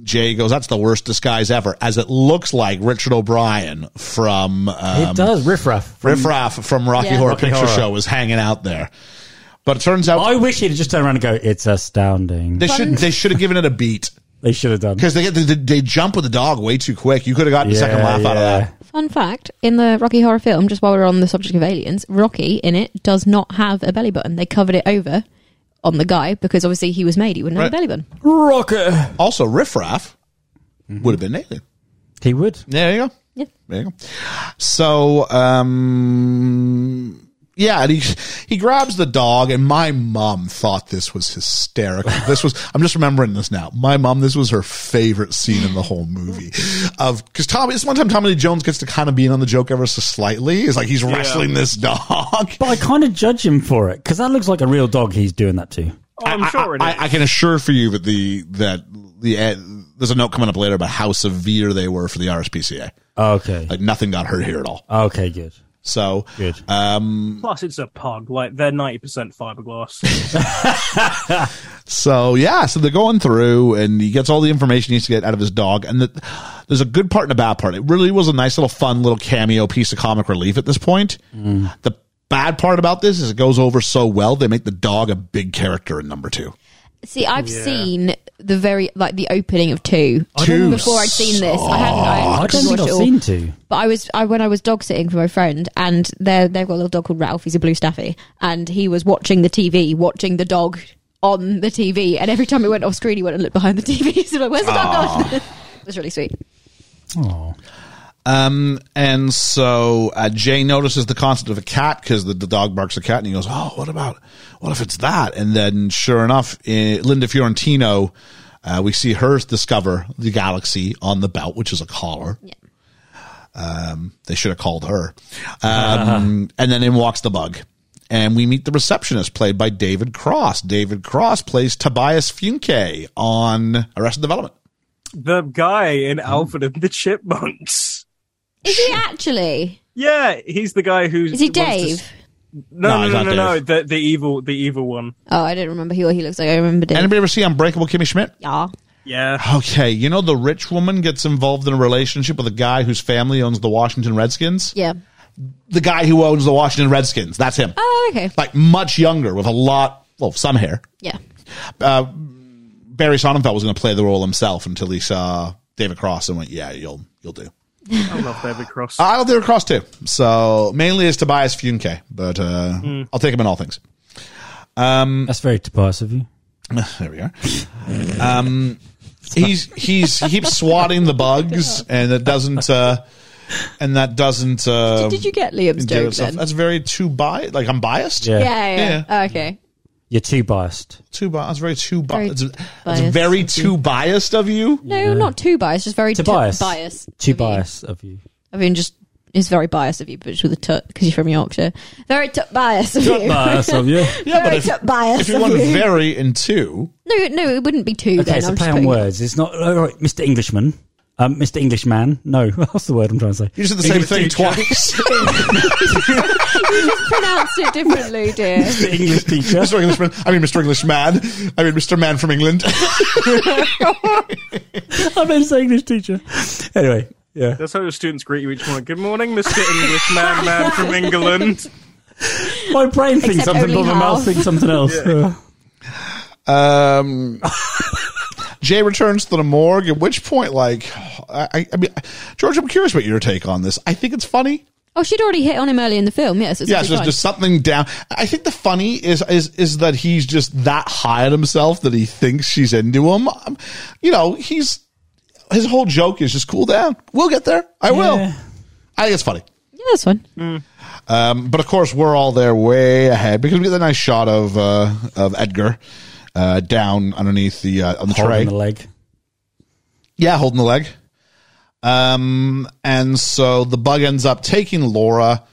Jay goes, That's the worst disguise ever, as it looks like Richard O'Brien from
It
um,
does riffraff.
Riff Raff from Rocky
Yeah.
Horror
Rocky
Picture
Horror.
Show was hanging out there. But it turns out
I wish he'd just turn around and go. It's astounding.
they should they should have given it a beat
They should have done.
because they get they, they jump with the dog way too quick. You could have gotten a second laugh out of that.
Fun fact in the Rocky Horror film, just while we're on the subject of aliens, Rocky in it does not have a belly button. They covered it over on the guy because obviously he was made, he wouldn't have a
Right.
belly button.
Rocker.
Also, Riff Raff would have been naked.
He would.
There you go.
Yeah.
There you go. So, um, yeah, and he he grabs the dog, and my mom thought this was hysterical. This was I'm just remembering this now. My mom, this was her favorite scene in the whole movie, of because Tommy. This one time Tommy Lee Jones gets to kind of be in on the joke ever so slightly. It's like he's wrestling this dog.
But I kind of judge him for it because that looks like a real dog. He's doing that to.
Oh, I'm sure it is.
I, I can assure for you that the that the uh, there's a note coming up later about how severe they were for the RSPCA.
Okay.
Like nothing got hurt here at all.
Okay. Good.
So
Good.
Uh,
Plus, it's a pug. Like they're ninety percent fiberglass.
So yeah, so they're going through, and he gets all the information he needs to get out of his dog. And the, there's a good part and a bad part. It really was a nice little fun little cameo piece of comic relief at this point. The bad part about this is it goes over so well. They make the dog a big character in number two.
See, I've seen the very, like the opening of two. Two. Before I'd seen this, I hadn't, I
I don't
hadn't
think
watched
I've
it all.
seen two.
But I was I when I was dog sitting for my friend, and they they've got a little dog called Ralph. He's a blue staffy, and he was watching the TV, watching the dog on the TV. And every time it went off screen, he went and looked behind the TV. He's like, "Where's the dog gone?" it was really sweet.
Oh.
Um, and so uh, Jay notices the concept of a cat because the, the dog barks a cat, and he goes, "Oh, what about? What if it's that?" And then, sure enough, eh, Linda Fiorentino, uh, we see her discover the galaxy on the belt, which is a collar.
Yeah.
Um, they should have called her. Um, and then in walks the bug. And we meet the receptionist played by David Cross. David Cross plays Tobias Funke on Arrested Development.
the guy
Hmm.
in Alfred and the Chipmunks.
Is he actually?
Yeah, he's the guy who's.
Is he
wants to
Dave?
s-
No,
No,
it's
no, no,
not
no, no.
Dave.
The, the evil, the evil one.
Oh, I don't remember who he looks like. I remember Dave.
Anybody ever see Unbreakable Kimmy Schmidt?
yeah.
Yeah.
Okay, you know the rich woman gets involved in a relationship with a guy whose family owns the Washington Redskins.
Yeah.
The guy who owns the Washington Redskins, that's him.
Oh, okay.
Like much younger, with a lot, well, some hair.
Yeah.
Barry Sonnenfeld was going to play the role himself until he saw David Cross and went, "Yeah, you'll you'll do."
I love David Cross.
I'll do Cross too. So mainly is Tobias Funke, but uh,
Hmm.
I'll take him in all things.
That's very Tobias of you.
There we are. Um, he's he's he keeps swatting the bugs, and it doesn't. Uh, and that doesn't. Uh,
Did you get Liam's
do
joke
itself.
then?
That's very too biased. Like I'm biased.
Yeah.
Yeah, yeah.
Yeah.
Oh, okay.
You're too biased.
Too biased. That's very too bi-
Very
it's,
biased
it's very
of you.
too biased of you.
No, not too biased. Just very
Too
too
biased.
biased.
Too
of you.
biased of you.
I mean, just it's very biased of you, but it's with a tut because you're from Yorkshire. Very tut biased of you.
biased of you.
Yeah,
very
if,
tut biased
if you
of
want
you.
very and two,
no, no, it wouldn't be two. then.
Okay, it's a
I'm just
play on
putting-
words. It's not all right, Mr. Englishman. Um, Mr. Englishman. No, that's the word I'm trying to say.
you just did the same thing twice.
Pronounce it differently, dear.
Mr. English teacher.
Mr. Englishman. I mean, Mr. Englishman. I mean, Mr. Man from England.
I meant Mr. English teacher. Anyway, yeah.
That's how the students greet you each morning. Good morning, Mr. Englishman, man from England.
My brain thinks
Except
something,
only
but my
half.
mouth thinks something else. Uh,
Um, Jay returns to the morgue, at which point, like, I, I- I mean, George, I'm curious about your take on this. I think it's funny.
Oh, she'd already hit on him early in the film. Yes, it's
Yeah, so
fine.
there's just something down. I think the funny is is is that he's just that high on himself that he thinks she's into him. Um, You know, he's his whole joke is just cool down. We'll get there. I will.
Yeah.
I think it's funny.
yeah, that's fine.
Um, but of course, we're all there way ahead because we get the nice shot of uh, of Edgar uh, down underneath the uh, on the
holding
tray.
the leg.
Yeah, holding the leg. Um, and so the bug ends up taking Laura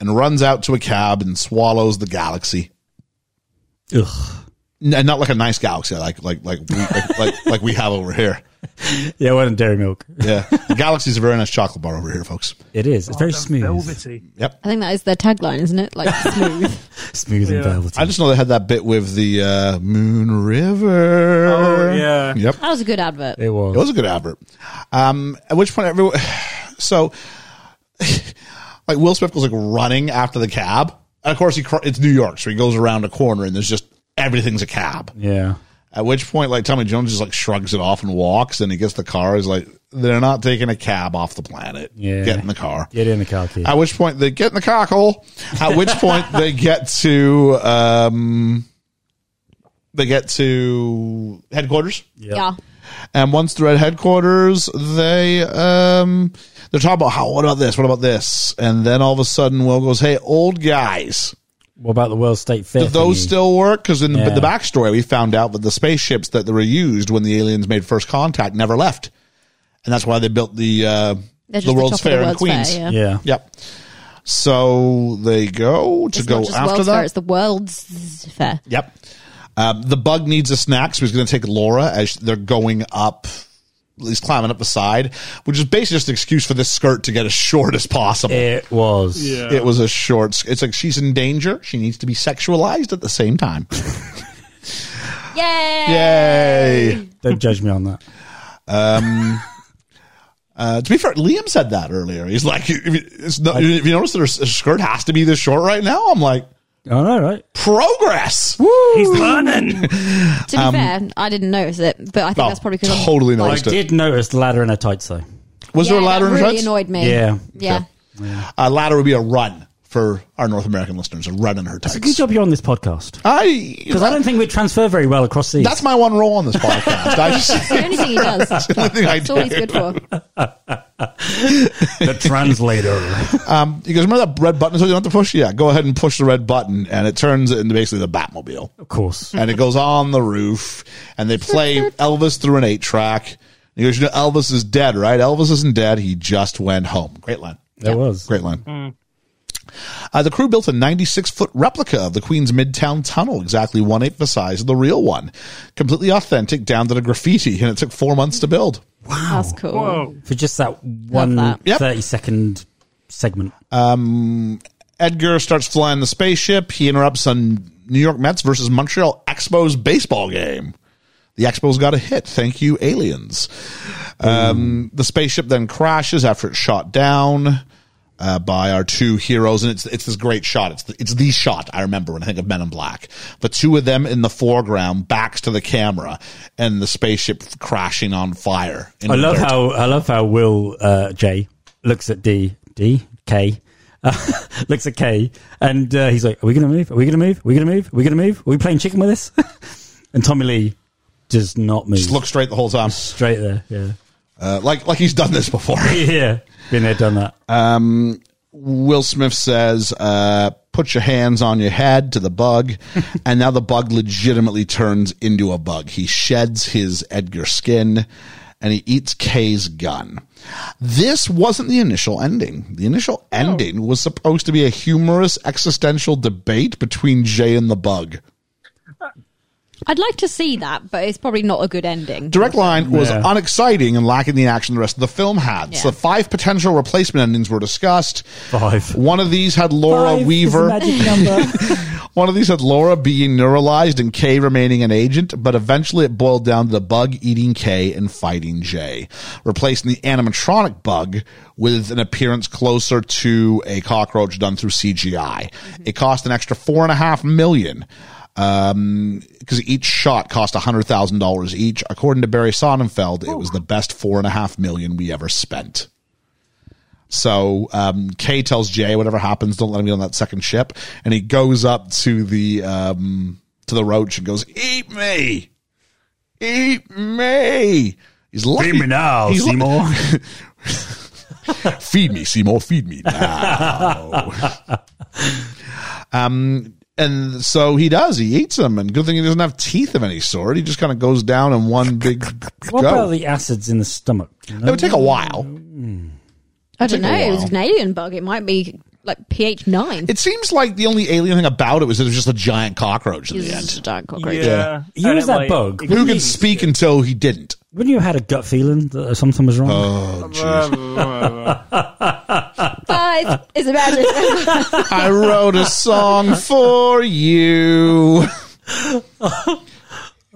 and runs out to a cab and swallows the galaxy.
Ugh.
N- And not like a nice galaxy, like like like we, like, like like we have over here.
Yeah, well, dairy milk.
Yeah, the galaxy's a very nice chocolate bar over here, folks.
It is. It's
Oh,
very smooth.
Velvety.
Yep.
I think that is their tagline, isn't it? Like smooth.
Smooth and
Yeah.
velvety.
I just know they had that bit with the uh, Moon River.
Oh, yeah.
Yep.
that was a good advert.
it was.
It was a good advert. Um, at which point, everyone. So, like Will Smith goes like running after the cab. And of course, he cr- it's New York, so he goes around a corner and there's just everything's a cab.
yeah.
At which point, like Tommy Jones just like shrugs it off and walks, and he gets the car. He's like, they're not taking a cab off the planet.
Yeah.
get in the car.
Get in the car key.
At which point they get in the car, Cole. At which point they get to um, they get to headquarters.
Yeah.
And once they're at headquarters, they um they're talking about how what about this? What about this? And then all of a sudden, Will goes, "Hey, old guys,
What about the World State Fair?
do those
thingy?
still work?" Because in
Yeah.
the, the backstory, we found out that the spaceships that were used when the aliens made first contact never left, and that's why they built the uh,
They're just
the World's
top of
Fair in
World's Fair,
Queens.
yeah.
Yeah.
Yep. So they go to
It's
go
not just
after
World's
that.
Fair, it's the World's Fair.
Yep. Um, the bug needs a snack, so he's going to take Laura as they're going up. He's climbing up the side, which is basically just an excuse for this skirt to get as short as possible.
It was.
Yeah.
It was a short. sk- It's like she's in danger. She needs to be sexualized at the same time.
Yay!
Yay!
Don't judge me on that.
Uh, to be fair, Liam said that earlier. He's like, if you, it's not, if you notice that her s- her skirt has to be this short right now, I'm like,
All right, Oh, right.
progress.
He's learning.
To be fair, I didn't notice it, but I think
Oh,
that's probably because I'm-
um, totally
I
noticed it.
did notice the ladder in her tights, though.
Was
Yeah,
there a ladder
that
in
really
front?
annoyed me.
Yeah.
Yeah.
A ladder would be a run for our North American listeners. A run in her tights.
Good job you're on this podcast.
I
Because I don't think we transfer very well across these.
that's my one role on this podcast. I just,
The only thing he does. That's
the only thing I
all he's
do.
good for.
the translator.
Um, you guys remember that red button? So you don't have to push. Yeah, go ahead and push the red button, and it turns it into basically the Batmobile,
of course.
and it goes on the roof, and they play Elvis through an eight track. He goes, you know, Elvis is dead, right? Elvis isn't dead. He just went home. Great line.
There was.
Great line. Uh, the crew built a 96 foot replica of the Queen's Midtown Tunnel, exactly one eighth the size of the real one. Completely authentic, down to the graffiti, and it took four months to build.
That's cool.
Whoa.
For just that one
that.
Yep.
30 second segment.
Edgar starts flying the spaceship. He interrupts a New York Mets versus Montreal Expos baseball game. The Expos got a hit. Thank you, aliens. Um, the spaceship then crashes after it's shot down uh, by our two heroes, and it's it's this great shot. It's the, it's the shot I remember when I think of Men in Black. The two of them in the foreground, backs to the camera, and the spaceship crashing on fire. into
I love
dirt.
how I love how Will uh, J looks at D D K uh, looks at K and uh, he's like, "Are we gonna move? Are we gonna move? Are we gonna move? Are we gonna move? Are we playing chicken with this?" and Tommy Lee does not move.
just look straight the whole time,
straight there. Yeah,
uh, like like he's done this before.
yeah. Been there, done that.
Will Smith says, uh, put your hands on your head to the bug. and now the bug legitimately turns into a bug. He sheds his Edgar skin and he eats Kay's gun. This wasn't the initial ending. The initial ending was supposed to be a humorous existential debate between Jay and the bug.
I'd like to see that, but it's probably not a good ending.
Direct Line was
Yeah.
unexciting and lacking the action the rest of the film had. So
Yeah.
five potential replacement endings were discussed.
Five.
One of these had Laura Weaver. One of these had Laura being neuralized and Kay remaining an agent, but eventually it boiled down to the bug eating Kay and fighting Jay, replacing the animatronic bug with an appearance closer to a cockroach done through CGI. It cost an extra four and a half million. Um, because each shot cost a hundred thousand dollars each. According to Barry Sonnenfeld, it was the best four and a half million we ever spent. So um, Kay tells Jay, "Whatever happens, don't let him get on that second ship." And he goes up to the um, to the roach and goes, "Eat me, eat me." He's lucky.
me now,
lu-
Seymour.
feed me, Seymour. Feed me now. um, and so he does. He eats him, and good thing he doesn't have teeth of any sort. He just kind of goes down in one big
What
go.
about the acids in the stomach? You
it
know?
would take a while.
I don't know.
Take a
It was
while.
an alien bug. It might be like pH nine.
It seems like the only alien thing about it was it was just a giant cockroach in
It's
the
just a
end.
giant cockroach.
Yeah.
Yeah.
You
And
was
it,
that bug?
it
Who could
means-
speak until he didn't?
Wouldn't you have had a gut feeling that something was wrong?
Oh, jeez.
Five is a magic.
I wrote a song for you.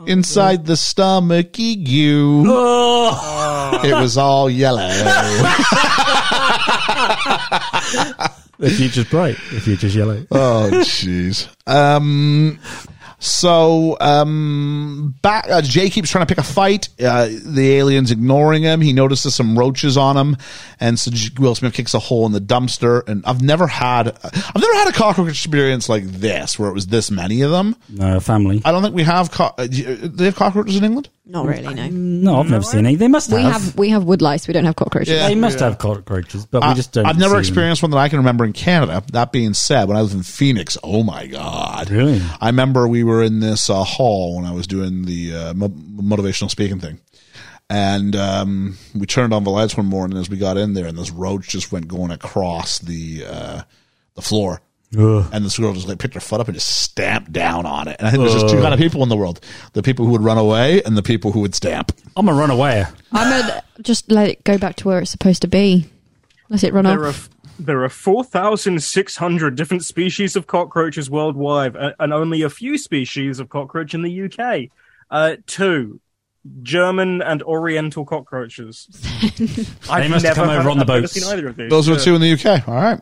Inside the stomachy you.
Oh,
It was all yellow.
the future's bright. The future's yellow.
Oh, jeez. Um, so um, back, uh, Jay keeps trying to pick a fight. Uh, the alien's ignoring him. He notices some roaches on him, and so J- Will Smith kicks a hole in the dumpster. And I've never had, I've never had a cockroach experience like this, where it was this many of them.
No family.
I don't think we have. Co- uh, do you- do they have cockroaches in England?
Not really. No.
No, I've never seen any. They must
We have we have woodlice. We don't have cockroaches.
Yeah.
They must have cockroaches, but we just don't.
I've never
see
experienced one that I can remember in Canada. That being said, when I lived in Phoenix, oh my god,
Really?
I remember we were in this uh, hall when I was doing the uh, mo- motivational speaking thing, and um, we turned on the lights one morning as we got in there, and this roach just went going across the uh, the floor.
Them. Ugh.
And this girl just like picked her foot up and just stamped down on it. And I think there's just two kind of people in the world: the people who would run away and the people who would stamp.
I'm a runaway.
I'm gonna just let it go back to where it's supposed to be. Let it run
There are
off.
there are four thousand six hundred different species of cockroaches worldwide, a- and only a few species of cockroach in the UK. Uh, two. German and Oriental cockroaches. I've
They must have come
never-
over on the
I've never
boats.
seen either of these. Uh,
Those were
Yeah.
two in the UK. All right,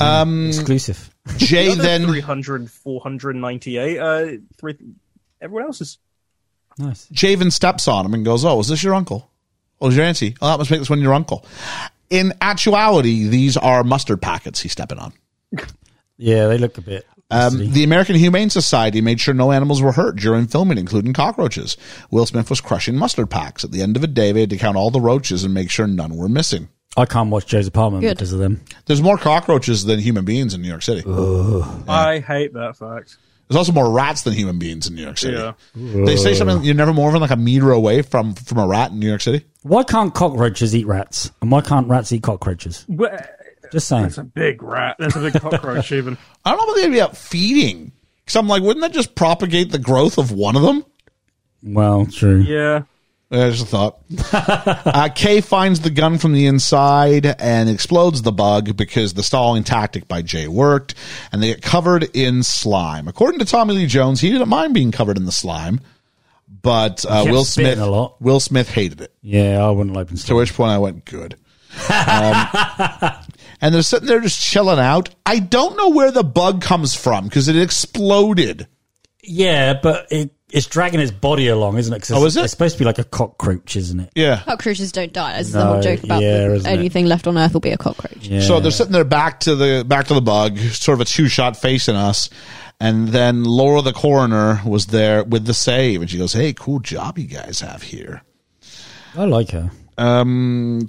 Um,
Exclusive.
Jay.
other
Then
300, 498, uh, three, everyone else is.
Nice.
Javen steps on him and goes, "Oh, is this your uncle? Oh, is your auntie? Oh, that must make this one your uncle." In actuality, these are mustard packets he's stepping on.
Yeah, they look a bit.
Um, the American Humane Society made sure no animals were hurt during filming, including cockroaches. Will Smith was crushing mustard packs. At the end of a day, they had to count all the roaches and make sure none were missing.
I can't watch Joe's apartment
Good.
because of them.
There's more cockroaches than human beings in New York City.
I hate that fact.
There's also more rats than human beings in New York City.
Yeah.
They say something you're never more than like a meter away from from a rat in New York City.
Why can't cockroaches eat rats? And why can't rats eat cockroaches?
Well,
Just saying.
It's a big rat. There's a big cockroach, even.
I don't know about the idea about feeding. Because I'm like, wouldn't that just propagate the growth of one of them?
Well, true.
Yeah.
Uh, just a thought. uh, Kay finds the gun from the inside and explodes the bug because the stalling tactic by Jay worked, and they get covered in slime. According to Tommy Lee Jones, he didn't mind being covered in the slime, but uh,
He kept
Will
spitting
Smith
a lot.
Will Smith hated it.
Yeah, I wouldn't open
To
stuff.
which point I went, good. Um, and they're sitting there just chilling out. I don't know where the bug comes from because it exploded.
Yeah, but it, it's dragging its body along, isn't it? 'Cause
Oh,
it's,
is it?
it's supposed to be like a cockroach, isn't it?
Yeah.
Cockroaches don't die. This is the
No,
whole joke about
yeah,
the
isn't it?
only thing left on Earth will be a cockroach.
Yeah.
So they're sitting there back to the back to the bug, sort of a two shot facing us. And then Laura the coroner was there with the save, and she goes, "Hey, cool job you guys have here." Um,
I like her.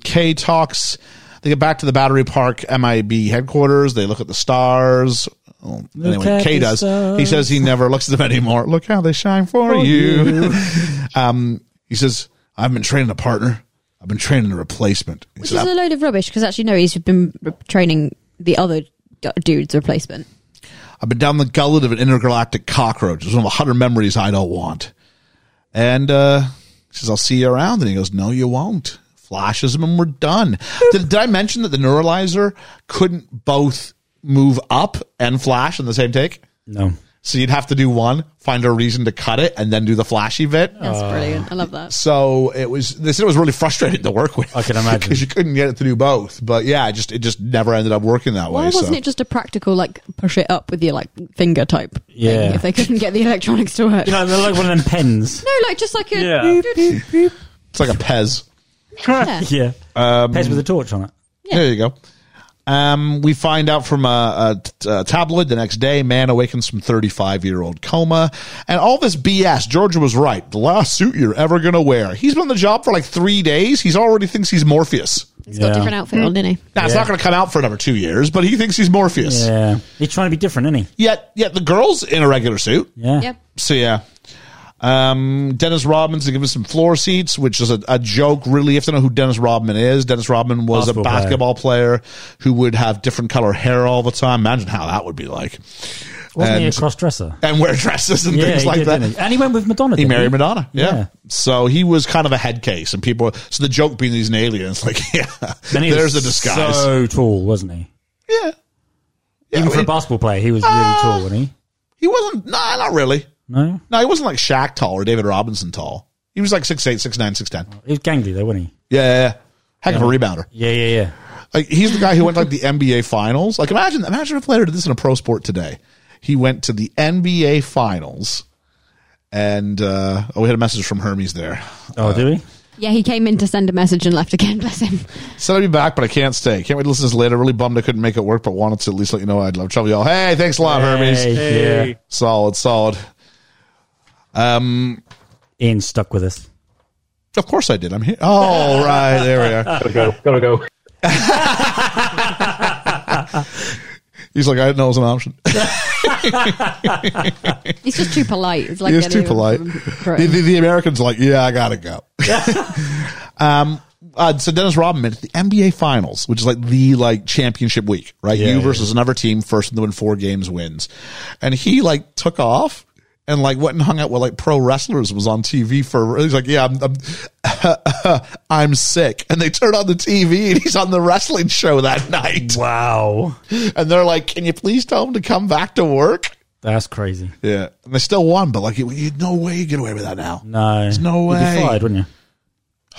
Kay talks. They get back to the Battery Park MIB headquarters. They look at the stars. Well, anyway,
at
Kay
the
does. He
stars.
says he never looks at them anymore. Look how they shine for, you. um, he says, "I've been training a partner. I've been training a replacement." He
Which
says,
is a
"I-
load of rubbish because actually, no, he's been re- training the other d- dude's replacement.
I've been down the gullet of an intergalactic cockroach. It's one of the hundred memories I don't want. And uh, he says, I'll see you around. And he goes, No, you won't. Flashes him and we're done. Did, did I mention that the neuralizer couldn't both move up and flash in the same take?
No.
So you'd have to do one, find a reason to cut it, and then do the flashy bit.
That's
Uh,
brilliant. I love that.
So it was. They said it was really frustrating to work with.
I can imagine.
because you couldn't get it to do both. But yeah, it just it just never ended up working that
Why
way.
wasn't
so.
it just a practical, like, push it up with your, like, finger type? thing
Yeah.
if they couldn't get the electronics to work.
You know, they're like one of them pens.
No, like, just like a.
Yeah.
it's like a Pez.
yeah.
Um,
pens with a torch on it.
There you go. Um, we find out from a, a t- a tabloid the next day, man awakens from 35 year old coma. And all this BS. Georgia was right. The last suit you're ever going to wear. He's been on the job for like three days. He's already thinks he's Morpheus.
He's got a
Yeah.
different outfit on, didn't he?
Now, it's not going to come out for another two years, but he thinks he's Morpheus.
Yeah. He's trying to be different, isn't he?
Yet, yet the girl's in a regular suit.
Yeah.
Yep.
So yeah. Um, Dennis Rodman's given some floor seats, which is a, a joke. Really, you have to know who Dennis Rodman is. Dennis Rodman was
Basketball
a
player.
basketball player. who would have different color hair all the time. Imagine how that would be like,
Wasn't he a
And-
cross dresser?
and wear dresses and
Yeah,
things
he
like
did,
that.
didn't he? And he went with Madonna.
He
didn't
married Madonna. Yeah.
Yeah.
So he was kind of a head case, and people. So the joke being he's an alien. It's like, yeah,
And he was
there's a disguise.
So tall, wasn't he?
yeah. Yeah,
Even for a
he, Ah!
basketball player, he was really tall, wasn't he?
he wasn't. Nah, not really.
No,
No, he wasn't like Shaq tall or David Robinson tall. He was like six eight, six nine, six ten.
he was gangly though, wasn't he?
Yeah, yeah, yeah. Heck of a rebounder.
Yeah, yeah, yeah.
Like he's the guy who went to, like the NBA finals. Like imagine imagine if a player did this in a pro sport today. He went to the NBA finals and uh oh we had a message from Hermes there.
Oh, do we?
Yeah, he came in to send a message and left again. Bless him.
Said I'd be back, but I can't stay. Can't wait to listen to this later. Really bummed I couldn't make it work, but wanted to at least let you know I'd love trouble y'all. Hey, thanks a lot, Hermes.
Hey, Yeah.
Hey.
Solid, solid.
Ian stuck with us.
Of course I did. I'm here. Oh right, there we are.
Gotta go. Gotta go.
He's like, I didn't know it was an option.
He's just too polite. It's like
He is
getting
too polite.
him from-
The, the, the Americans like, yeah, I gotta go. um, uh, so Dennis Rodman at the NBA Finals, which is like the like championship week, right?
Yeah,
you
yeah,
versus another team, first in the win four games wins, and he like took off. And like went and hung out with like pro wrestlers was on TV for he's like yeah I'm I'm, I'm sick and they turned on the TV and he's on the wrestling show that night
Wow,
and they're like can you please tell him to come back to work
that's crazy.
yeah and they still won but like you, you, no way you get away with that now
No,
There's no
You'd
way.
be fired, wouldn't you?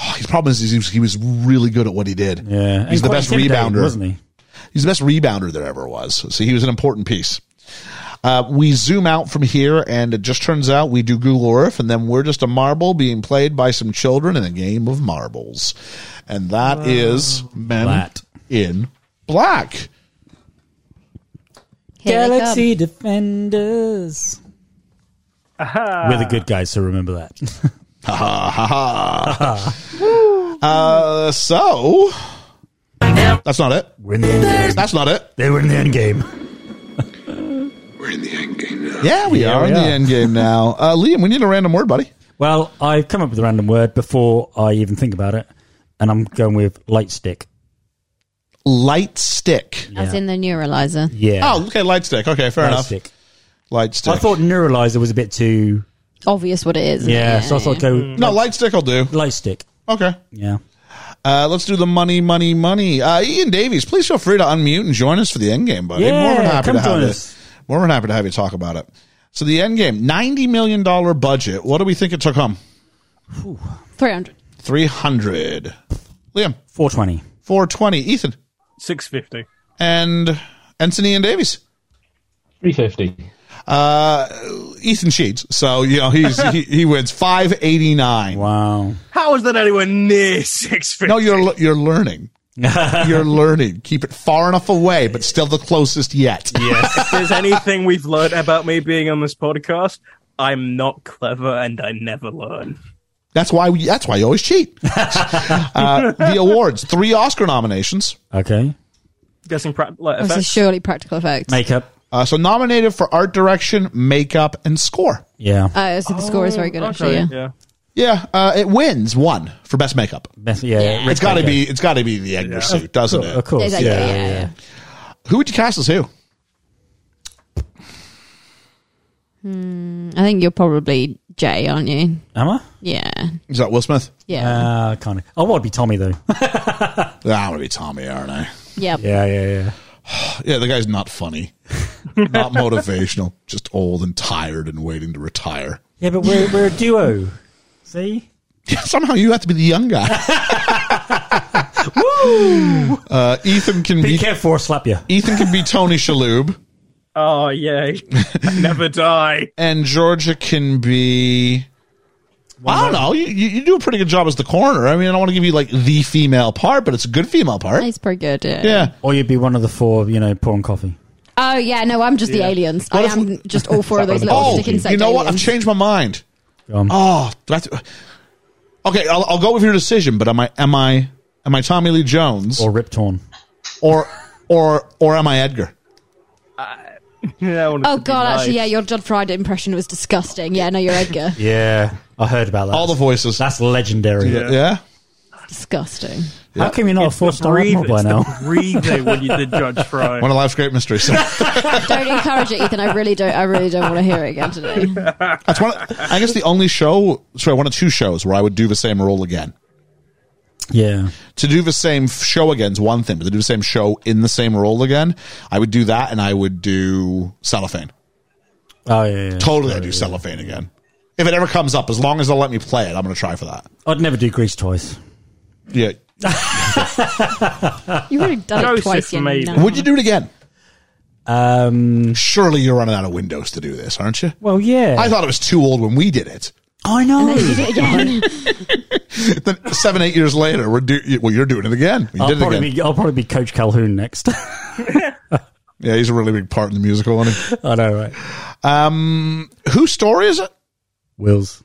Oh, His problem is he was, he was really good at what he did.
Yeah, And
he's the
quite
best
intimidating,
rebounder,
wasn't he?
He's the best rebounder there ever was. So he was an important piece. Uh, we zoom out from here, and it just turns out we do Google Earth, and then we're just a marble being played by some children in a game of marbles, and that is Men
Uh, Flat.
in Black.
Here they come.
Galaxy Defenders. We're the good guys, so remember that.
Uh, so that's not it.
We're in the end game.
That's not it.
They were in the end game.
We're in the end game now.
Yeah, we are
we
in the
are.
end game now. Uh, Liam, we need a random word, buddy.
Well, I've come up with a random word before I even think about it, and I'm going with light stick.
Light stick.
As in the neuralizer.
Yeah.
Oh, okay, Oh, light stick. Okay, fair
light
enough.
stick.
Light stick.
I thought neuralizer was a bit too
obvious what it is. isn't it?
Yeah, so I thought go
No, light stick will do.
light stick.
Okay.
Yeah.
Uh, let's do the money, money, money. Uh, Ian Davies, please feel free to unmute and join us for the end game, buddy.
Yeah,
more than happy
come
to have
join
you.
us.
More than happy to have you talk about it. So the end game, ninety million dollar budget. What do we think it took home?
300.
Three hundred. Liam,
420.
four twenty. Ethan
650.
and Ensign Ian Davies.
350.
Ethan Sheets. So you know he's he, he wins five eighty nine.
Wow.
How is that anywhere near 650?
No, you're le- you're learning. you're learning. Keep it far enough away, but still the closest yet.
if there's anything we've learned about me being on this podcast, I'm not clever and I never learn.
That's why we, that's why you always cheat. uh, the awards, three Oscar nominations.
Okay.
Guessing pra- like,
This is
effects.
surely practical effects.
Makeup.
Uh, so nominated for art direction, makeup, and score.
Yeah.
Uh, so the score is very good, actually.
Oh, Okay,
Yeah.
yeah.
Yeah, uh, it wins one for best makeup.
Best- yeah.
Yeah.
It's got to be it's got to be the Edgar suit, doesn't
Cool, Of
it?
course.
Exactly,
yeah.
yeah, yeah.
Who would you cast as who?
I think you're probably Jay, aren't you?
Emma?
Yeah.
Is that Will Smith?
Yeah.
Uh, kind of. I want to be Tommy, though.
Ah, I'm gonna be Tommy, aren't I?
yep.
yeah, yeah, yeah.
Yeah, the guy's not funny, not motivational, just old and tired and waiting to retire.
Yeah, but we're, we're a duo. See?
Somehow you have to be the young guy. Uh, Ethan can
Be
be
careful or I'll slap you.
Ethan can be Tony Shalhoub,
Oh, yay. I never die.
and Georgia can be. I don't know. You, you you do a pretty good job as the coroner. I mean, I don't want to give you like the female part, but it's a good female part.
He's pretty good. Yeah.
Yeah.
Or you'd be one of the four, you know, pouring coffee.
Oh, yeah. No, I'm just the aliens.
What
I
if-
am just all four of those little
Oh,
stick insect
you know what? I've
aliens.
changed my mind.
Go on.
Oh, do I have to- okay. I'll, I'll go with your decision. But am I am I am I Tommy Lee Jones
Or Rip Torn.
or or or am I Edgar?
Yeah, I wanted
Oh
to be
god, actually, yeah,
nice.
your John Friday impression was disgusting. Yeah, no, you're Edgar.
Yeah. I heard about that.
All the voices.
That's legendary.
yeah.
disgusting.
How come you're not a
It's
four
the
star
breathe,
admiral by
it's
now?
the breathing when you did Judge Fry.
One of life's great mysteries.
Don't encourage it, Ethan. I really don't. I really don't want to hear it again today.
That's one. Of, I guess the only show. Sorry, one of two shows where I would do the same role again.
Yeah.
to do the same f- show again is one thing, but to do the same show in the same role again, I would do that, and I would do cellophane.
Oh, yeah. yeah.
Totally, I do cellophane again. If it ever comes up, as long as they'll let me play it, I'm going to try for that.
I'd never do Grease twice.
Yeah.
You've already done it
Joseph
twice. You
made it.
know.
Would you do it again?
Um,
Surely you're running out of windows to do this, aren't you?
well, yeah.
I thought it was too old when we did it.
I know.
You did it again.
Then seven, eight years later, we're do- well, you're doing it again. You
I'll
did it
probably,
again.
be, I'll probably be Coach Calhoun next.
yeah, he's a really big part in the musical, isn't
I know, right?
he? Um, Whose story is it?
Wills.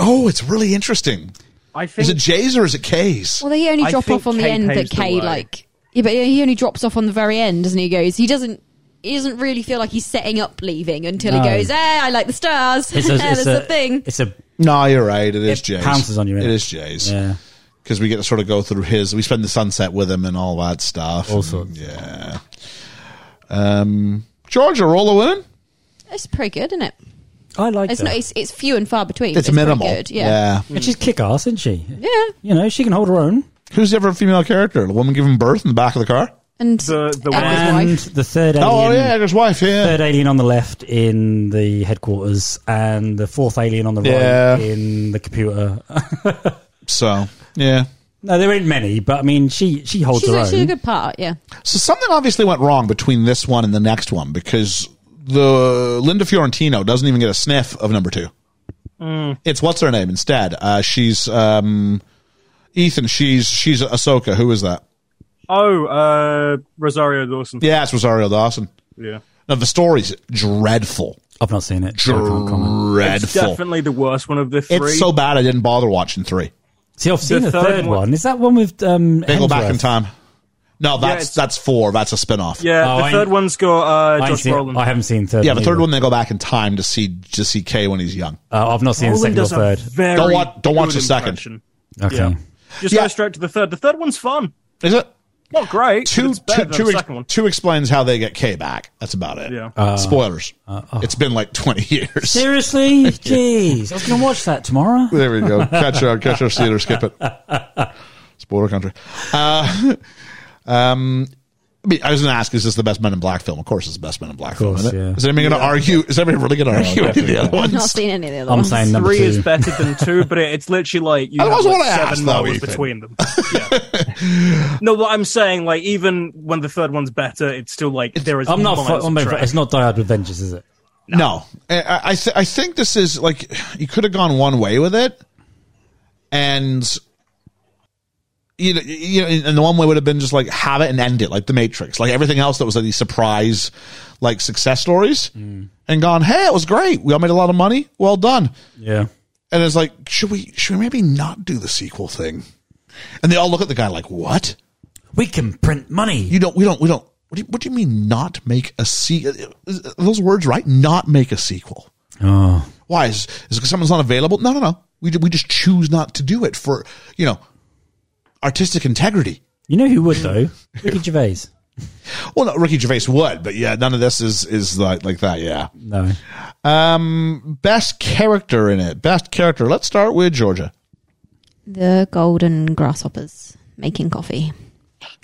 Oh, it's really interesting.
I think
Is it Jay's or is it Kay's?
Well, they only
I
drop
think
off on the
Kay
end that
paves the
Kay
way.
like. Yeah, but he only drops off on the very end, doesn't he? He Goes. He doesn't. He doesn't really feel like he's setting up leaving until
No.
he goes. Hey, I like the stars. There's a, thing.
It's a
No, you're right. It is
It
Jay's.
pounces on you,
It
innit?
is Jay's.
yeah.
because we get to sort of go through his. We spend the sunset with him and all that stuff.
All sorts.
Yeah. Um, Georgia, are all the women?
It's pretty good, isn't it?
I like
It's
that.
not. It's, it's few and far between.
It's,
but pretty
minimal.
Good. Yeah.
And she's kick ass, isn't she?
yeah.
You know, she can hold her own.
Who's the other female character? The woman giving birth in the back of the car?
And
The- the
Edgar's
and
wife.
the third alien,
Oh, yeah, Edgar's wife. Yeah.
third alien on the left in the headquarters, and the fourth alien on the
Yeah.
right in the computer.
So yeah.
No, there ain't many, but I mean, she she holds
She's
her
actually a
own.
good part. Yeah.
So something obviously went wrong between this one and the next one because the Linda Fiorentino doesn't even get a sniff of number two.
Mm.
It's what's her name instead. Uh, she's um, Ethan. She's she's Ahsoka. Who is that?
Oh, uh, Rosario Dawson.
Yeah, it's Rosario Dawson.
Yeah.
Now the story's dreadful,
I've not seen it. so I can't comment.
It's
dreadful. It's,
definitely the worst one of the three.
so bad I didn't bother watching three.
See, I've seen the,
third
third,
one-
one. Is that one with um?
They go back in
Hemsworth?
time. No, that's
it's-
that's four. That's a spin off.
yeah,
Oh,
the
I-
third one's got uh,
I, ain't
Josh
seen-
Brolin.
I haven't seen third.
yeah. The third
either.
one they go back in time to see to see Kay when he's young.
Uh, I've not seen
Brolin
the
does
second or
a
third.
very
Don't wa- don't watch
good
the second.
impression.
Okay.
Yeah. Just
Yeah.
go straight to the third. The third one's fun.
Is it?
Not great.
two,
it's better
two,
than
two,
the
ex-
second one.
two explains how they get K back. That's about it.
Yeah.
Spoilers. It's been like 20 years.
Seriously? Jeez. I was going to watch that tomorrow.
There we go. Catch our catch our theater. Skip it. Spoiler country. Uh, um, I mean, I was going to ask: Is this the best Men in Black film? Of course, it's the best Men in Black film.
course,
Isn't it?
yeah.
Is anybody going to argue? Is anybody really going to argue any of the other
I've not
ones?
seen any of the other
I'm
ones.
saying number
Three
two.
is better than two, but it, it's literally like you
That
have
was
like
what I
seven
asked, though,
novels
Ethan.
between them. Yeah. no, what I'm saying, like even when the third onene's better, it's still like there is.
I'm not.
miles
Fu-
of
I'm being-
track.
it's not Die Hard with Vengeance, is it?
No, I I, th- I think this is like you could have gone one way with it, and you know, you know, and the one way would have been just like have it and end it, like The Matrix, like everything else that was like these surprise, like success stories, and gone, hey, it was great. We all made a lot of money. Well done.
Yeah.
And it's like, should we should we maybe not do the sequel thing? And they all look at the guy like, what?
We can print money.
You don't we don't we don't what do you, what do you mean not make a sequel? Those words right? Not make a sequel.
oh.
Why is is it because someone's not available? No, no, no. We ju- we just choose not to do it for you know artistic integrity.
You know who would though? Ricky Gervais.
Well, no, Ricky Gervais would, but yeah, none of this is is like like that. Yeah, Um,
No.
best character in it. Best character. Let's start with Georgia.
The golden grasshoppers making coffee.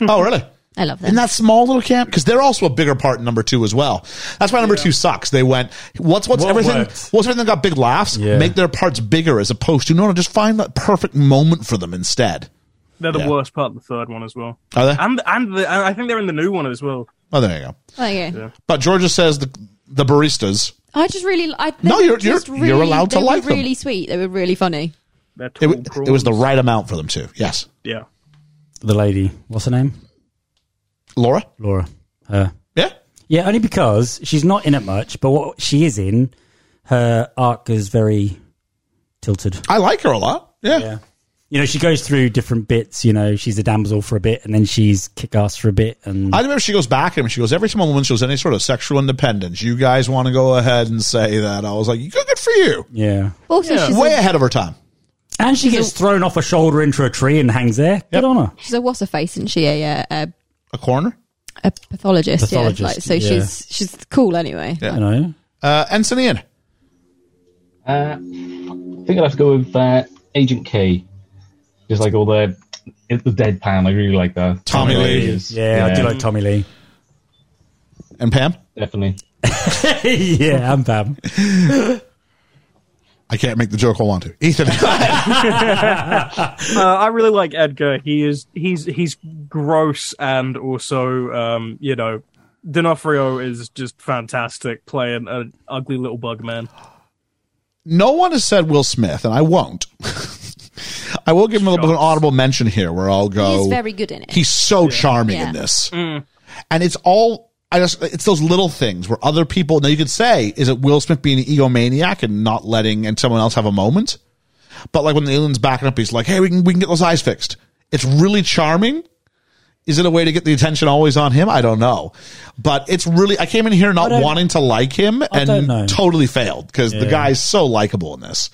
Oh, really?
I love them.
in that small little camp because they're also a bigger part in number two as well. That's why number two sucks. They went what's what's
What
everything
worked?
what's everything that got big laughs
Yeah.
make their parts bigger as opposed to no no just find that perfect moment for them instead.
They're the
Yeah.
worst part of the third one as well.
Are they?
And and, the, and I think they're in the new one as well.
oh, there you go.
Oh, yeah.
But Georgia says the the baristas.
I just really, I they
No,
were
you're-
just
you're-
really,
you're allowed to
they were
like them.
Really sweet. They were really funny.
They're
It,
tall
w- it was the
prawns.
right amount for them too. Yes,
Yeah.
The lady. What's her name?
Laura.
Laura. Her.
Yeah.
Yeah, only because she's not in it much, but what she is in, her arc is very tilted.
I like her a lot. Yeah.
Yeah. You know, she goes through different bits. You know, she's a damsel for a bit, and then she's kick ass for a bit, and
I remember she goes back and she goes, Every time a woman shows any sort of sexual independence, you guys want to go ahead and say that. I was like, Good good for you.
yeah,
Also, she's,
Way
a,
ahead of her time.
and she gets thrown off a shoulder into a tree and hangs there. Good on her.
she's a what's her face, isn't she? A, a,
A coroner?
a pathologist.
Pathologist,
yeah. Like, so
yeah.
she's she's cool anyway.
You know,
Uh, Ensign Ian.
Uh, I think I'll have to go with uh, Agent K. Just like all the it, the deadpan, I really like that.
Tommy Lee.
is-
yeah, I do like Tommy Lee.
And Pam?
definitely.
yeah, I'm Pam.
I can't make the joke I want to. Ethan.
Uh, I really like Edgar. He is he's he's gross and also um, you know D'Onofrio is just fantastic playing an ugly little bug man.
no one has said Will Smith, and I won't. I will give him a little bit of an audible mention here where I'll go.
He's very good in it.
He's so charming
Yeah.
in this. And it's all I just it's those little things where other people now you could say, is it Will Smith being an egomaniac and not letting and someone else have a moment? But like when the alien's backing up, he's like, Hey, we can we can get those eyes fixed. It's really charming. Is it a way to get the attention always on him? I don't know. But it's really I came in here not
don't-
wanting to like him
don't know.
and totally failed because the
Yeah.
guy's so likable in this.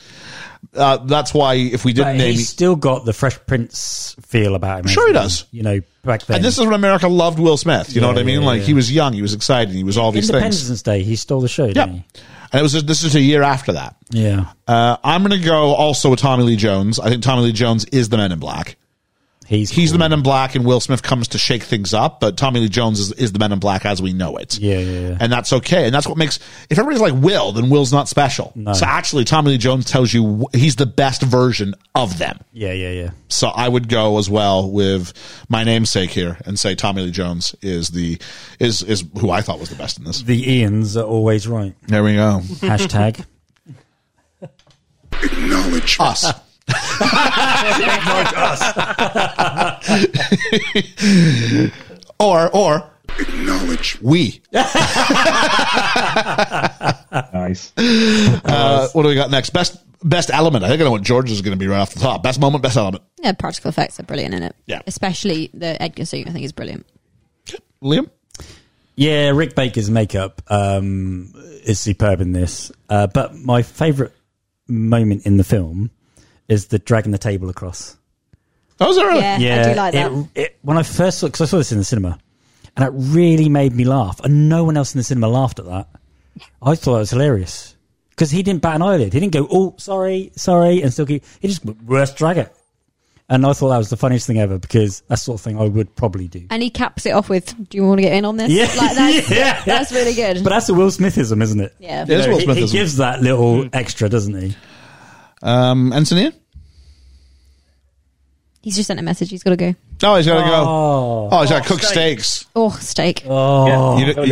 Uh, that's why if we didn't
But
name
he's still got the Fresh Prince feel about him.
Sure he
hasn't
does.
You know, back then.
And this is when America loved Will Smith. You know
Yeah,
what I mean?
yeah,
like
yeah.
he was young, he was excited, he was all these
Independence
things.
Day. He stole the show,
Yeah,
didn't
and it was this is a year after that.
he? Yeah.
Uh, I'm going to go also with Tommy Lee Jones. I think Tommy Lee Jones is the Man in Black.
He's
He's the Man in Black, and Will Smith comes to shake things up. But Tommy Lee Jones is, is the Man in Black as we know it.
Yeah, yeah, yeah.
and that's okay. And that's what makes if everybody's like Will, then Will's not special. So actually, Tommy Lee Jones tells you wh- he's the best version of them.
Yeah, yeah, yeah.
So I would go as well with my namesake here and say Tommy Lee Jones is the is is who I thought was the best in this.
The Ians are always right.
There we go.
Hashtag.
Acknowledge
Us. or or
Acknowledge
we.
Nice.
Uh, what do we got next? Best best element. I think I know what George is going to be right off the top. Best moment. Best element.
Yeah, practical effects are brilliant in it.
Yeah.
especially the Edgar suit. I think is brilliant.
Liam.
Yeah, Rick Baker's makeup um, is superb in this. Uh, but my favourite moment in the film is the dragging the table across.
Oh, is that really?
Yeah, I do like that.
It, it, when I first saw, because I saw this in the cinema, and it really made me laugh, and no one else in the cinema laughed at that. I thought it was hilarious because he didn't bat an eyelid. He didn't go, "Oh, sorry, sorry," and still keep. He just went, "Worst drag it," and I thought that was the funniest thing ever because that sort of thing I would probably do.
and he caps it off with, "Do you want to get in on this?"
Yeah.
like that's,
Yeah.
that's really good.
But that's a Will Smithism, isn't it? Mm.
yeah,
It is Will
He-
Smith.
he,
isn't it?
gives that little extra, doesn't he?
um, Anthony?
he's just sent a message. He's got to go.
Oh, he's got to go.
Oh.
Oh, he's got to cook steaks.
Oh, steak.
Oh
You, don't-
Go,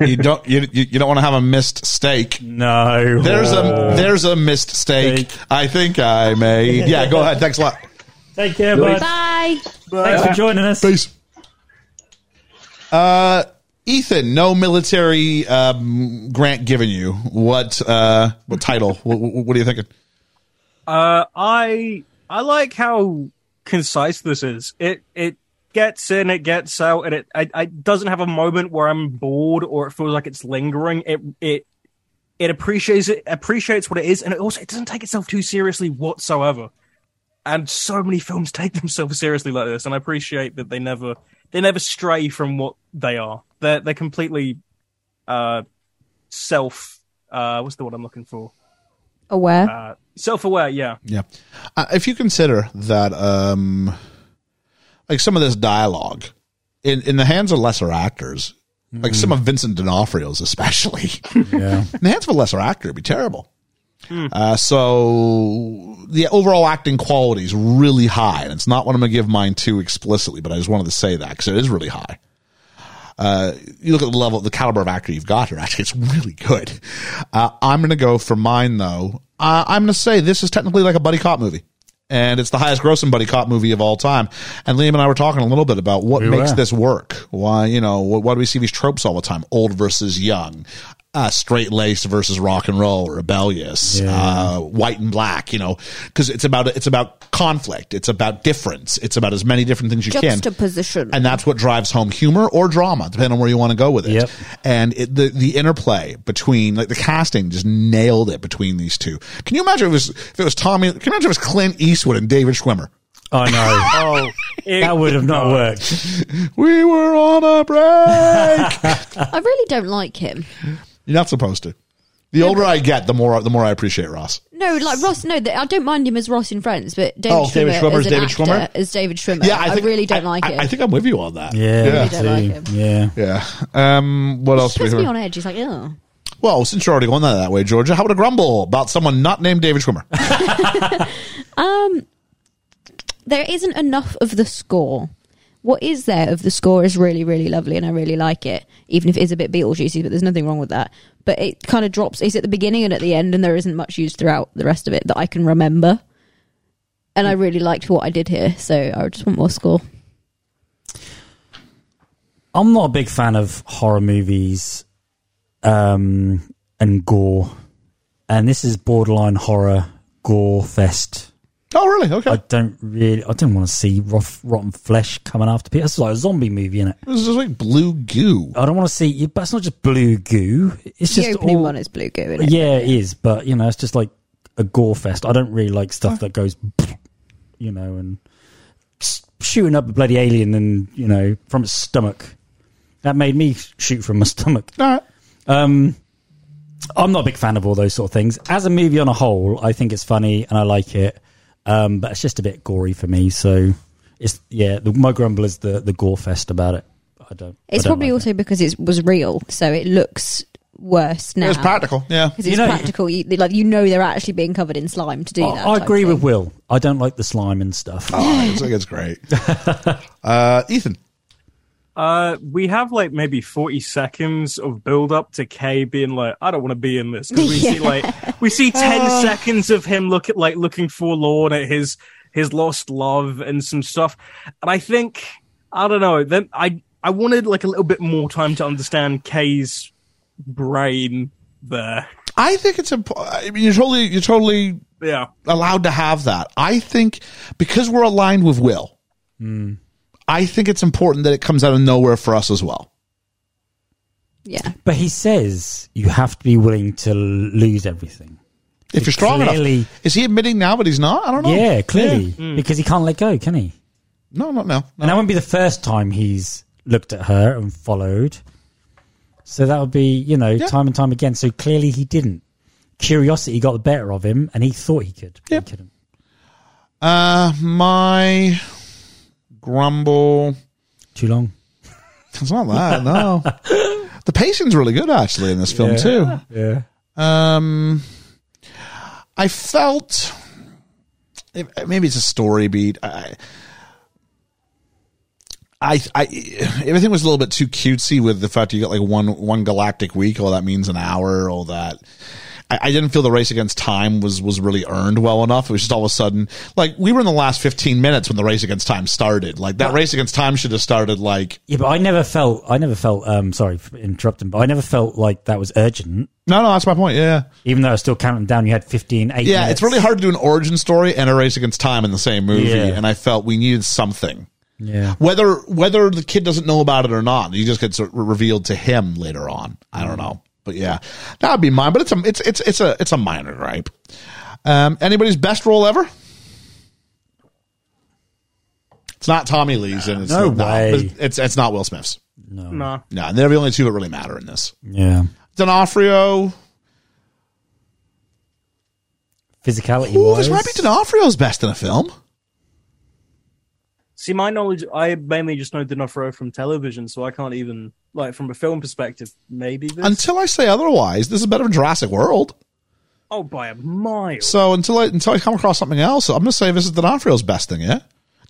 you, you don't you, you you don't want to have a missed steak.
no!
There's
Oh.
a there's a missed steak.
Steak.
I think I made. Yeah, go ahead. Thanks a lot.
Take care, bud.
Bye.
Thanks for joining us.
Peace. Uh, Ethan, no military um, grant given you. What uh, what title? what, what what are you thinking?
Uh, I I like how concise this is. It it gets in, it gets out, and it I, I doesn't have a moment where I'm bored or it feels like it's lingering. It it it appreciates it appreciates what it is, and it also it doesn't take itself too seriously whatsoever. And so many films take themselves seriously like this, and I appreciate that they never they never stray from what they are. They're they're completely uh self uh what's the word I'm looking for?
Aware.
Uh self aware, yeah.
Yeah. Uh, if you consider that, um, like some of this dialogue in, in the hands of lesser actors, like some of Vincent D'Onofrio's, especially
Yeah.
in the hands of a lesser actor, it'd be terrible. Uh, so the overall acting quality is really high, and it's not what I'm going to give mine to explicitly, but I just wanted to say that because it is really high. Uh, you look at the level, the caliber of actor you've got here. Actually, it's really good. Uh, I'm going to go for mine though. Uh, I'm going to say this is technically like a buddy cop movie, and it's the highest grossing buddy cop movie of all time. And Liam and I were talking a little bit about what
We
makes
were.
this work. Why you know wh- why do we see these tropes all the time? Old versus young, uh, straight laced versus rock and roll, rebellious, uh, white and black. You know, because it's about it's about conflict. It's about difference. It's about as many different things you can.
Juxtaposition.
And that's what drives home humor or drama, depending on where you want to go with it.
Yep.
And it, the the interplay between like the casting just nailed it between these two. Can you imagine if it was if it was Tommy? Can you imagine if it was Clint Eastwood and David Schwimmer?
I know.
Oh,
That would have not worked.
We were on a break.
I really don't like him.
You're not supposed to. The older I get, the more the more I appreciate Ross.
No, like Ross. No, th- I don't mind him as Ross in Friends, but David
Oh, David Schwimmer
Schwimmer as
is
an
David
actor
Schwimmer?
is David Schwimmer. I,
think-
really don't like
I,
him.
I think I'm with you on that.
Yeah,
yeah.
me
don't like
too.
him.
yeah.
Yeah. Um, what else?
he
do we
puts me
have?
on edge. He's like, oh,
Well, since you're already going that way, Georgia, how about a grumble about someone not named David Schwimmer?
there isn't enough of the score. What is there of the score is really, really lovely, and I really like it. Even if it is a bit Beetlejuicy, but there's nothing wrong with that. But it kind of drops. It's at the beginning and at the end, and there isn't much used throughout the rest of it that I can remember. And I really liked what I did here, so I just want more score.
I'm not a big fan of horror movies um, and gore, and this is borderline horror gore fest.
oh, really? Okay.
I don't really, I don't want to see rough, rotten flesh coming after people. It's like a zombie movie, innit?
This is like blue goo.
I don't want to see, but it's not just blue goo. It's
The
just
opening
all,
one is Blue Goo, isn't it?
yeah, it is, but you know, it's just like a gore fest. I don't really like stuff that goes, you know, and shooting up a bloody alien and you know from its stomach. That made me shoot from my stomach.
All right.
Um, I'm not a big fan of all those sort of things. As a movie on a whole, I think it's funny and I like it, um, but it's just a bit gory for me. So it's yeah, the, my grumble is the the gore fest about it. I don't. I
It's
don't
probably
like
also because it was real, so it looks worse now.
It was practical. Yeah.
'Cause
You
it's
know-
practical. You, like you know, they're actually being covered in slime to do
it.
that.
I, I
type
agree with
thing.
Will. I don't like the slime and stuff.
Oh, it's, like, it's great. Uh, Ethan.
Uh, we have like maybe forty seconds of build up to Kay being like, "I don't want to be in this." 'Cause we see like we see ten seconds of him look at like looking forlorn at his his lost love and some stuff, and I think I don't know. Then I I wanted like a little bit more time to understand Kay's brain there.
I think it's important. I mean, you're totally, you're totally
Yeah,
allowed to have that. I think because we're aligned with Will, I think it's important that it comes out of nowhere for us as well.
Yeah,
But he says you have to be willing to lose everything.
If you're strong
Clearly-
enough. Is he admitting now, but he's not? I don't know.
Yeah, clearly because he can't let go, can he?
No, not now.
And that won't be the first time he's looked at her and followed. So that would be, you know, time and time again. So clearly he didn't. Curiosity got the better of him and he thought he could. but He couldn't.
Uh, my grumble.
Too long.
It's not that. No, the pacing's really good actually in this film too.
Yeah.
Um, I felt if- maybe it's a story beat. I, I, I, everything was a little bit too cutesy with the fact you got like one one galactic week. All that means an hour. All that. I, I didn't feel the race against time was was really earned well enough. It was just all of a sudden like we were in the last fifteen minutes when the race against time started. Like that race against time should have started like
Yeah, but I never felt, I never felt, um, sorry for interrupting, but I never felt like that was urgent.
no no that's my point yeah.
Even though I was still counting down, you had 15, 8
Yeah,
minutes.
it's really hard to do an origin story and a race against time in the same movie,
Yeah.
and I felt we needed something.
Yeah.
Whether whether the kid doesn't know about it or not, he just gets sort of revealed to him later on. I don't know, but yeah, that would be mine. But it's a it's it's it's a it's a minor gripe. Um, anybody's best role ever? It's not Tommy Lee's, and it's
No
not,
way.
It's it's not Will Smith's.
Nah.
No, and they're the only two that really matter in this.
Yeah.
D'Onofrio.
Physicality
Ooh,
wise.
this might be D'Onofrio's best in a film.
See, my knowledge, I mainly just know D'Onofrio from television, so I can't even like from a film perspective. Maybe this.
Until I say otherwise, this is better than Jurassic World.
oh, by a mile.
So until I until I come across something else, I'm gonna say this is D'Onofrio's best thing. Yeah,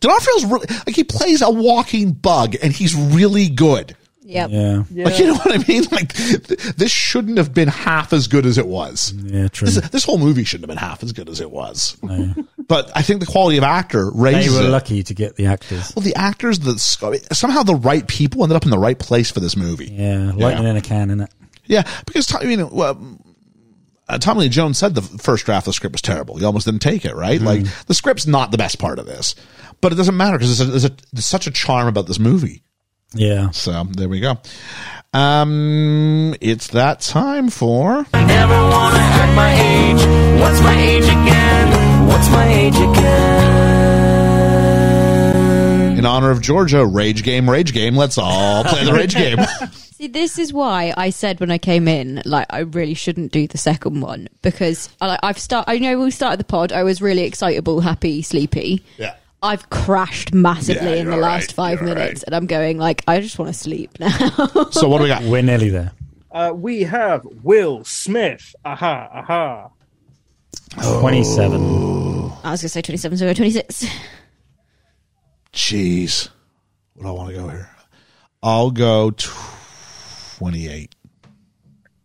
D'Onofrio's really like he plays a walking bug, and he's really good.
Yep.
Yeah.
Like you know what I mean? Like th- this shouldn't have been half as good as it was.
Yeah, true.
This, this whole movie shouldn't have been half as good as it was. But I think the quality of actor
They
raises
were
it.
lucky to get the actors.
Well, the actors, the somehow the right people ended up in the right place for this movie.
Yeah. Lightning in a can, innit?
Yeah, because Tom- I mean, well, uh, Tommy Lee Jones said the first draft of the script was terrible. He almost didn't take it, right? Like the script's not the best part of this, but it doesn't matter because there's, a, there's, a, there's such a charm about this movie.
Yeah.
So there we go. Um, it's that time for
Never wanna act my age. What's my age again? What's my age again?
in honor of Georgia, rage game, rage game. Let's all play the rage game.
See, this is why I said when I came in, like I really shouldn't do the second one because I, like, I've start. I know we started the pod. I was really excitable, happy, sleepy.
yeah.
I've crashed massively
Yeah,
in the
you're
last
right,
5
you're
minutes, and I'm going like I just want to sleep now.
So what do we got?
We're nearly there.
Uh, we have Will Smith. Aha, aha.
27.
I was gonna say 27, so we're 26.
Jeez, what do I want to go here? I'll go twenty-eight.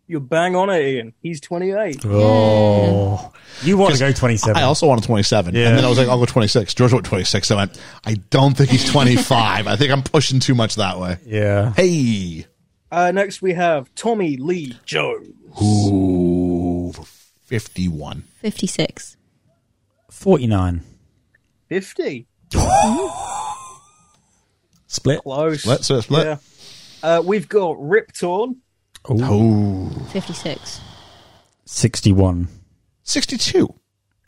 You're bang on it, Ian. He's 28.
Oh. You want to go 27.
I also wanted 27.
Yeah.
And then I was like, I'll go 26. George went 26. I went, I don't think he's 25. I think I'm pushing too much that way.
yeah.
Hey.
Uh, next, we have Tommy Lee Jones.
Ooh, 51.
56.
49.
50.
Split.
Close.
Split, split, split.
Yeah. Uh, we've got Rip Torn.
Ooh.
56.
61.
62.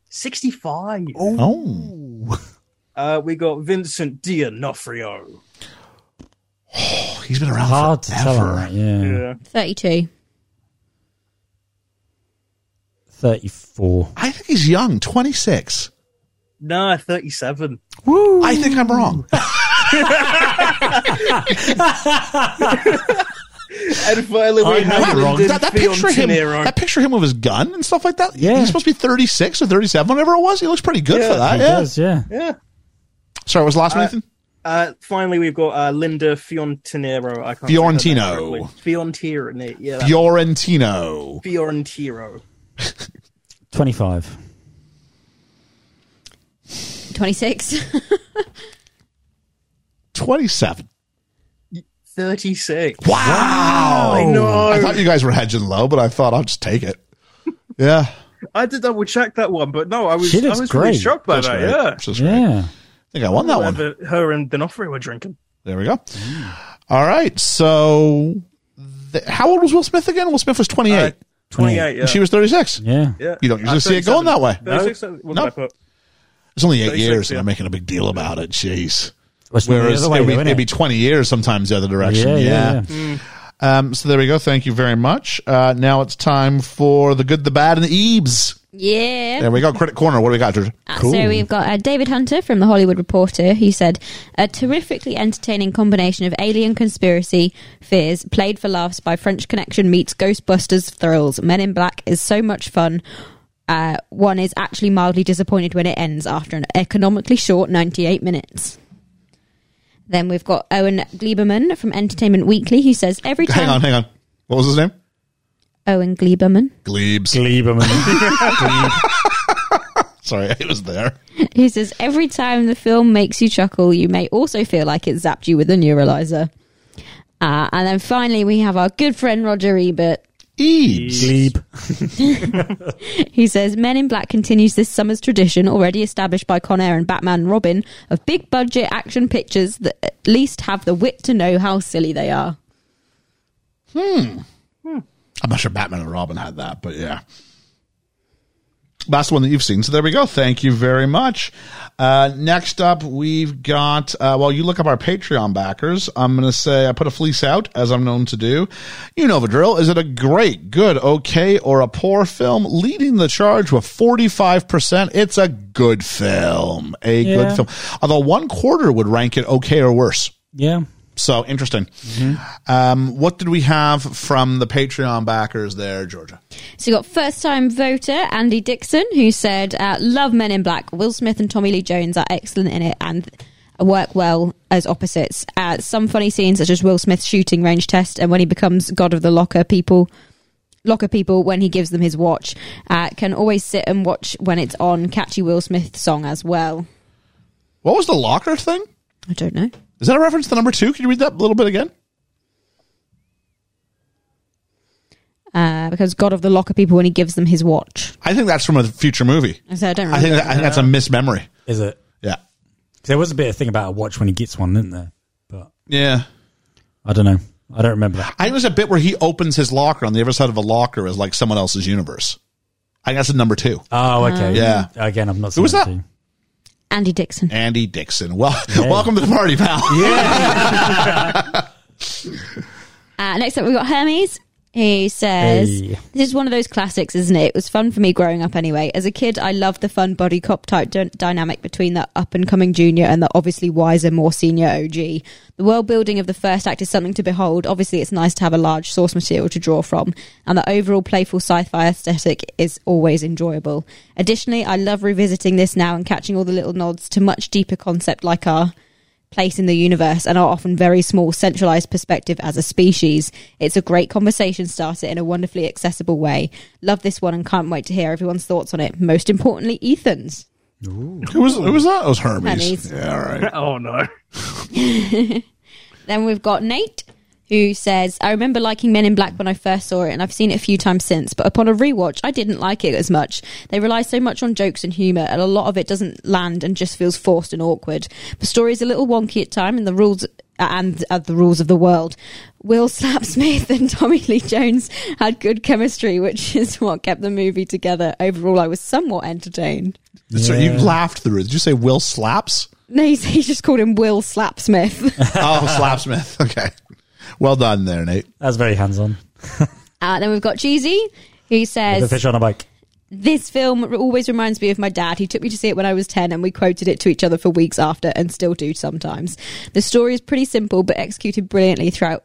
65.
Oh.
Uh, we got Vincent D'Onofrio.
He's been around
Hard to tell on
forever.
that, yeah.
Yeah.
32.
34.
I think he's young, 26.
Nah, 37.
I think I'm wrong.
And finally, we
I know
have
you're wrong.
Lyndon
that, that picture of him,
Fiorentino.
that picture of him with his gun and stuff like that.
Yeah.
He's supposed to be 36 or 37, whatever it was. He looks pretty good
Yeah,
for that.
He
yeah.
does, yeah.
Yeah.
Sorry, what was the last one,
Uh,
Ethan?
Uh, finally, we've got uh, Linda Fiontino. I can't
Fiorentino.
Fiorentino. Yeah. that-
Fiorentino.
Fiorentino.
25.
26.
27.
36.
Wow.
I know.
Oh.
I thought you guys were hedging low, but I thought I'll just take it. Yeah.
I did double check that one, but no, I was,
She
I
looks
was really
great.
shocked by
That's
that.
great.
uh, Yeah.
That's great. I
Yeah.
think I won that one.
Whatever her and D'Onofrio were drinking.
There we go. All right. So, th- how old was Will Smith again? Will Smith was 28.
Uh, 28, yeah.
And Mm. she was 36.
Yeah.
yeah.
You don't usually see it going
37.
that way.
36, what did I
Nope.
put?
It's only eight
36,
years, and
yeah.
I'm making a big deal about it. Jeez.
Well, it's the
Whereas
other way,
it'd, be,
though,
it'd be
innit?
20 years sometimes the other direction.
Yeah,
Yeah.
yeah,
Um, so there we go. Thank you very much. Uh, now it's time for the good, the bad, and the eebs.
Yeah.
There we go. Credit corner. What do we got, George?
Uh-huh.
Uh, So we've got uh, David Hunter from The Hollywood Reporter. He said, a terrifically entertaining combination of alien conspiracy fears played for laughs by French Connection meets Ghostbusters thrills. Men in Black is so much fun. Uh, one is actually mildly disappointed when it ends after an economically short 98 minutes. Then we've got Owen Gleiberman from Entertainment Weekly who says, every time.
Hang on, hang on. What was his name?
Owen Gleiberman.
Glebes.
Gleiberman.
Sorry, it was there.
He says, every time the film makes you chuckle, you may also feel like it zapped you with a neuralizer. Uh, and then finally, we have our good friend Roger Ebert.
Eebs.
Glebe.
He says, Men in Black continues this summer's tradition, already established by Con Air and Batman and Robin, of big budget action pictures that at least have the wit to know how silly they are.
I'm not sure Batman and Robin had that, but yeah. That's the one that you've seen. So there we go. Thank you very much. Uh, next up, we've got, uh, well, you look up our Patreon backers. I'm going to say I put a fleece out, as I'm known to do. You know the drill. Is it a great, good, okay, or a poor film? Leading the charge with 45%. It's a good film. A good
Yeah.
film. Although one quarter would rank it okay or worse.
yeah.
So interesting. Um, what did we have from the Patreon backers there, Georgia?
So you got first time voter Andy Dixon, who said, uh, Love Men in Black. Will Smith and Tommy Lee Jones are excellent in it and work well as opposites. Uh, some funny scenes, such as Will Smith's shooting range test and when he becomes God of the Locker people. Locker people when he gives them his watch uh, can always sit and watch when it's on. Catchy Will Smith song as well.
What was the locker thing?
I don't know.
Is that a reference to number two? Can you read that a little bit again?
Uh, because God of the Locker people when he gives them his watch.
I think that's from a future movie.
So I don't
I
remember.
think, that, I think that's a mismemory.
Is it?
Yeah.
There was a bit of thing about a watch when he gets one, didn't there? But
Yeah.
I don't know. I don't remember that.
I think there's a bit where he opens his locker on the other side of a locker is like someone else's universe. I think that's in number two.
Oh, okay.
Yeah.
Again, I've not seen
was
that.
that?
too.
Andy Dixon.
Andy Dixon. Well, welcome to the party, pal.
Uh, next up, we've got Hermes. He says,
Hey.
This is one of those classics, isn't it? It was fun for me growing up anyway. As a kid, I loved the fun body cop type d- dynamic between the up and coming junior and the obviously wiser, more senior OG. The world building of the first act is something to behold. Obviously, it's nice to have a large source material to draw from, and the overall playful sci fi aesthetic is always enjoyable. Additionally, I love revisiting this now and catching all the little nods to much deeper concept like our place in the universe and our often very small centralized perspective as a species. It's a great conversation starter in a wonderfully accessible way. Love this one and can't wait to hear everyone's thoughts on it. Most importantly, Ethan's.
Who was who was that? It was Hermes.
Hermes.
Yeah, all right.
Oh no.
Then we've got Nate. Who says, I remember liking Men in Black when I first saw it, and I've seen it a few times since, but upon a rewatch, I didn't like it as much. They rely so much on jokes and humour, and a lot of it doesn't land and just feels forced and awkward. The story is a little wonky at time, and the rules and uh, the rules of the world. Will Slap Smith and Tommy Lee Jones had good chemistry, which is what kept the movie together. Overall, I was somewhat entertained.
So you
Yeah.
laughed through it. Did you say Will Slaps?
No, he's, he just called him Will Slap Smith.
oh, Slapsmith. Okay. Well done there, Nate.
That's very hands on.
Uh, then we've got Cheesy, who says,
The fish on a bike.
This film r- always reminds me of my dad. He took me to see it when I was 10 and we quoted it to each other for weeks after and still do sometimes. The story is pretty simple but executed brilliantly throughout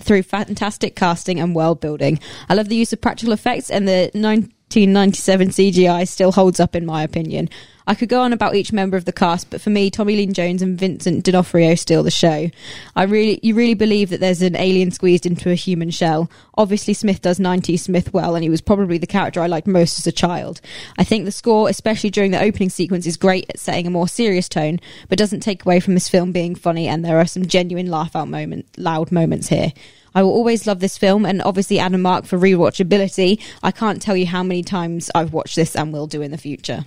through fantastic casting and world building. I love the use of practical effects and the 1997 CGI still holds up in my opinion. I could go on about each member of the cast, but for me, Tommy Lee Jones and Vincent D'Onofrio steal the show. I really, you really believe that there's an alien squeezed into a human shell. Obviously, Smith does 90s Smith well, and he was probably the character I liked most as a child. I think the score, especially during the opening sequence, is great at setting a more serious tone, but doesn't take away from this film being funny, and there are some genuine laugh out moment, loud moments here. I will always love this film, and obviously Adam Mark for rewatchability. I can't tell you how many times I've watched this and will do in the future.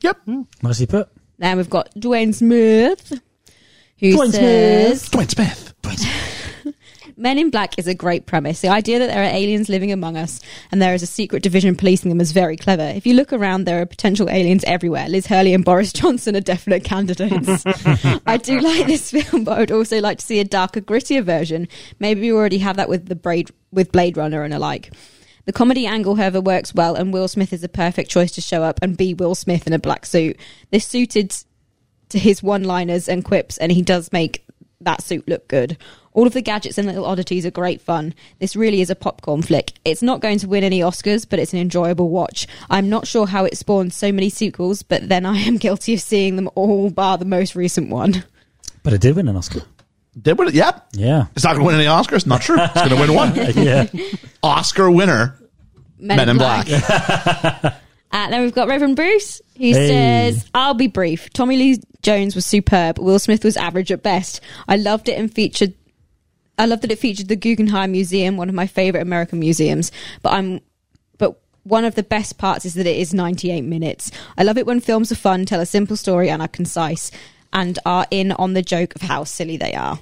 Yep.
Nicely put.
Then we've got Dwayne Smith, who
Dwayne
says,
Dwayne Smith. Dwayne Smith.
Men in Black is a great premise. The idea that there are aliens living among us and there is a secret division policing them is very clever. If you look around, there are potential aliens everywhere. Liz Hurley and Boris Johnson are definite candidates. I do like this film, but I would also like to see a darker, grittier version. Maybe we already have that with the Blade, with Blade Runner and alike. The comedy angle, however, works well, and Will Smith is a perfect choice to show up and be Will Smith in a black suit. This suited to his one liners and quips, and he does make that suit look good. All of the gadgets and little oddities are great fun. This really is a popcorn flick. It's not going to win any Oscars, but it's an enjoyable watch. I'm not sure how it spawned so many sequels, but then I am guilty of seeing them all bar the most recent one.
But it did win an Oscar.
Did win it? Yep.
Yeah.
It's not going to win any Oscars. Not true. It's going to win one
Yeah.
Oscar winner. Men, in Black.
Uh, then we've got Reverend Bruce, who
Hey.
says, I'll be brief. Tommy Lee Jones was superb. Will Smith was average at best. I loved it and featured. I love that it featured the Guggenheim Museum, one of my favorite American museums. But I'm, but one of the best parts is that it is 98 minutes. I love it when films are fun, tell a simple story, and are concise, and are in on the joke of how silly they are.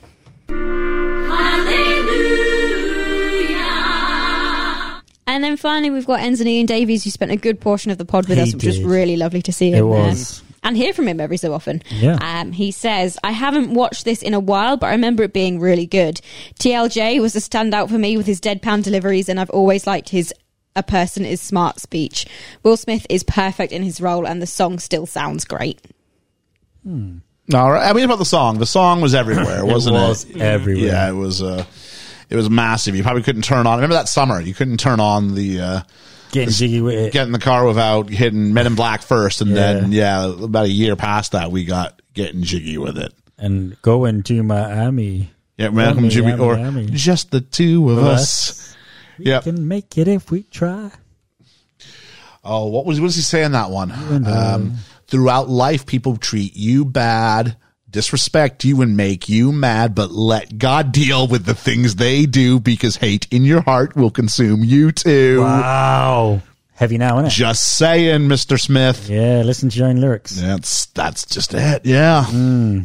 And then finally, we've got Enzo and Davies, who spent a good portion of the pod with
He
us, which was
did.
really lovely to see him.
It
there
was.
and hear from him every so often.
Yeah.
Um, he says, I haven't watched this in a while, but I remember it being really good. TLJ was a standout for me with his deadpan deliveries, and I've always liked his A Person is Smart speech. Will Smith is perfect in his role, and the song still sounds great.
All right. I mean, about the song. The song was everywhere, wasn't it? Mm.
was everywhere.
Yeah, it was. Uh, it was massive. You probably couldn't turn on. Remember that summer? You couldn't turn on the uh,
Getting jiggy with it.
get in the car without hitting Men in Black first, and then yeah, about a year past that, we got getting jiggy with it.
and going to Miami.
Yeah, Malcolm
Yummy,
Jimmy,
yummy,
or
yummy.
just the two of
Of
us. Yep.
Can make it if we try.
Oh, what was what does he say in that one? Um, throughout life, people treat you bad, disrespect you, and make you mad. But let God deal with the things they do, because hate in your heart will consume you too.
Wow. Heavy now, isn't it?
Just saying, Mister Smith.
Yeah, listen to your own lyrics.
That's that's just it. Yeah. Hmm.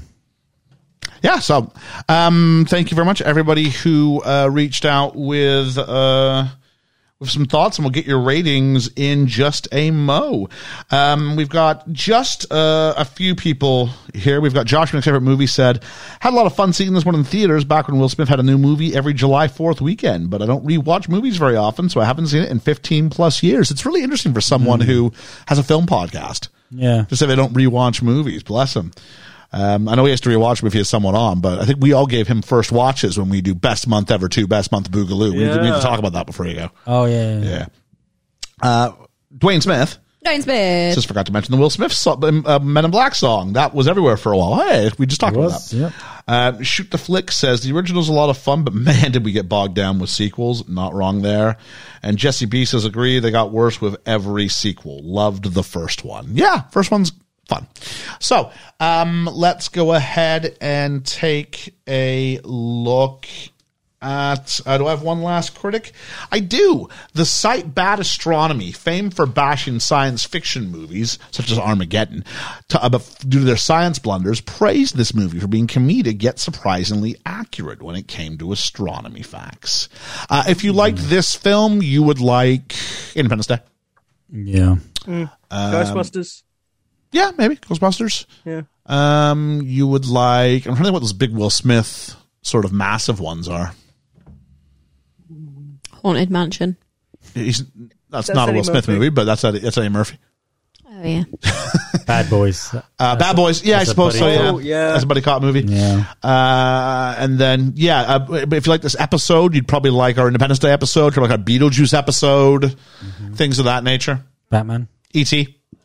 Yeah. So, um, thank you very much, everybody who uh, reached out with uh, with some thoughts, and we'll get your ratings in just a mo. Um, we've got just uh, a few people here. We've got Josh, my favorite movie, said had a lot of fun seeing this one in theaters back when Will Smith had a new movie every July Fourth weekend. But I don't rewatch movies very often, so I haven't seen it in fifteen plus years. It's really interesting for someone who has a film podcast.
Yeah.
Just say they don't rewatch movies. Bless him. Um, I know he has to rewatch them if he has someone on, but I think we all gave him first watches when we do best month ever two, best month boogaloo. We, need to, we need to
Yeah.
talk about that before you go.
Oh, yeah. yeah.
Yeah. Uh, Dwayne Smith
Don't spit.
just forgot to mention the Will Smith so- uh, Men in Black song that was everywhere for a while. Hey, we just talked
It
about
was,
that.
yep.
Uh, Shoot the flick says the original's a lot of fun, but man, did we get bogged down with sequels. Not wrong there. And Jesse B says agree. They got worse with every sequel. Loved the first one. Yeah, first one's fun. So um, let's go ahead and take a look at uh, do I have one last critic? I do. The site Bad Astronomy, famed for bashing science fiction movies such as Armageddon, to, uh, but f- due to their science blunders, praised this movie for being comedic yet surprisingly accurate when it came to astronomy facts. Uh, if you liked this film, you would like Independence Day.
Ghostbusters.
Yeah, maybe Ghostbusters.
Yeah.
Um, you would like. I'm trying to think what those big Will Smith sort of massive ones are.
Haunted Mansion.
He's, that's,
That's
not a
Eddie
Will Smith
Murphy.
movie, but that's Eddie, that's Eddie Murphy.
Oh, yeah.
Bad Boys.
Uh, Bad Boys, yeah, I
that's a
suppose so.
buddy
Yeah.
cop. Oh, yeah.
that's a buddy cop movie.
Yeah.
Uh, and then yeah, uh, but if you like this episode, you'd probably like our Independence Day episode, or like our Beetlejuice episode,
Mm-hmm.
things of that nature.
Batman.
ET.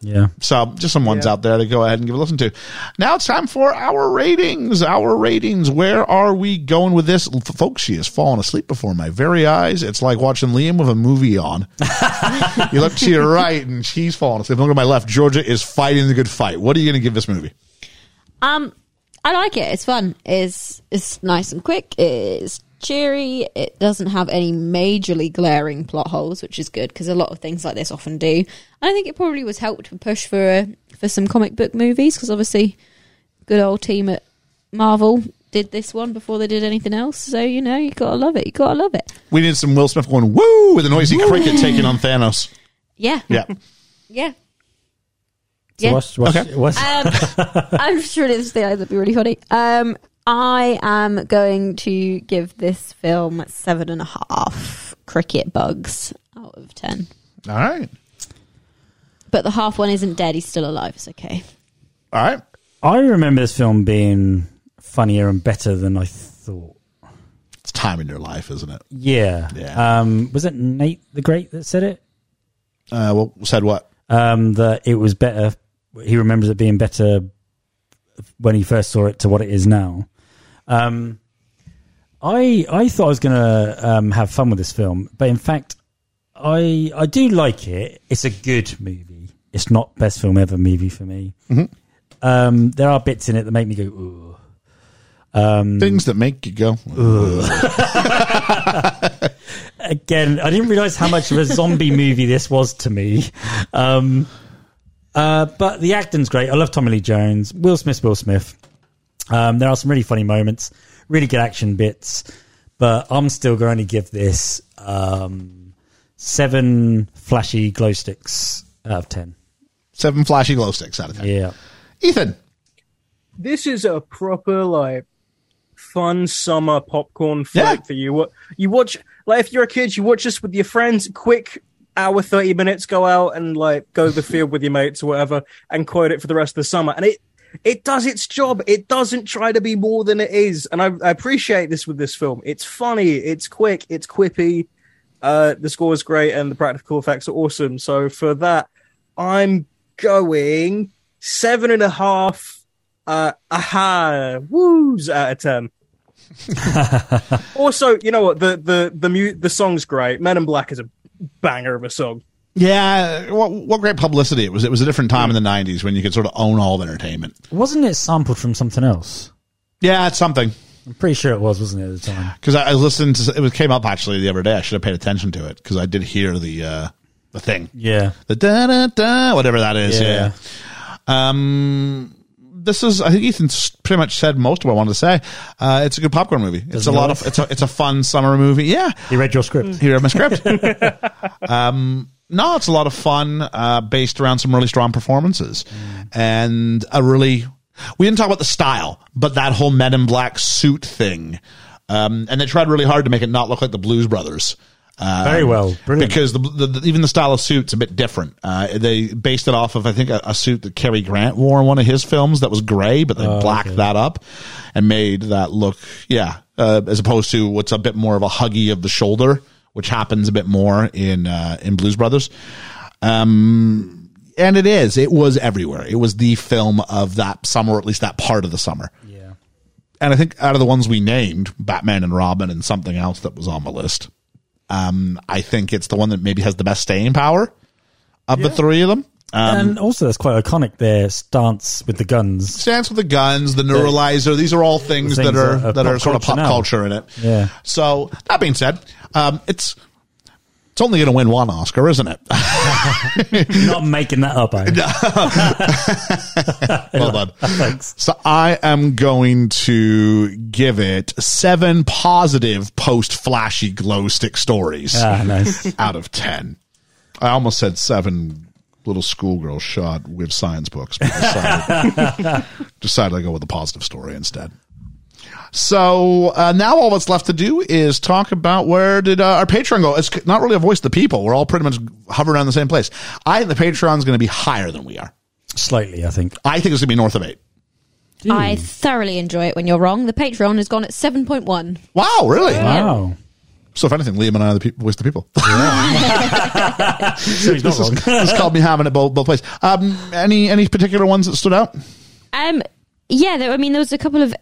Yeah.
So just some ones
Yeah.
out there to go ahead and give a listen to. Now it's time for our ratings. Our ratings. Where are we going with this, F- folks? She has fallen asleep before my very eyes. It's like watching Liam with a movie on. you look to your right, and she's falling asleep. Look at my left. Georgia is fighting the good fight. What are you going to give this movie?
Um, I like it. It's fun. It's it's nice and quick. It's cheery. It doesn't have any majorly glaring plot holes, which is good because a lot of things like this often do. And I think it probably was helped to push for uh, for some comic book movies because obviously, good old team at Marvel did this one before they did anything else. So you know, you gotta love it. You gotta love it.
We need some Will Smith going woo with a noisy cricket taking on Thanos.
Yeah,
Yeah.
yeah.
So what's, what's,
Okay.
what's,
Um, I'm sure it's the that'd be really funny. Um, I am going to give this film seven and a half cricket bugs out of ten.
All right.
But the half one isn't dead; he's still alive. It's okay.
All right.
I remember this film being funnier and better than I thought.
It's time in your life, isn't it?
Yeah.
Yeah.
Um, was it Nate the Great that said it?
Uh, well, said what?
Um, that it was better. He remembers it being better when he first saw it to what it is now. Um, I I thought I was gonna um, have fun with this film, but in fact, I I do like it. It's a good movie. It's not best film ever movie for me. Um, there are bits in it that make me go, Ooh.
Things that make you go.
again, I didn't realize how much of a zombie movie this was to me. Um, uh, but the acting's great. I love Tommy Lee Jones, Will Smith, Will Smith. Um, there are some really funny moments, really good action bits, but I'm still going to give this um, seven flashy glow sticks out of ten.
Seven flashy glow sticks out of ten.
Yeah,
Ethan.
this is a proper like fun summer popcorn flick
Yeah.
for you. What you watch like if you're a kid, you watch this with your friends. Quick hour, thirty minutes, go out and like go to the field with your mates or whatever, and quote it for the rest of the summer. And it it does its job. It doesn't try to be more than it is. And I, I appreciate this with this film. It's funny. It's quick. It's quippy. Uh, the score is great, and the practical effects are awesome. So for that, I'm going seven and a half uh, aha, woos out of ten. also, you know what the the the mu- the song's great. Men in Black is a banger of a song.
Yeah. What, what great publicity it was. It was a different time in the '90s when you could sort of own all of entertainment.
wasn't it sampled from something else?
Yeah, it's something.
I'm pretty sure it was, wasn't it at the time?
because I, I listened to it was came up actually the other day. I should have paid attention to it because I did hear the uh, the thing,
Yeah,
the da da da, whatever that is.
Yeah.
Yeah. Um, this is I think Ethan s- pretty much said most of what I wanted to say. Uh, it's a good popcorn movie. it's a
he
lot
like
of it's a it's a fun summer movie. Yeah,
he read your script.
here are my script. um, no, it's a lot of fun, uh, based around some really strong performances and a really. We didn't talk about the style, but that whole Men in Black suit thing, um, and they tried really hard to make it not look like the Blues Brothers. Um,
Very well. Brilliant.
because the, the, the- even the style of suits a bit different. Uh, they based it off of I think a, a suit that Cary Grant wore in one of his films that was gray, but they blacked that up and made that look yeah, uh, as opposed to what's a bit more of a huggy of the shoulder, which happens a bit more in uh, in Blues Brothers. Um, and it is. It was everywhere. It was the film of that summer, or at least that part of the summer
Yeah.
and I think out of the ones we named, Batman and Robin and something else that was on my list, um, I think it's the one that maybe has the best staying power of the three of them. Um,
and also, that's quite iconic. Their stance with the guns.
stands for the guns, the neuralizer. These are all things,
Things
that are
that are
that are
pop
sort of pop
culture now.
culture in it.
Yeah.
So that being said, um, it's it's only going to win one Oscar, isn't it?
Not making that up. I
well done. So I am going to give it seven positive post flashy glow stick stories.
Ah, nice.
out of 10. I almost said seven little schoolgirls shot with science books, but decided, decided to go with a positive story instead. So uh, now all that's left to do is talk about where did uh, our Patreon go? It's not really a voice of the people. We're all pretty much hovering around the same place. I think the Patreon's going to be higher than we are.
Slightly, I think.
I think it's going to be north of eight. Hmm.
I thoroughly enjoy it when you're wrong. The Patreon has gone at seven point one.
Wow, really?
Wow.
So if anything, Liam and I are the people, voice of the people.
So he's not
this, is,
wrong.
this is called me having it both, both ways. Um, any any particular ones that stood out?
Um, yeah, there, I mean, there was a couple of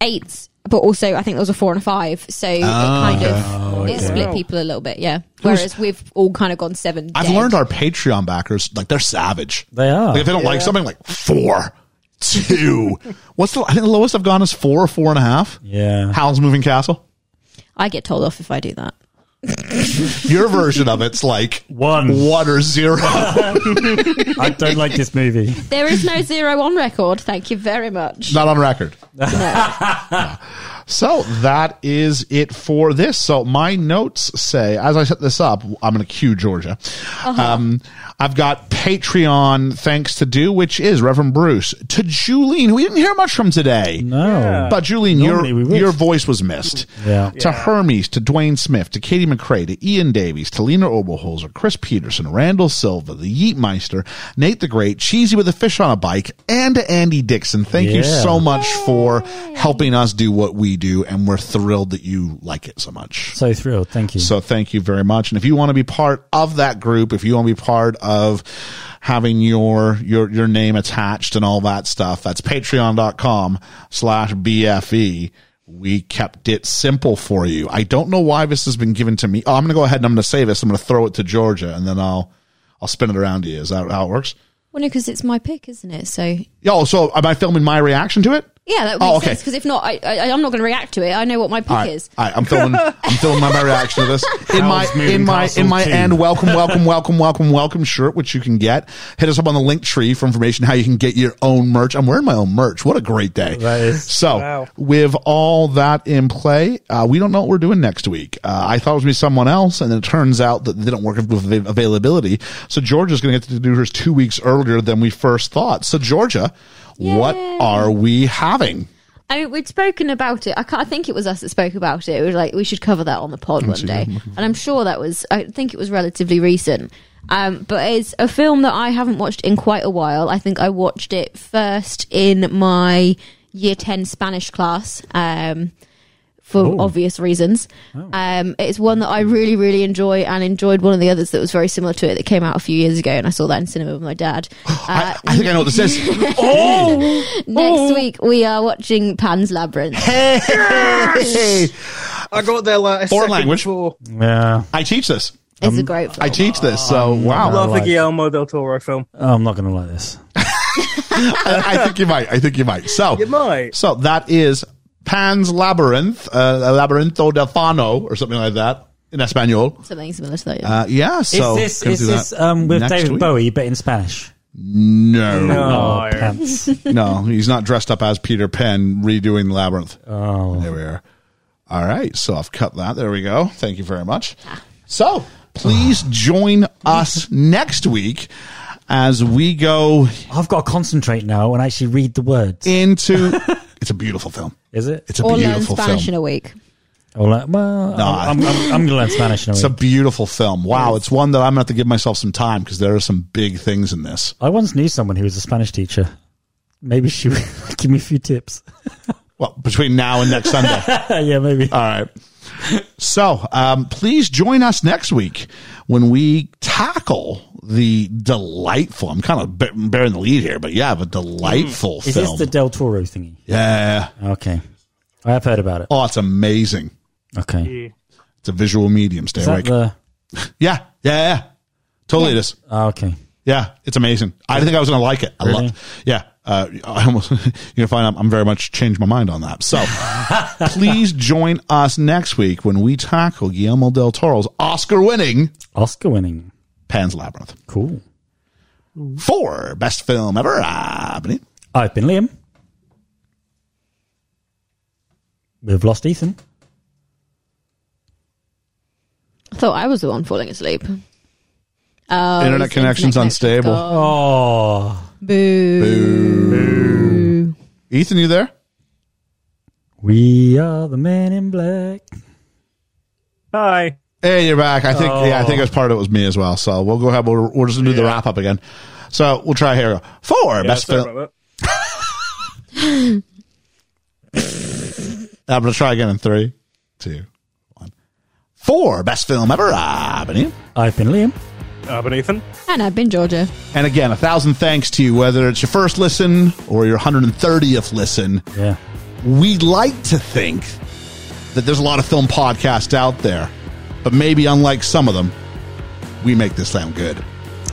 eights, but also I think there was a four and a five. So it
Ah,
kind of it split people a little bit. Yeah, whereas we've all kind of gone seven.
I've
dead.
learned our Patreon backers like they're savage.
They are.
Like if they don't like something, like four, two. What's the I think the lowest I've gone is four or four and a half.
Yeah.
Howl's Moving Castle.
I get told off if I do that.
Your version of it's like
One.
one or zero.
I don't like this movie.
There is no zero on record. Thank you very much.
Not on record.
No.
So that is it for this. So my notes say, as I set this up, I'm going to cue Georgia. Um, I've got Patreon thanks to do, which is Reverend Bruce to Julene, who we didn't hear much from today.
No.
But Julene, your
Normally we would.
your voice was missed.
Yeah.
To Hermes, to Dwayne Smith, to Katie McCrae, to Ian Davies, to Lena Oberholzer, Chris Peterson, Randall Silva, the Yeetmeister, Nate the Great, Cheesy with a fish on a bike, and to Andy Dixon. Thank you
Yeah.
so much for helping us do what we do, and we're thrilled that you like it so much.
So thrilled. Thank you.
So thank you very much. And if you want to be part of that group, if you want to be part of having your your your name attached and all that stuff, that's patreon.com slash BFE. We kept it simple for you. I don't know why this has been given to me. Oh, I'm gonna go ahead and I'm gonna say this. I'm gonna throw it to Georgia and then I'll I'll spin it around to you. Is that how it works?
Well, no, because it's my pick, isn't it? So yeah,
Yo, so am I filming my reaction to it?
that would make
Oh, okay.
sense. Because if not, I, I, I'm not going to react to it. I know what my pick
All right,
is.
all right, I'm throwing, I'm throwing my, my reaction to this in my
Howl's Moving
in my
Castle
in my
2.
and welcome welcome welcome welcome welcome shirt, which you can get. Hit us up on the link tree for information how you can get your own merch. I'm wearing my own merch. What a great day!
That is-
so
wow.
with all that in play, uh, we don't know what we're doing next week. Uh, I thought it was going to be someone else, and it turns out that they don't work with av- availability. So Georgia's going to get to do hers two weeks earlier than we first thought. So Georgia, what
Yay.
are we having?
I mean, we'd spoken about it. I, can't, I think it was us that spoke about it. It was like we should cover that on the pod one day, and I'm sure that was. I think it was relatively recent. Um, but it's a film that I haven't watched in quite a while. I think I watched it first in my year ten Spanish class. Um, for obvious reasons.
Oh.
Um, it's one that I really, really enjoy and enjoyed one of the others that was very similar to it that came out a few years ago and I saw that in cinema with my dad. Uh,
I, I think I know Oh. what this is.
next week we are watching Pan's Labyrinth.
Hey!
I got there like a
Foreign
second
language.
before.
yeah.
I teach this.
It's a great film.
Um, I teach this. So wow,
Oh, Love the
Alright.
Guillermo del Toro film.
Oh, I'm not going to like this.
I, I think you might. I think you might. So
You might.
So that is Pan's Labyrinth, uh, Laberinto del Fano, or something like that in Espanol.
Something similar to that. yeah.
Uh, yeah. So
is this,
can
is
do that
this um, with
next
David
week.
Bowie, but in Spanish?
No, no,
Oh, pants.
he's not dressed up as Peter Pan redoing the labyrinth.
Oh.
There we are. All right. So I've cut that. There we go. Thank you very much. So please join us next week as we go
I've got to concentrate now and actually read the words.
into. it's a beautiful film.
Is it?
It's a
or learn
beautiful
Spanish in
film.
a week.
Or like, well, I'm, I'm, I'm, going to learn Spanish in a
It's a
week.
beautiful film. Wow, it's one that I'm going to have to give myself some time because there are some big things in this.
I once knew someone who was a Spanish teacher. Maybe she would give me a few tips.
Well, between now and next Sunday.
yeah, maybe.
All right. So um, please join us next week when we tackle the delightful. I'm kind of b- bearing the lead here, but yeah, the delightful
Mm. Is
film.
this the Del Toro thingy?
yeah.
Okay. I have heard about it.
Oh, it's amazing.
Okay.
It's a visual medium. Stay
Is
awake.
that the.
yeah. Yeah. Yeah. Totally it is.
Oh, okay.
Yeah, it's amazing. I didn't think I was going to like it. I
Really?
love. Yeah, uh, I almost you're gonna find out I'm very much changed my mind on that. So please join us next week when we tackle Guillermo del Toro's Oscar-winning
Oscar winning.
Pan's Labyrinth
Cool.
for best film ever. Ah, but it-
I've been Liam. We've lost Ethan.
I thought I was the one falling asleep. Oh,
Internet
his
connection's
connection's
unstable.
gone.
Oh.
Boo.
Ethan, you there?
We are the men in black.
Hi.
Hey, you're back. I think yeah, I think as part of it was me as well. So we'll go ahead. We'll, we're just gonna do the wrap up again. So we'll try here. For best
sorry
film,
about
I'm gonna try again in three, two, one. For best film ever. Ah, but it-
I've been Liam.
that. Uh, but Ethan.
And I've been Georgia.
And again, a thousand thanks to you, whether it's your first listen or your 130th listen.
Yeah.
We like to think that there's a lot of film podcasts out there, but maybe unlike some of them, we make this sound good.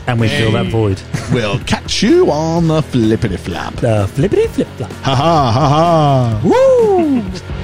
And we fill that void.
We'll catch you on the flippity flap.
The flippity flip flop.
Ha ha ha ha.
Woo!